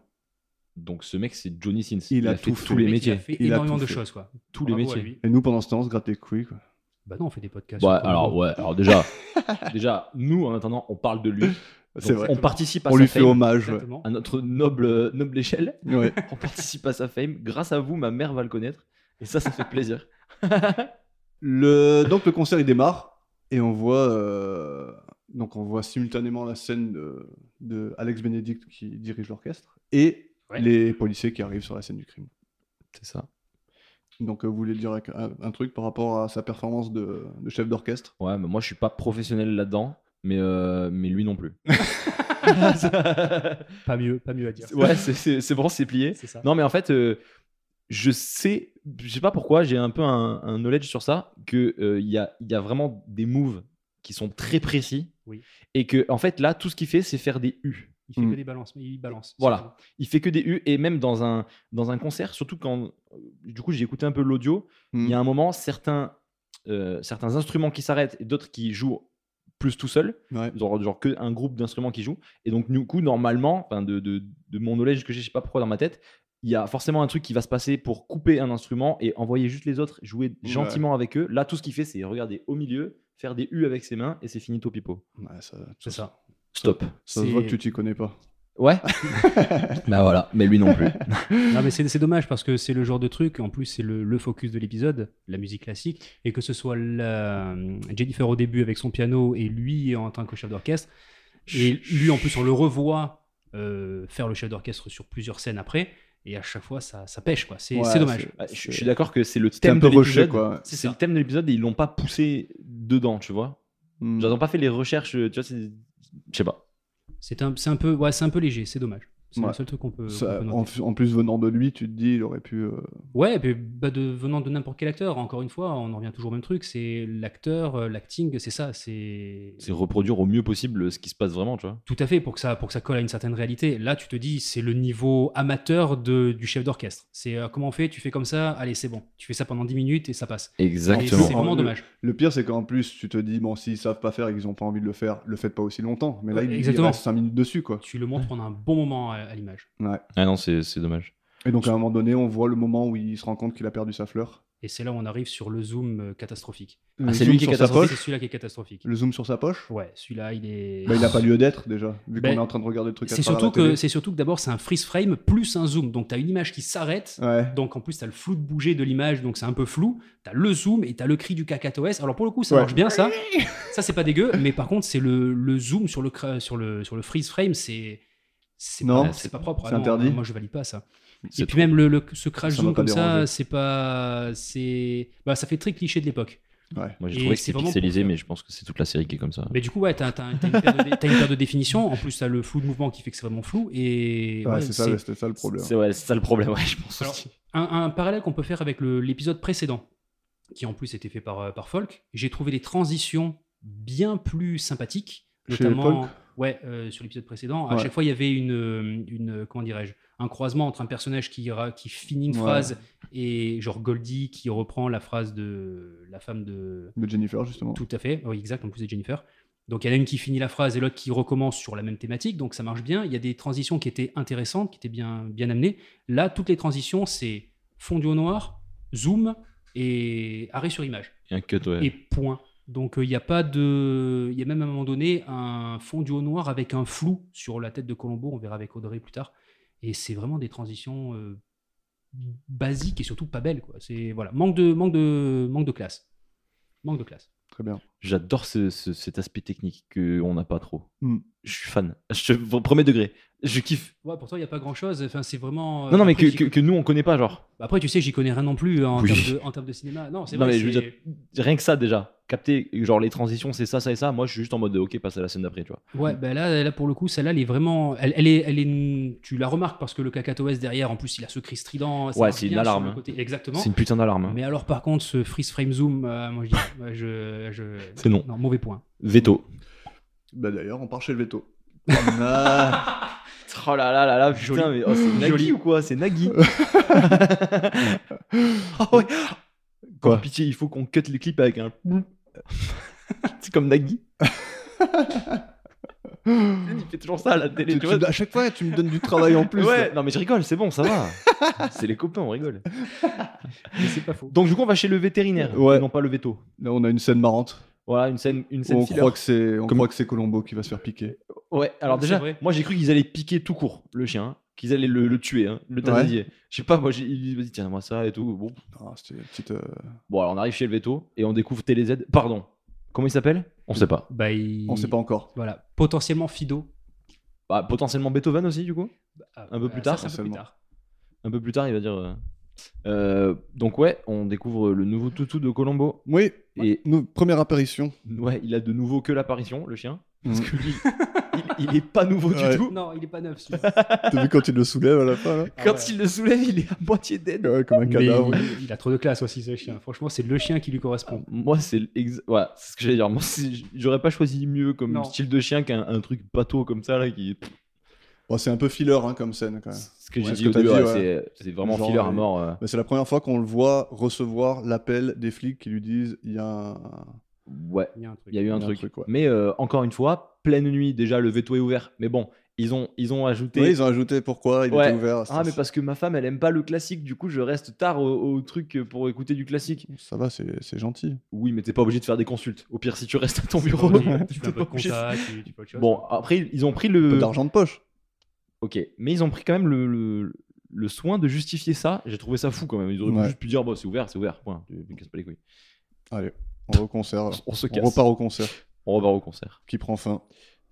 C: Donc ce mec, c'est Johnny Sins.
B: Il a tout
C: fait tous
B: fait.
C: les
D: Le mec, Il
C: métiers.
D: a fait
B: Il a
D: énormément
B: tout
D: de
B: fait.
D: choses, quoi.
C: Tous les
D: Bravo à
C: métiers.
D: lui.
B: Et nous, pendant ce temps, on se gratte les couilles. quoi.
D: Bah non, on fait des podcasts.
C: Ouais,
D: sur Pornhub.
C: alors, ouais, alors déjà, déjà, nous, en attendant, on parle de lui.
B: C'est
C: Donc,
B: vrai.
C: On participe à
B: On
C: sa
B: lui fait
C: fame,
B: hommage. ouais.
D: Exactement.
C: à notre noble, noble échelle.
B: Ouais.
C: On participe à sa fame. Grâce à vous, ma mère va le connaître. Et ça, ça fait plaisir.
B: Le... Euh, Donc le concert il démarre et on voit euh, donc on voit simultanément la scène de, de Alex Benedict qui dirige l'orchestre et
D: Ouais.
B: les policiers qui arrivent sur la scène du crime.
C: C'est ça.
B: Donc euh, vous voulez dire un, un truc par rapport à sa performance de, de chef d'orchestre
C: Ouais, mais moi, je suis pas professionnel là-dedans. Mais, euh, mais lui non plus.
D: Pas mieux, pas mieux à dire.
C: ouais, c'est- c'est c'est bon, c'est plié.
D: C'est ça.
C: Non, mais en fait, euh, je sais, je sais pas pourquoi, j'ai un peu un, un knowledge sur ça, que euh, il y, a, il y a vraiment des moves qui sont très précis.
D: Oui.
C: Et que, en fait, là, tout ce qu'il fait, c'est faire des U.
D: Il fait
B: Mm.
D: que des balances, mais il balance. c'est
C: Voilà. Il fait que des U, et même dans un, dans un concert, surtout quand. euh, Du coup, j'ai écouté un peu l'audio.
B: Hmm.
C: Il y a un moment, certains, euh, certains instruments qui s'arrêtent et d'autres qui jouent plus tout seul
B: Ouais.
C: genre, genre que un groupe d'instruments qui joue. Et donc, du coup, normalement, enfin, de, de, de mon knowledge que j'ai, je sais pas pourquoi dans ma tête, il y a forcément un truc qui va se passer pour couper un instrument et envoyer juste les autres jouer
B: Ouais.
C: gentiment avec eux. Là, tout ce qu'il fait, c'est regarder au milieu, faire des U avec ses mains et c'est fini au pipo.
B: Ouais, ça,
D: C'est ça.
C: Stop.
B: ça se
D: C'est-
B: voit que tu t'y connais pas.
C: Ouais. bah voilà, mais lui non plus.
D: Non, mais c'est c'est dommage parce que c'est le genre de truc, en plus c'est le, le focus de l'épisode, la musique classique, et que ce soit la- euh, Jennifer au début avec son piano et lui en tant que chef d'orchestre, et lui en plus on le revoit euh, faire le chef d'orchestre sur plusieurs scènes après, et à chaque fois ça, ça pêche quoi, c'est
B: Ouais,
D: c'est dommage.
C: Ouais, Ah, je, je
B: C'est-
C: suis d'accord que c'est le
B: C'était
C: thème
B: un peu
C: de
B: rushé
C: l'épisode.
B: quoi.
C: C'est
D: C'est
C: le
D: ça.
C: thème de l'épisode et ils l'ont pas poussé dedans, tu vois.
B: Mm.
C: J'attends pas fait les recherches, tu vois, c'est- je sais pas.
D: C'est un, c'est un, peu- ouais, c'est un peu léger, c'est dommage. C'est
B: Ouais.
D: le seul truc qu'on peut,
B: Ça,
D: qu'on peut noter.
B: en, f- en plus venant de lui, tu te dis il aurait pu. euh,
D: Ouais, et puis, bah, de, venant de n'importe quel acteur, encore une fois, on en revient toujours au même truc, c'est l'acteur, euh, l'acting, c'est ça, c'est...
C: C'est reproduire au mieux possible ce qui se passe vraiment, tu vois.
D: Tout à fait, pour que ça, pour que ça colle à une certaine réalité. Là, tu te dis, c'est le niveau amateur de, du chef d'orchestre. C'est euh, comment on fait, tu fais comme ça, allez, c'est bon. Tu fais ça pendant 10 minutes et ça passe. Et
C: Exactement.
D: c'est vraiment dommage.
B: Le pire, c'est qu'en plus, tu te dis, bon, s'ils savent pas faire et qu'ils ont pas envie de le faire, le faites pas aussi longtemps. Mais là,
D: Ouais,
B: il, il
D: exactement.
B: reste 5 minutes dessus, quoi.
D: Tu le montres pendant un bon moment à, à l'image.
C: Ah non, c'est c'est dommage.
B: Et donc, à un moment donné, on voit le moment où il se rend compte qu'il a perdu sa fleur.
D: Et c'est là où on arrive sur le zoom euh, catastrophique.
B: Le
C: Ah, c'est
B: zoom
C: lui qui est
B: sur sa
D: C'est
B: poche.
D: celui-là qui est catastrophique.
B: Le zoom sur sa poche.
D: Ouais, celui-là, il est.
B: Bah, il a pas lieu d'être, déjà, vu
D: Ben,
B: qu'on est en train de regarder le truc à
D: c'est
B: travers
D: surtout
B: la télé.
D: que c'est surtout que d'abord c'est un freeze frame plus un zoom donc tu as une image qui s'arrête
B: Ouais.
D: donc en plus t'as le flou de bouger de l'image donc c'est un peu flou t'as le zoom et t'as le cri du cacatoès alors pour le coup ça
B: Ouais.
D: marche bien ça ça c'est pas dégueu mais par contre c'est le, le zoom sur le cra- sur le sur le freeze frame c'est c'est
B: Non,
D: pas, c'est pas propre Ah
B: c'est
D: non,
B: interdit.
D: moi je valide pas ça
C: C'est
D: et puis même le, le- ce crash
B: Ça m'a
D: zoom
B: pas
D: comme ça
B: dérangé.
D: c'est pas c'est bah ça fait très cliché de l'époque
C: Moi j'ai
D: Et
C: trouvé que
D: c'est
C: c'était
D: vraiment
C: pixelisé,
D: pour-
C: mais je pense que c'est toute la série qui est comme ça.
D: mais du coup ouais t'as t'as- t'as une, paire de dé- t'as une paire de définitions en plus t'as le flou de mouvement qui fait que c'est vraiment flou et
B: Ouais,
D: ouais,
B: c'est ça,
D: c'est-
B: c'était ça le problème.
C: C'est ouais, c'est ça le problème, ouais, je pense.
D: Alors,
C: aussi.
D: un, un parallèle qu'on peut faire avec le- l'épisode précédent, qui en plus était fait par, euh, par Folk, j'ai trouvé les transitions bien plus sympathiques,
B: Chez
D: notamment
B: Folk
D: ouais, euh, sur l'épisode précédent. À
B: Ouais.
D: chaque fois, il y avait une, euh, une comment dirais-je, un croisement entre un personnage qui, ra- qui finit une
B: Ouais.
D: phrase et genre Goldie qui reprend la phrase de la femme de
B: De Jennifer, justement.
D: tout à fait, oui, exact, en plus c'est Jennifer. Donc il y en a une qui finit la phrase et l'autre qui recommence sur la même thématique, donc ça marche bien. Il y a des transitions qui étaient intéressantes, qui étaient bien, bien amenées. Là, toutes les transitions, c'est fondu au noir, zoom et arrêt sur image.
C: Il y a un cut, ouais.
D: Et point. Donc euh, il n'y a pas de... Il y a même à un moment donné un fondu au noir avec un flou sur la tête de Colombo, on verra avec Audrey plus tard. Et c'est vraiment des transitions euh, basiques et surtout pas belles. Quoi. C'est, voilà. manque, de, manque, de, manque de classe. Manque de classe.
B: Très bien.
C: J'adore ce- ce- cet aspect technique qu'on n'a pas trop.
B: Mm.
C: Je suis fan. Je au premier degré. Je kiffe.
D: Ouais, pour toi, il n'y a pas grand chose. Enfin, c'est vraiment. euh,
C: non, non, mais
D: après,
C: que,
D: j'y- Bah,
C: que- que nous on connaît pas, genre.
D: Après, tu sais, j'y connais rien non plus hein, en,
C: Oui.
D: termes, de, en termes de cinéma. Non, c'est
C: Non,
D: vrai.
C: mais je veux
D: c'est-
C: dire, rien que ça déjà. Capter, genre les transitions, c'est ça, ça et ça. Moi je suis juste en mode de, ok, passe à la scène d'après, tu vois.
D: Ouais, bah là, là, pour le coup, celle-là, elle est vraiment. Elle, elle est, elle est... Tu la remarques parce que le cacatoès derrière, en plus, il a ce cri strident. ça
C: Ouais,
D: marche
C: c'est une
D: bien sur
C: alarme,
D: le
C: hein.
D: côté- Exactement.
C: C'est une putain d'alarme. hein.
D: Mais alors, par contre, ce freeze frame zoom, euh, moi, je dis. ouais, je, je-
C: C'est non.
D: Non, mauvais point.
C: Veto.
B: Bah, d'ailleurs, on part chez le veto. Ah,
C: Oh là là là là,
D: Joli.
C: putain, mais oh, c'est Nagui
D: Joli.
C: ou quoi C'est Nagui. Ah ouais.
B: Quoi
C: Par pitié, il faut qu'on cut le clip avec un. c'est comme Nagui. il fait toujours ça à la télé,
B: tu-
C: tu,
B: tu-
C: vois.
B: à chaque fois, tu me donnes du travail en plus.
C: ouais,
B: là.
C: non mais je rigole, c'est bon, ça va. c'est les copains, on rigole.
D: Mais c'est pas faux.
C: Donc, du coup, on va chez le vétérinaire,
B: Ouais.
C: et non pas le veto.
B: Là, on a une scène marrante.
C: Voilà, une scène, une
B: où
C: scène
B: on
C: filler.
B: croit que c'est, on
C: Comme-
B: croit que c'est Colombo qui va se faire piquer.
C: Ouais, alors
D: C'est
C: déjà,
D: vrai.
C: moi j'ai cru qu'ils allaient piquer tout court le chien, hein, qu'ils allaient le, le tuer, hein, le tanadier. Je sais pas, moi j'ai- il m'a dit tiens, moi ça et tout. Bon.
B: Ah, c'était une petite, euh,
C: bon, alors on arrive chez le veto et on découvre TéléZ. Pardon, comment il s'appelle On sait pas.
D: Bah, il-
B: On sait pas encore.
D: Voilà, potentiellement Fido.
C: Bah, potentiellement Beethoven aussi, du coup.
D: Ah,
C: Un peu plus
D: ça,
C: tard,
D: c'est un peu plus
B: seulement.
D: tard.
C: Un peu plus tard, il va dire. euh, euh, donc, ouais, on découvre le nouveau toutou de Colombo.
B: Oui.
C: Et
B: Nos- première apparition.
C: ouais, il a de nouveau que l'apparition, le chien. Parce
B: Mhm.
C: que lui, il, il est pas nouveau
B: Ouais.
C: du tout.
D: Non, il est pas neuf. celui-là.
B: T'as vu quand il le soulève à la fin là
C: Quand
D: Ah ouais.
C: il le soulève, il est à moitié dead.
B: Ouais, comme un
D: Mais
B: cadavre.
D: il, il a trop de classe aussi, ce chien. Franchement, c'est le chien qui lui correspond.
C: Ah. Moi, c'est l'ex- ouais, c'est ce que j'allais dire. Moi, c'est- j'aurais pas choisi mieux comme
D: Non.
C: style de chien qu'un un truc bateau comme ça là qui.
B: Bon, c'est un peu filler hein, comme scène quand même.
C: Ce que
B: Ouais,
C: j'ai
B: ce
C: dit
B: que
C: au
B: t'as
C: début,
B: dit,
C: ouais,
B: ouais.
C: c'est- c'est vraiment
B: Genre,
C: filler à
B: euh,
C: mort. euh.
B: Mais c'est la première fois qu'on le voit recevoir l'appel des flics qui lui disent il y a un...
C: Ouais,
B: Ah.
D: Il y a un truc.
C: il y a eu
B: Il
C: un
B: y a un
C: truc.
B: truc, ouais.
C: Mais euh, encore une fois, pleine nuit déjà, le veto est ouvert. Mais bon, ils ont ils ont ajouté.
B: Ouais, ils ont ajouté pourquoi il
C: Ouais.
B: était ouvert.
C: Ah mais parce que ma femme elle aime pas le classique, du coup je reste tard au, au truc pour écouter du classique.
B: Ça va, c'est, c'est gentil.
C: Oui mais t'es pas obligé de faire des consultes. Au pire si tu restes à ton bureau.
D: Tu, tu fais
C: t'es
D: un
C: pas
D: peu de
C: obligé.
D: compta, tu, tu fais autre chose.
C: Bon après ils ont pris
B: Un peu
C: le.
B: d'argent de poche.
C: Ok, mais ils ont pris quand même le, le, le soin de justifier ça. J'ai trouvé ça fou quand même. Ils auraient
B: Ouais.
C: juste pu dire bon, c'est ouvert, c'est ouvert. Point. Tu me casses pas les couilles.
B: Allez, on va au concert. alors.
C: On se
B: On
C: casse.
B: repart au concert
C: On repart au concert.
B: qui prend fin.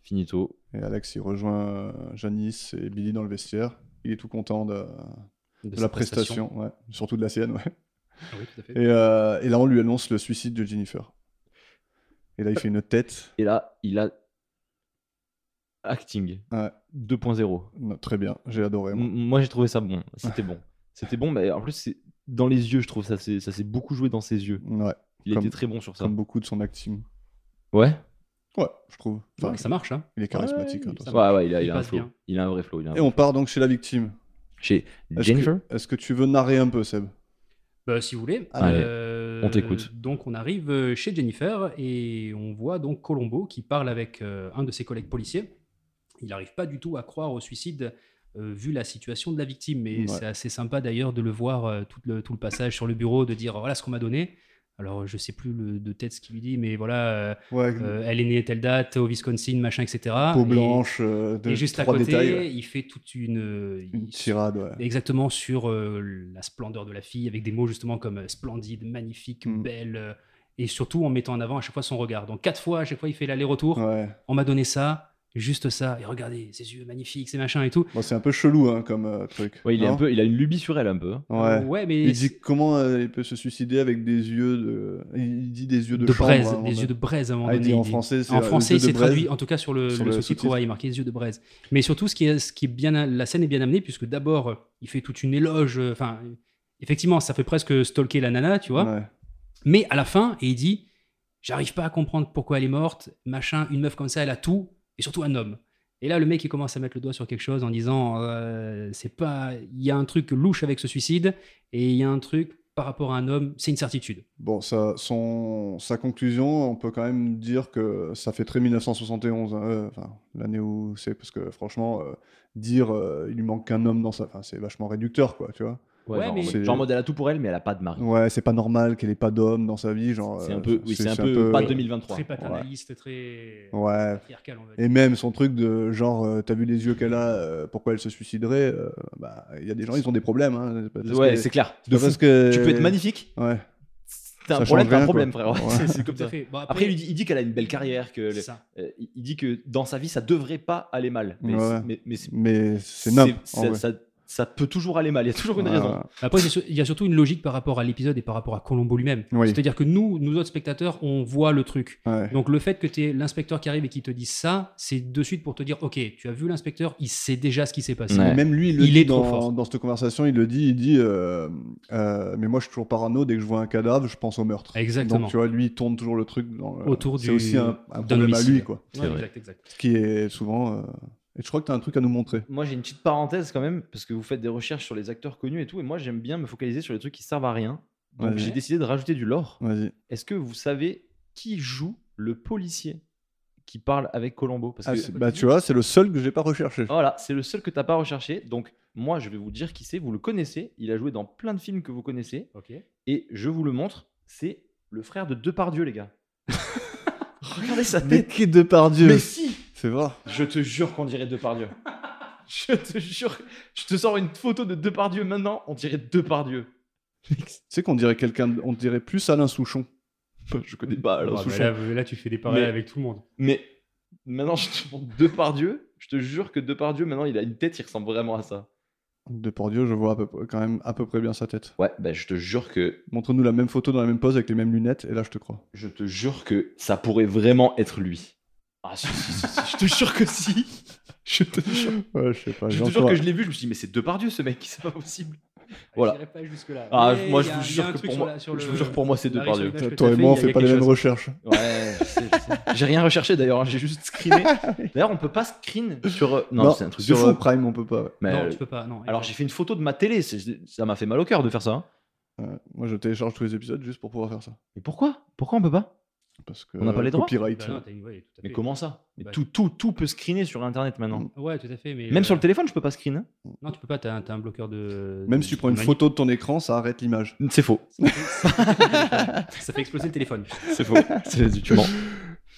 C: Finito.
B: Et Alex, il rejoint euh, Janice et Billy dans le vestiaire. Il est tout content de, de
D: sa
B: la prestation, ouais. surtout de la sienne. Ouais.
D: Ah oui, tout à fait.
B: Et, euh, et là, on lui annonce le suicide de Jennifer. Et là, il fait une tête.
C: Et là, il a acting
B: Ouais.
C: 2.0.
B: Non, très bien, j'ai adoré.
C: M-
B: moi.
C: Moi, j'ai trouvé ça bon. C'était bon. C'était bon, mais en plus, c'est dans les yeux, je trouve ça. c'est- Ça s'est beaucoup joué dans ses yeux.
B: Ouais,
C: Il
B: Comme-
C: était très bon sur Mm. ça.
B: comme beaucoup de son acting.
C: Ouais.
B: Ouais, je trouve. Enfin,
D: Ouais, ça marche, hein.
B: Il est charismatique.
C: Ouais,
B: hein, de toute
D: ça
B: façon.
D: marche.
C: Ouais, ouais, il a,
D: Il
C: il a un
D: passe
C: flow.
D: bien.
C: Il a un vrai flow. il a un
B: Et
C: vrai
B: on part donc chez la victime.
C: flow. Chez
B: Est-ce que-
C: Jennifer.
B: Est-ce que tu veux narrer un peu, Seb
D: Bah, si vous voulez.
C: Allez,
D: Euh,
C: on t'écoute.
D: Donc, on arrive euh, chez Jennifer et on voit donc Colombo qui parle avec euh, un de ses collègues policiers. Il n'arrive pas du tout à croire au suicide euh, vu la situation de la victime. Et
B: Ouais.
D: c'est assez sympa d'ailleurs de le voir euh, tout, le, tout le passage sur le bureau, de dire voilà ce qu'on m'a donné. Alors, je sais plus le- de tête ce qu'il lui dit, mais voilà, euh,
B: Ouais,
D: euh, elle est née telle date au Wisconsin, machin, etc.
B: Mmh. peau
D: Ah, Et-
B: blanche, euh,
D: Et,
B: de,
D: juste à
B: trois
D: côté,
B: détails. ouais.
D: il fait toute une, euh,
B: Une tirade, ouais.
D: Exactement sur euh, la splendeur de la fille, avec des mots justement comme euh, splendide, magnifique,
B: Mm.
D: belle, euh, et surtout en mettant en avant à chaque fois son regard. Donc quatre fois, à chaque fois, il fait l'aller-retour.
B: Ouais.
D: On m'a donné ça, juste ça, et regardez, ses yeux magnifiques, ses machins et tout.
B: Bon, c'est un peu chelou hein, comme euh, truc.
C: Ouais, il est
B: non
C: un peu. Il a une lubie sur elle un peu. hein.
B: Ouais.
D: Euh, ouais, mais
B: Il dit comment euh, il peut se suicider avec des yeux de. Il dit des yeux de,
D: de
B: chambre,
D: braise,
B: hein,
D: des
B: on a-
D: yeux de braise à un moment
B: Ah, il
D: donné,
B: dit en
D: il dit.
B: français. c'est,
D: En
B: euh,
D: français,
B: yeux de
D: c'est
B: braise.
D: traduit, en tout cas sur le,
B: sur
D: le
B: le
D: sous-titre,
B: sous-titre.
D: ouais, il est marqué les yeux de braise. Mais surtout, ce qui est, ce qui est bien, la scène est bien amenée, puisque d'abord, euh, il fait toute une éloge. euh, Enfin, effectivement, ça fait presque stalker la nana, tu vois.
B: Ouais.
D: Mais à la fin, et il dit J'arrive pas à comprendre pourquoi elle est morte, machin, une meuf comme ça, elle a tout, et surtout un homme. Et là, le mec, il commence à mettre le doigt sur quelque chose en disant euh, C'est pas. Il y a un truc louche avec ce suicide, et il y a un truc par rapport à un homme, c'est une certitude.
B: Bon, ça, son, sa conclusion, on peut quand même dire que ça fait très 1971, hein, euh, enfin, l'année où c'est, parce que franchement, euh, dire euh, il lui manque qu'un homme dans sa. Enfin, c'est vachement réducteur, quoi, tu vois.
D: Ouais,
C: genre,
D: mais-
C: genre, en mode elle a tout pour elle, mais elle a pas de mari.
B: Ouais, c'est pas normal qu'elle ait pas d'homme dans sa vie, genre.
C: C'est
B: euh,
C: un peu, oui, c'est un peu pas 2023.
D: Très paternaliste, très.
B: Ouais.
D: patriarcal, on va dire.
B: Et même son truc de genre, euh, t'as vu les yeux qu'elle a, euh, pourquoi elle se suiciderait euh, Bah, il y a des gens, ils ont des problèmes. Hein, parce que-
C: Ouais, c'est clair.
B: c'est pas
C: De fou.
B: parce que-
C: Tu peux être magnifique,
B: Ouais.
C: t'as
B: Ça
C: un problème,
B: change
C: t'as
B: rien,
C: un problème,
B: quoi.
C: frère. Ouais,
B: Ouais.
C: c'est- c'est comme
D: Tout à
C: ça.
D: fait. Bon,
C: Après, il dit, il dit qu'elle a une belle carrière, que le-
D: ça.
C: euh, il il dit que dans sa vie, ça devrait pas aller mal. Mais,
B: Ouais.
C: c'est- mais, mais c'est-
B: Mais c'est nappe.
C: c'est-
B: en
C: ça,
B: vrai.
C: ça- ça peut toujours aller mal. Il y a toujours une raison.
B: Voilà.
D: euh, Après, c'est sur- il y a surtout une logique par rapport à l'épisode et par rapport à Colombo lui-même.
B: Oui.
D: C'est-à-dire que nous, nous autres spectateurs, on voit le truc.
B: Ouais.
D: Donc le fait que tu es l'inspecteur qui arrive et qui te dise ça, c'est de suite pour te dire, ok, tu as vu l'inspecteur, il sait déjà ce qui s'est passé.
C: Ouais.
B: Et Même lui, il le
D: Il
B: dit
D: est trop
B: dans,
D: fort.
B: dans cette conversation, il le dit, il dit, euh, euh, mais moi je suis toujours parano, dès que je vois un cadavre, je pense au meurtre.
D: Exactement.
B: Donc tu vois, lui, il tourne toujours le truc dans le-
D: Autour
B: C'est
D: du-
B: aussi un, un
D: d'un
B: problème à
D: homicide.
B: lui, quoi.
D: Ouais,
C: C'est vrai.
D: exact, exact.
B: Ce qui est souvent... euh, Et je crois que t'as un truc à nous montrer.
C: Moi, j'ai une petite parenthèse quand même, parce que vous faites des recherches sur les acteurs connus et tout, et moi, j'aime bien me focaliser sur les trucs qui servent à rien. Donc,
B: Vas-y.
C: j'ai décidé de rajouter du lore.
B: Vas-y.
C: Est-ce que vous savez qui joue le policier qui parle avec Colombo Parce
B: Ah,
C: que
D: Oh,
B: c'est- bah tu vois, c'est le seul que j'ai pas recherché.
C: Voilà, c'est le seul que t'as pas recherché. Donc, Moi, je vais vous dire qui c'est. Vous le connaissez. Il a joué dans plein de films que vous connaissez.
D: Ok.
C: Et je vous le montre. C'est le frère de Depardieu, les gars. Regardez sa
B: Mais
C: tête.
B: qui de par Dieu
C: Mais si
B: C'est vrai.
C: Je te jure qu'on dirait Depardieu. je te jure. Je te sors une photo de Depardieu maintenant. On dirait Depardieu.
B: Tu sais qu'on dirait quelqu'un, on dirait plus Alain Souchon.
C: Je connais pas
D: Ah,
C: alors.
D: bah
B: Souchon.
D: là, là, tu fais des parallèles
C: Mais- Ah,
D: avec tout le monde.
C: Mais maintenant, je te montre Depardieu. Je te jure que Depardieu, maintenant, il a une tête, il ressemble vraiment à ça.
B: De par Dieu, je vois à peu près- quand même à peu près bien sa tête.
C: Ouais, bah, je te jure que
B: Montre-nous la même photo dans la même pose avec les mêmes lunettes, et là je te crois.
C: je te jure que ça pourrait vraiment être lui. Ah, si, si, si, si, je te jure que si. Je te jure.
B: Ouais, je sais pas.
C: Je
B: j'ai
C: te jure
B: encore-
C: que je l'ai vu, je me suis dit, mais c'est Depardieu ce mec, c'est pas possible. Voilà.
D: J'irai pas jusque-là.
C: Ah,
D: Mais
C: moi,
D: il y
C: je
D: a-
C: vous
D: il y a un
C: jure que
D: truc
C: pour
D: sur
C: moi,
D: la- sur
C: je
D: le-
C: vous jure pour moi, c'est
D: la
C: Depardieu.
D: raison de l'âge
B: Toi
D: que
B: et
D: t'as
B: moi on
D: fait, il y
B: fait
D: a
B: pas les
D: quelque
B: mêmes
D: chose.
B: recherches.
C: Ouais, je sais, je sais. J'ai rien recherché d'ailleurs, hein, j'ai juste screené. D'ailleurs, on peut pas screen sur. euh, Non, c'est un truc
B: de
C: de
B: fou.
C: fou.
B: Prime, on peut pas. ouais.
C: Mais,
D: Bah, Non,
C: euh,
D: tu peux pas. Non.
C: alors, j'ai fait une photo de ma télé, c'est- ça m'a fait mal au cœur de faire ça. hein.
B: Ouais, Moi je télécharge tous les épisodes juste pour pouvoir faire ça.
C: Mais pourquoi Pourquoi on peut pas
B: Parce que
C: On n'a pas les droits
B: copyright.
D: Bah non, t'as une- ouais, tout à
C: Mais
D: fait.
C: comment ça Mais
D: Bah,
C: tout, tout, tout peut screener sur Internet maintenant.
D: Ouais, tout à fait. Mais euh,
C: Même sur le téléphone, je peux pas screen. hein.
D: Non, tu peux pas. T'as un, t'as un bloqueur de.
B: Même
D: de-
B: si tu prends une
D: de
B: photo de ton écran, ça arrête l'image.
C: C'est faux.
D: mani- Ça fait exploser le téléphone.
C: C'est faux. C'est du mens.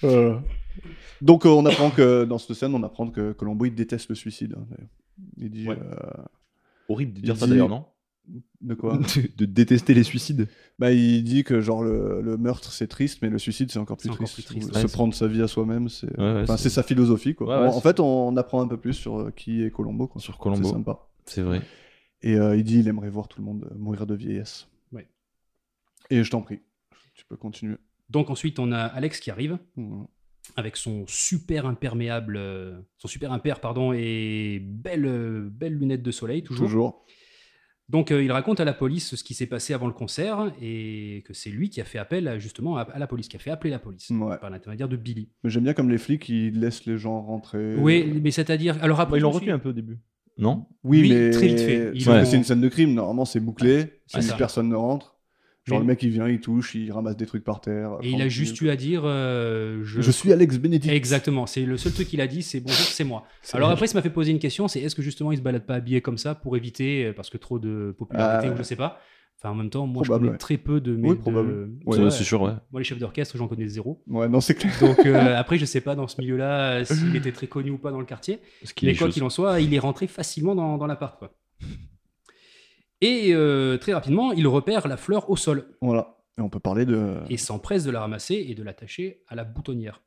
B: Voilà. Donc euh, on apprend que dans cette scène, on apprend que Colombo il déteste le suicide. hein, d'ailleurs. il dit
C: Ouais.
B: euh,
C: Horrible de
B: Il
C: dire ça
B: dit-
C: d'ailleurs, non
B: de quoi
C: de, de détester les suicides.
B: Bah, il dit que genre le, le meurtre c'est triste, mais le suicide c'est encore plus
D: C'est encore
B: triste.
D: plus triste,
B: Se
C: ouais, c'est-
B: prendre sa vie à soi-même, c'est
C: Ouais, ouais,
B: enfin,
C: c'est-
B: c'est sa philosophie quoi.
C: Ouais, ouais,
B: en en
C: c'est-
B: fait, on apprend un peu plus sur euh, qui est Colombo. Quoi.
C: Sur
B: C'est
C: Colombo.
B: sympa.
C: C'est vrai.
B: Et euh, il dit il aimerait voir tout le monde euh, mourir de vieillesse.
D: Ouais.
B: Et je t'en prie, tu peux continuer.
D: Donc ensuite, on a Alex qui arrive
B: Voilà.
D: avec son super imperméable, euh, son super impair, pardon, et belle, euh, belle lunette de soleil toujours.
B: Toujours.
D: Donc euh, il raconte à la police ce qui s'est passé avant le concert et que c'est lui qui a fait appel à- justement à, à la police, qui a fait appeler la police
B: Ouais.
D: par l'intermédiaire de Billy.
B: Mais j'aime bien comme les flics ils laissent les gens rentrer.
D: Oui, mais c'est-à-dire, alors après,
C: ils l'ont
D: je me suis-
C: retenu un peu au début. Non
B: Oui,
D: Oui,
B: mais
D: très vite fait. Ils
B: c'est parce que
D: ont-
B: c'est une scène de crime. Normalement, c'est bouclé.
D: c'est
B: si
D: ça.
B: personne ne rentre, genre
D: Mais-
B: le mec il vient, il touche, il ramasse des trucs par terre.
D: Et il a juste eu à dire, euh, je...
B: hein. Je suis Alex Benedict.
D: Exactement, c'est le seul truc qu'il a dit, c'est bonjour, c'est moi. Alors après, ça m'a fait poser une question, c'est est-ce que justement il se balade pas habillé comme ça pour éviter, euh, parce que trop de popularité
B: Ah,
D: ou je sais pas. Enfin, en même temps, moi
B: Probable,
D: je connais
B: ouais.
D: très peu de mes.
B: Oui,
D: de-
B: probable.
D: Ouais,
C: C'est-
D: ouais.
C: C'est sûr, ouais.
D: Moi, les chefs d'orchestre, j'en connais zéro.
B: Ouais, non, c'est clair.
D: Donc euh, après, je sais pas dans ce milieu-là euh, s'il était très connu ou pas dans le quartier.
C: Ce qui
D: Mais
C: est
D: quoi
C: chose.
D: qu'il en soit, il est rentré facilement dans, dans l'appart. quoi. Et euh, très rapidement, il repère la fleur au sol
B: Voilà. Et on peut parler de.
D: et s'empresse de la ramasser et de l'attacher à la boutonnière.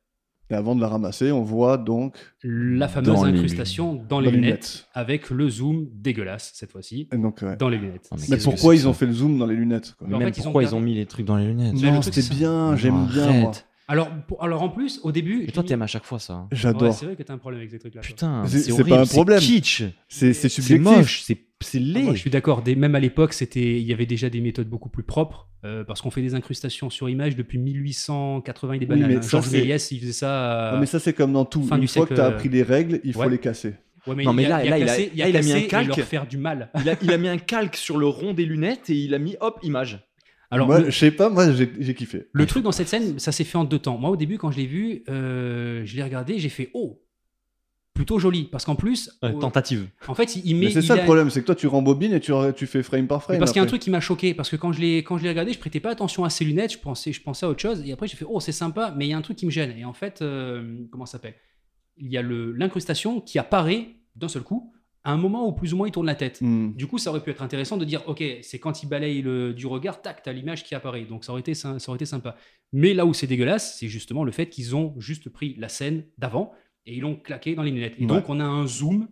B: Et avant de la ramasser, on voit donc
D: La fameuse
C: Dans les
D: incrustation dans
B: dans
D: les lunettes. avec le zoom dégueulasse cette fois-ci
B: Et donc, ouais.
D: dans les lunettes.
C: Oh, mais
B: Mais
C: qu'est-ce que
B: pourquoi
C: c'est
B: ils ont
C: ça
B: fait le zoom dans les lunettes quoi
D: Mais en
C: Même
D: fait, ils ont
C: pourquoi ils
D: gardé-
C: ont mis les trucs dans les lunettes
D: Mais
B: Non,
D: le truc, c'est
B: c'était
D: ça.
B: bien. J'aime bien. moi.
C: Arrête.
D: Alors, pour- alors en plus, au début,
C: Mais toi,
D: j'ai
C: t'aimes à chaque fois ça. hein.
D: mis- Ouais,
B: J'adore.
D: c'est vrai que t'as un problème avec ces trucs-là. toi.
C: Putain,
B: C'est-
C: c'est
B: c'est pas
C: horrible,
B: un problème.
C: C'est kitsch.
B: C'est c'est
C: C'est
B: subjectif.
C: moche. C'est c'est
D: Ah, moi,
C: laid.
D: je suis d'accord. des- Même à l'époque, c'était, il y avait déjà des méthodes beaucoup plus propres euh, parce qu'on fait des incrustations sur image depuis 1880 et des
B: Oui,
D: bananes.
B: mais
D: hein.
B: ça,
D: Georges
B: c'est-
D: Méliès, il faisait ça. euh,
B: Non, mais ça, c'est comme dans tout.
D: Fin
B: Une
D: du
B: fois que
D: siècle,
B: t'as
D: euh,
B: appris les règles, il faut
D: ouais.
B: les casser.
D: euh, ouais,
C: Non, mais
D: il y a-
C: là-
D: il y a
C: là, il a-
D: cassé- il y
C: là, il a mis
D: cassé
C: un
D: et
C: calque.
D: leur faire du mal.
C: Il a, il a mis un calque sur le rond des lunettes et il a mis hop, image.
D: Alors,
B: moi,
D: le-
B: je sais pas, moi, j'ai j'ai kiffé.
D: Le truc dans cette scène, ça s'est fait en deux temps. Moi, au début, quand je l'ai vu, euh, je l'ai regardé, j'ai fait oh, plutôt joli. Parce qu'en plus,
C: Ouais,
D: euh,
C: Tentative.
D: en fait, il, il met.
B: Mais c'est
D: il
B: ça le
D: a-
B: problème, c'est que toi, tu rembobines et tu, tu fais frame par
D: Mais
B: frame.
D: parce qu'il y a un
B: après.
D: truc qui m'a choqué, parce que quand je l'ai quand je l'ai regardé, je prêtais pas attention à ses lunettes, je pensais je pensais à autre chose, et après j'ai fait oh c'est sympa, mais il y a un truc qui me gêne. Et en fait, euh, comment ça s'appelle Il y a le l'incrustation qui apparaît d'un seul coup à un moment où plus ou moins il tourne la tête.
B: Hmm.
D: Du coup, ça aurait pu être intéressant de dire ok, c'est quand il balaye le, du regard, tac, t'as l'image qui apparaît. Donc ça aurait été sy- ça aurait été sympa. Mais là où c'est dégueulasse, c'est justement le fait qu'ils ont juste pris la scène d'avant et ils l'ont claqué dans les lunettes. Et
B: Ouais.
D: donc on a un zoom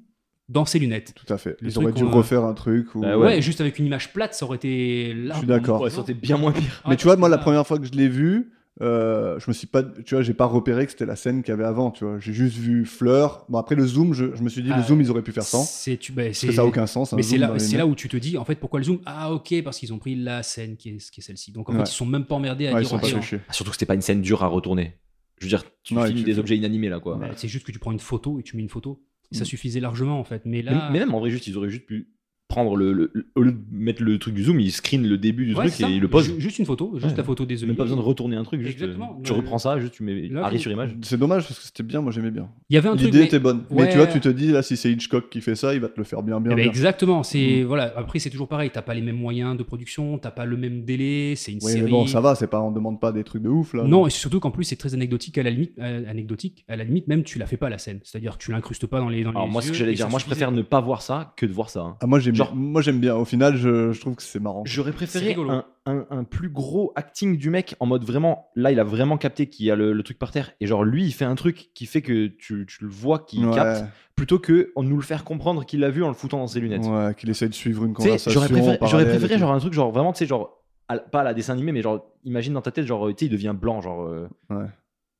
D: dans ces lunettes.
B: Tout à fait.
D: Le
B: Ils
D: truc
B: auraient dû
D: qu'on a-
B: refaire un truc. Ou...
C: Bah
D: Ouais.
C: Ouais.
D: juste avec une image plate, ça aurait été là.
B: Je suis d'accord.
C: Ouais, ça aurait été bien moins pire.
B: Mais tu vois, moi, la
D: première
B: première fois que je l'ai vu, euh, je me suis pas, tu vois, j'ai pas repéré que c'était la scène qu'il y avait avant, tu vois. J'ai juste vu Fleur. Bon, après le zoom, je, je me suis dit,
D: Ah,
B: le zoom, ils auraient pu faire sans.
D: C'est tu- bah,
B: Parce
D: c'est-
B: que ça a aucun sens. un
D: Mais c'est
B: zoom dans
D: là,
B: les
D: c'est
B: mains.
D: là où tu te dis en fait pourquoi le zoom Ah ok parce qu'ils ont pris la scène qui est, qui est celle-ci. Donc en
B: Ouais.
D: fait ils sont même pas emmerdés à
B: Ouais, ils
D: dire
B: sont pas
D: ok,
B: fait
D: non.
B: chier.
C: Ah, surtout que c'était pas une scène dure à retourner. Je veux dire, tu
B: Ouais,
C: filmes
B: tu
C: des
B: fais-
C: objets inanimés là quoi.
D: Bah, C'est juste que tu prends une photo et tu mets une photo. Ça
B: Mm.
D: suffisait largement en fait. Mais
C: Mais,
D: là,
C: mais même en vrai, juste ils auraient juste pu prendre le, le- le- au lieu de mettre le truc du zoom, il screen le début du
D: Ouais,
C: truc
D: c'est ça.
C: et il le pose.
D: Ju- Juste une photo, juste
C: Ouais.
D: la photo des œillets.
C: Même pas besoin de retourner un truc, juste
D: Exactement.
C: euh, tu
D: Le-
C: reprends ça, juste tu mets
D: Là,
C: arrêt
D: il-
C: sur image.
B: C'est dommage parce que c'était bien, moi j'aimais bien.
D: Il y avait un truc.
B: L'idée
D: mais-
B: était bonne. Mais
D: Ouais.
B: tu vois, tu te dis, là, si c'est Hitchcock qui fait ça, il va te le faire bien, bien.
D: Eh ben,
B: bien.
D: exactement.
B: Mm.
D: C'est voilà. Après, c'est toujours pareil. T'as pas les mêmes moyens de production, t'as pas le même délai. C'est une
B: Oui,
D: série.
B: mais bon, ça va, c'est pas, on demande pas des trucs de ouf là.
D: Non, et surtout qu'en plus c'est très anecdotique à la limite, euh, anecdotique à la limite même tu la fais pas la scène, c'est-à-dire que tu l'incrustes pas dans les dans
C: Alors
D: les
C: moi, ce que
D: yeux,
C: j'allais
D: et
C: dire,
D: ça
C: moi je
D: suffisait.
C: préfère ne pas voir ça que de voir ça. hein.
B: Ah, moi j'aime
C: Genre-
B: bien. Moi j'aime bien. Au final, je, je trouve que c'est marrant.
C: J'aurais
D: C'est
C: préféré
D: rigolo.
C: un, un- un plus gros acting du mec en mode vraiment, là il a vraiment capté qu'il y a le, le truc par terre et genre lui il fait un truc qui fait que tu, tu le vois qu'il
B: Ouais,
C: capte plutôt que on nous le faire comprendre qu'il l'a vu en le foutant dans ses lunettes.
B: ouais, qu'il essaie de suivre une
C: Tu sais,
B: conversation.
C: J'aurais préféré,
B: en
C: j'aurais
B: parallèle et
C: préféré
B: tout.
C: genre un truc genre vraiment tu sais genre à la- pas à la dessin animé mais genre imagine dans ta tête genre tu sais il devient blanc genre euh,
B: Ouais.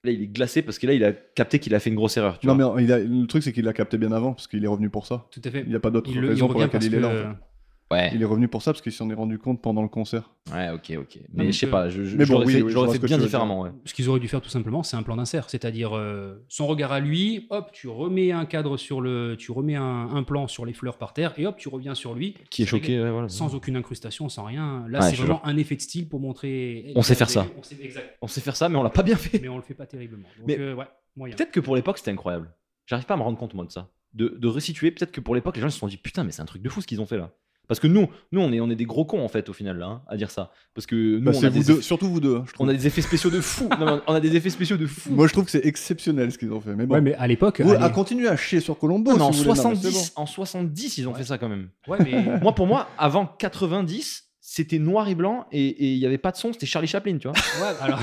C: là il est glacé parce que là il a capté qu'il a fait une grosse erreur. Tu
B: Non,
C: vois.
B: mais il a- le truc, c'est qu'il l'a capté bien avant parce qu'il est revenu pour ça.
D: Tout à fait.
B: Il n'y a pas d'autre
D: Il, le- il
B: raison pour
D: revient
B: laquelle
D: parce
B: il est là. en
D: que
B: fait.
C: Ouais.
B: Il est revenu pour ça parce qu'il s'en est rendu compte pendant le concert.
C: Ouais, ok, ok.
D: Non,
C: Mais je sais
D: mais-
C: pas,
B: Ah,
C: je- je-
B: euh, Mais bon,
C: j'aurais
B: oui,
C: fait,
B: oui, je
C: j'aurais
B: vois
C: fait
B: ce que
C: bien
B: tu veux
C: différemment. ouais.
D: ce qu'ils auraient dû faire tout simplement, c'est un plan d'insert, c'est-à-dire euh, son regard à lui, hop, tu remets un cadre sur le, tu remets un, un plan sur les fleurs par terre et hop, tu reviens sur lui.
C: Qui est
D: C'est réglé.
C: choqué, ouais, voilà.
D: sans aucune incrustation, sans rien. Là,
C: Ouais,
D: c'est
C: je
D: vraiment un effet de style pour montrer.
C: On sait faire ça.
D: On sait- exact.
C: On sait faire ça, mais on l'a pas bien fait.
D: Mais on le fait pas terriblement. Donc,
C: Mais-
D: euh, ouais, moyen.
C: Peut-être que pour l'époque, c'était incroyable. J'arrive pas à me rendre compte, moi, de ça. De, de resituer, peut-être que pour l'époque, les gens se sont dit putain, mais c'est un truc de fou ce qu'ils ont fait là. Parce que nous, nous on, est, on est des gros cons en fait, au final, là, hein, à dire ça. Parce que nous,
B: Bah,
C: on, a
B: c'est vous
C: des
B: deux,
C: eff-
B: surtout vous deux. hein, je trouve.
C: on a des effets spéciaux de fou. Non, mais on a des effets spéciaux de fou.
B: Moi, je trouve que c'est exceptionnel ce qu'ils ont fait. Mais bon.
D: Ouais, mais à l'époque.
B: Vous,
D: allez-
B: à continuer à chier sur Colombo.
C: Non, mais en,
B: si vous voulez, non, mais c'est
C: 70, en 70, ils ont fait ça quand même.
D: Ouais, mais-
C: moi, pour moi, avant 90, c'était noir et blanc et et il y avait pas de son, c'était Charlie Chaplin, tu vois.
D: ouais, alors.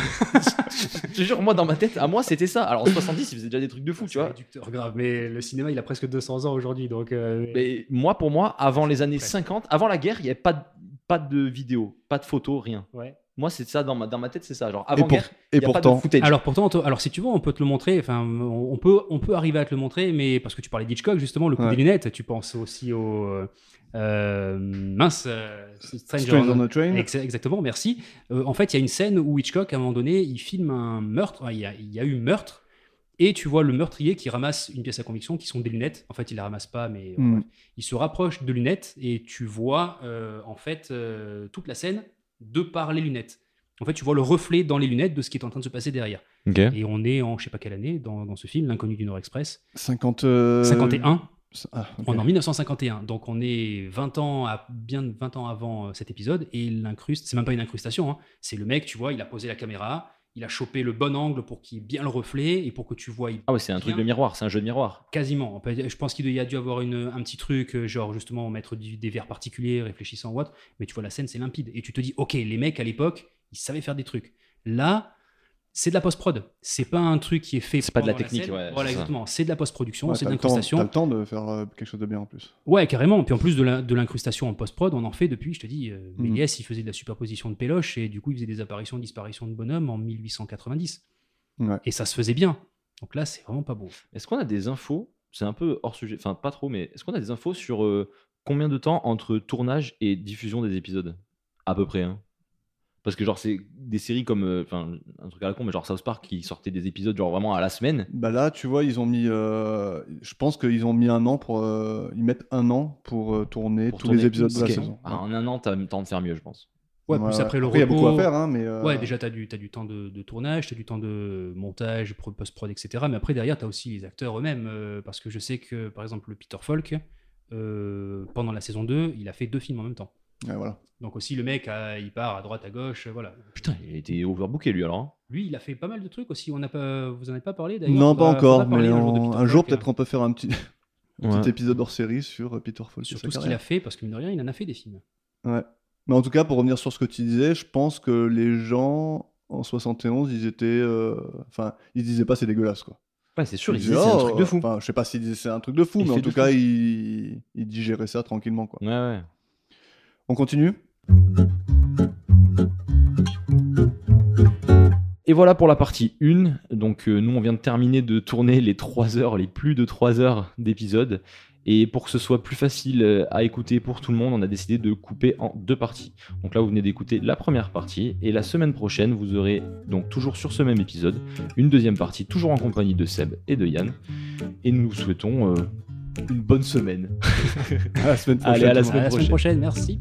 C: je te jure, moi, dans ma tête, à moi, c'était ça. Alors en 70, ils faisaient déjà des trucs de fou, tu
D: C'est
C: vois.
D: réducteur, grave. Mais le cinéma, il a presque 200 ans aujourd'hui, donc. euh,
C: Mais moi, pour moi, avant les années
D: Presque.
C: 50, avant la guerre, il n'y avait pas de, pas de vidéo, pas de photos, rien.
D: Ouais.
C: Moi, c'est ça, dans ma, dans ma tête, c'est ça. Genre,
B: bon. Et,
C: avant
B: pour-
C: guerre,
B: et
C: il n'y a pas de
B: pourtant,
C: footage.
D: Alors pourtant, on te- alors si tu veux, on peut te le montrer. Enfin, on on peut, on peut arriver à te le montrer, mais parce que tu parlais d'Hitchcock justement, le coup
B: Ouais.
D: des lunettes. Tu penses aussi au euh, mince euh, Stranger,
B: Stranger
C: hein.
B: on a Train.
D: Ex- Exactement, merci. Euh, en fait, il y a une scène où Hitchcock, à un moment donné, il filme un meurtre. Enfin, Il y a, il y a eu meurtre. Et tu vois le meurtrier qui ramasse une pièce à conviction, qui sont des lunettes. En fait, il la ramasse pas, mais euh,
B: Hmm.
D: bref. il se rapproche de lunettes et tu vois euh, en fait euh, toute la scène de par les lunettes. En fait, tu vois le reflet dans les lunettes de ce qui est en train de se passer derrière. Et on est en je sais pas quelle année dans, dans ce film, L'inconnu du Nord Express,
B: 50, euh,
D: 51.
B: Ah, ok.
D: On est en 1951, donc on est 20 ans à, bien 20 ans avant euh, cet épisode, et il l'incruste, c'est même pas une incrustation, hein. c'est le mec, tu vois, il a posé la caméra, il a chopé le bon angle pour qu'il y ait bien le reflet, et pour que tu vois il-
C: Ah ouais, c'est un truc de miroir, c'est un jeu de miroir.
D: quasiment. On peut dire- Je pense qu'il y a dû avoir une, un petit truc, euh, genre justement mettre du- des verres particuliers, réfléchissant ou autre, mais tu vois, la scène, c'est limpide. Et tu te dis, ok, les mecs, à l'époque, ils savaient faire des trucs. Là... C'est de la post-prod. C'est pas un truc qui est fait.
C: C'est pas de la
D: pendant
C: technique,
D: scène.
C: ouais,
D: Voilà,
C: c'est ça.
D: exactement. C'est de la post-production,
B: Ouais,
D: c'est
B: t'as
D: de
B: le temps-
D: l'incrustation.
B: T'as le temps de faire euh, quelque chose de bien en plus.
D: Ouais, carrément. Puis en plus de la- de l'incrustation en post-prod, on en fait depuis, je te dis, euh,
B: Mhm.
D: Méliès, il faisait de la superposition de péloche et du coup, il faisait des apparitions, disparitions de bonhommes en 1890.
B: Ouais.
D: Et ça se faisait bien. Donc là, c'est vraiment pas beau.
C: Est-ce qu'on a des infos C'est un peu hors sujet, enfin pas trop, mais est-ce qu'on a des infos sur euh, combien de temps entre tournage et diffusion des épisodes À peu près, hein. Parce que genre, c'est des séries comme. euh, Enfin, un truc à la con, mais genre South Park qui sortait des épisodes genre vraiment à la semaine.
B: Bah là, tu vois, ils ont mis. euh, je pense qu'ils ont mis un an pour. euh, ils mettent un an pour euh, tourner
C: pour
B: tous
C: tourner
B: les épisodes
C: une
B: de la
C: saison.
B: saison.
C: Ah, en un an, t'as le temps de faire mieux, je pense.
D: Ouais, plus après le
B: Il y a
D: repos.
B: beaucoup à faire, hein, mais. euh,
D: Ouais, déjà, t'as du, t'as du temps de, de tournage, t'as du temps de montage, pro- post-prod, etc. Mais après, derrière, t'as aussi les acteurs eux-mêmes. euh, parce que je sais que, par exemple, le Peter Falk, euh, pendant la saison 2, il a fait deux films en même temps.
B: ouais, voilà.
D: Donc aussi, le mec, ah, il part à droite, à gauche, euh, voilà.
C: Putain, il était overbooké lui alors. hein.
D: Lui, il a fait pas mal de trucs aussi. On n'a pas, vous en avez pas parlé d'ailleurs.
B: Non, pas
D: Faudra-
B: encore,
D: faudra
B: mais
D: parler
B: on- un
D: un jour de
B: jour,
D: Peter Falk,
B: peut-être on peut faire un petit, un
C: Ouais.
B: petit épisode hors série sur euh, Peter Falk. et
D: sur
B: sa
D: tout ce qu'il
B: carrière.
D: a fait, parce que mine de rien, il en a fait des films.
B: Ouais. Mais en tout cas, pour revenir sur ce que tu disais, je pense que les gens en 71, ils étaient. euh, Enfin, ils disaient pas c'est dégueulasse, quoi.
C: Ouais, c'est sûr, il
B: Ils
C: disait
B: disaient,
C: c'est un
B: oh,
C: truc de fou.
B: Enfin, je sais pas s'ils disaient c'est un truc de fou,
C: Il
B: mais en
C: fait de
B: tout
C: fou.
B: cas, ils... ils digéraient ça tranquillement, quoi.
C: Ouais, ouais.
B: On continue
C: Et voilà pour la partie 1. Donc, euh, nous, on vient de terminer de tourner les 3 heures, les plus de 3 heures d'épisode. Et pour que ce soit plus facile euh, à écouter pour tout le monde, on a décidé de couper en deux parties. Donc là, vous venez d'écouter la première partie. Et la semaine prochaine, vous aurez donc toujours sur ce même épisode une deuxième partie, toujours en compagnie de Seb et de Yann. Et nous vous souhaitons euh,
F: une bonne semaine.
C: À la semaine prochaine.
F: Allez, à la
C: tout le monde.
D: À la semaine prochaine, merci.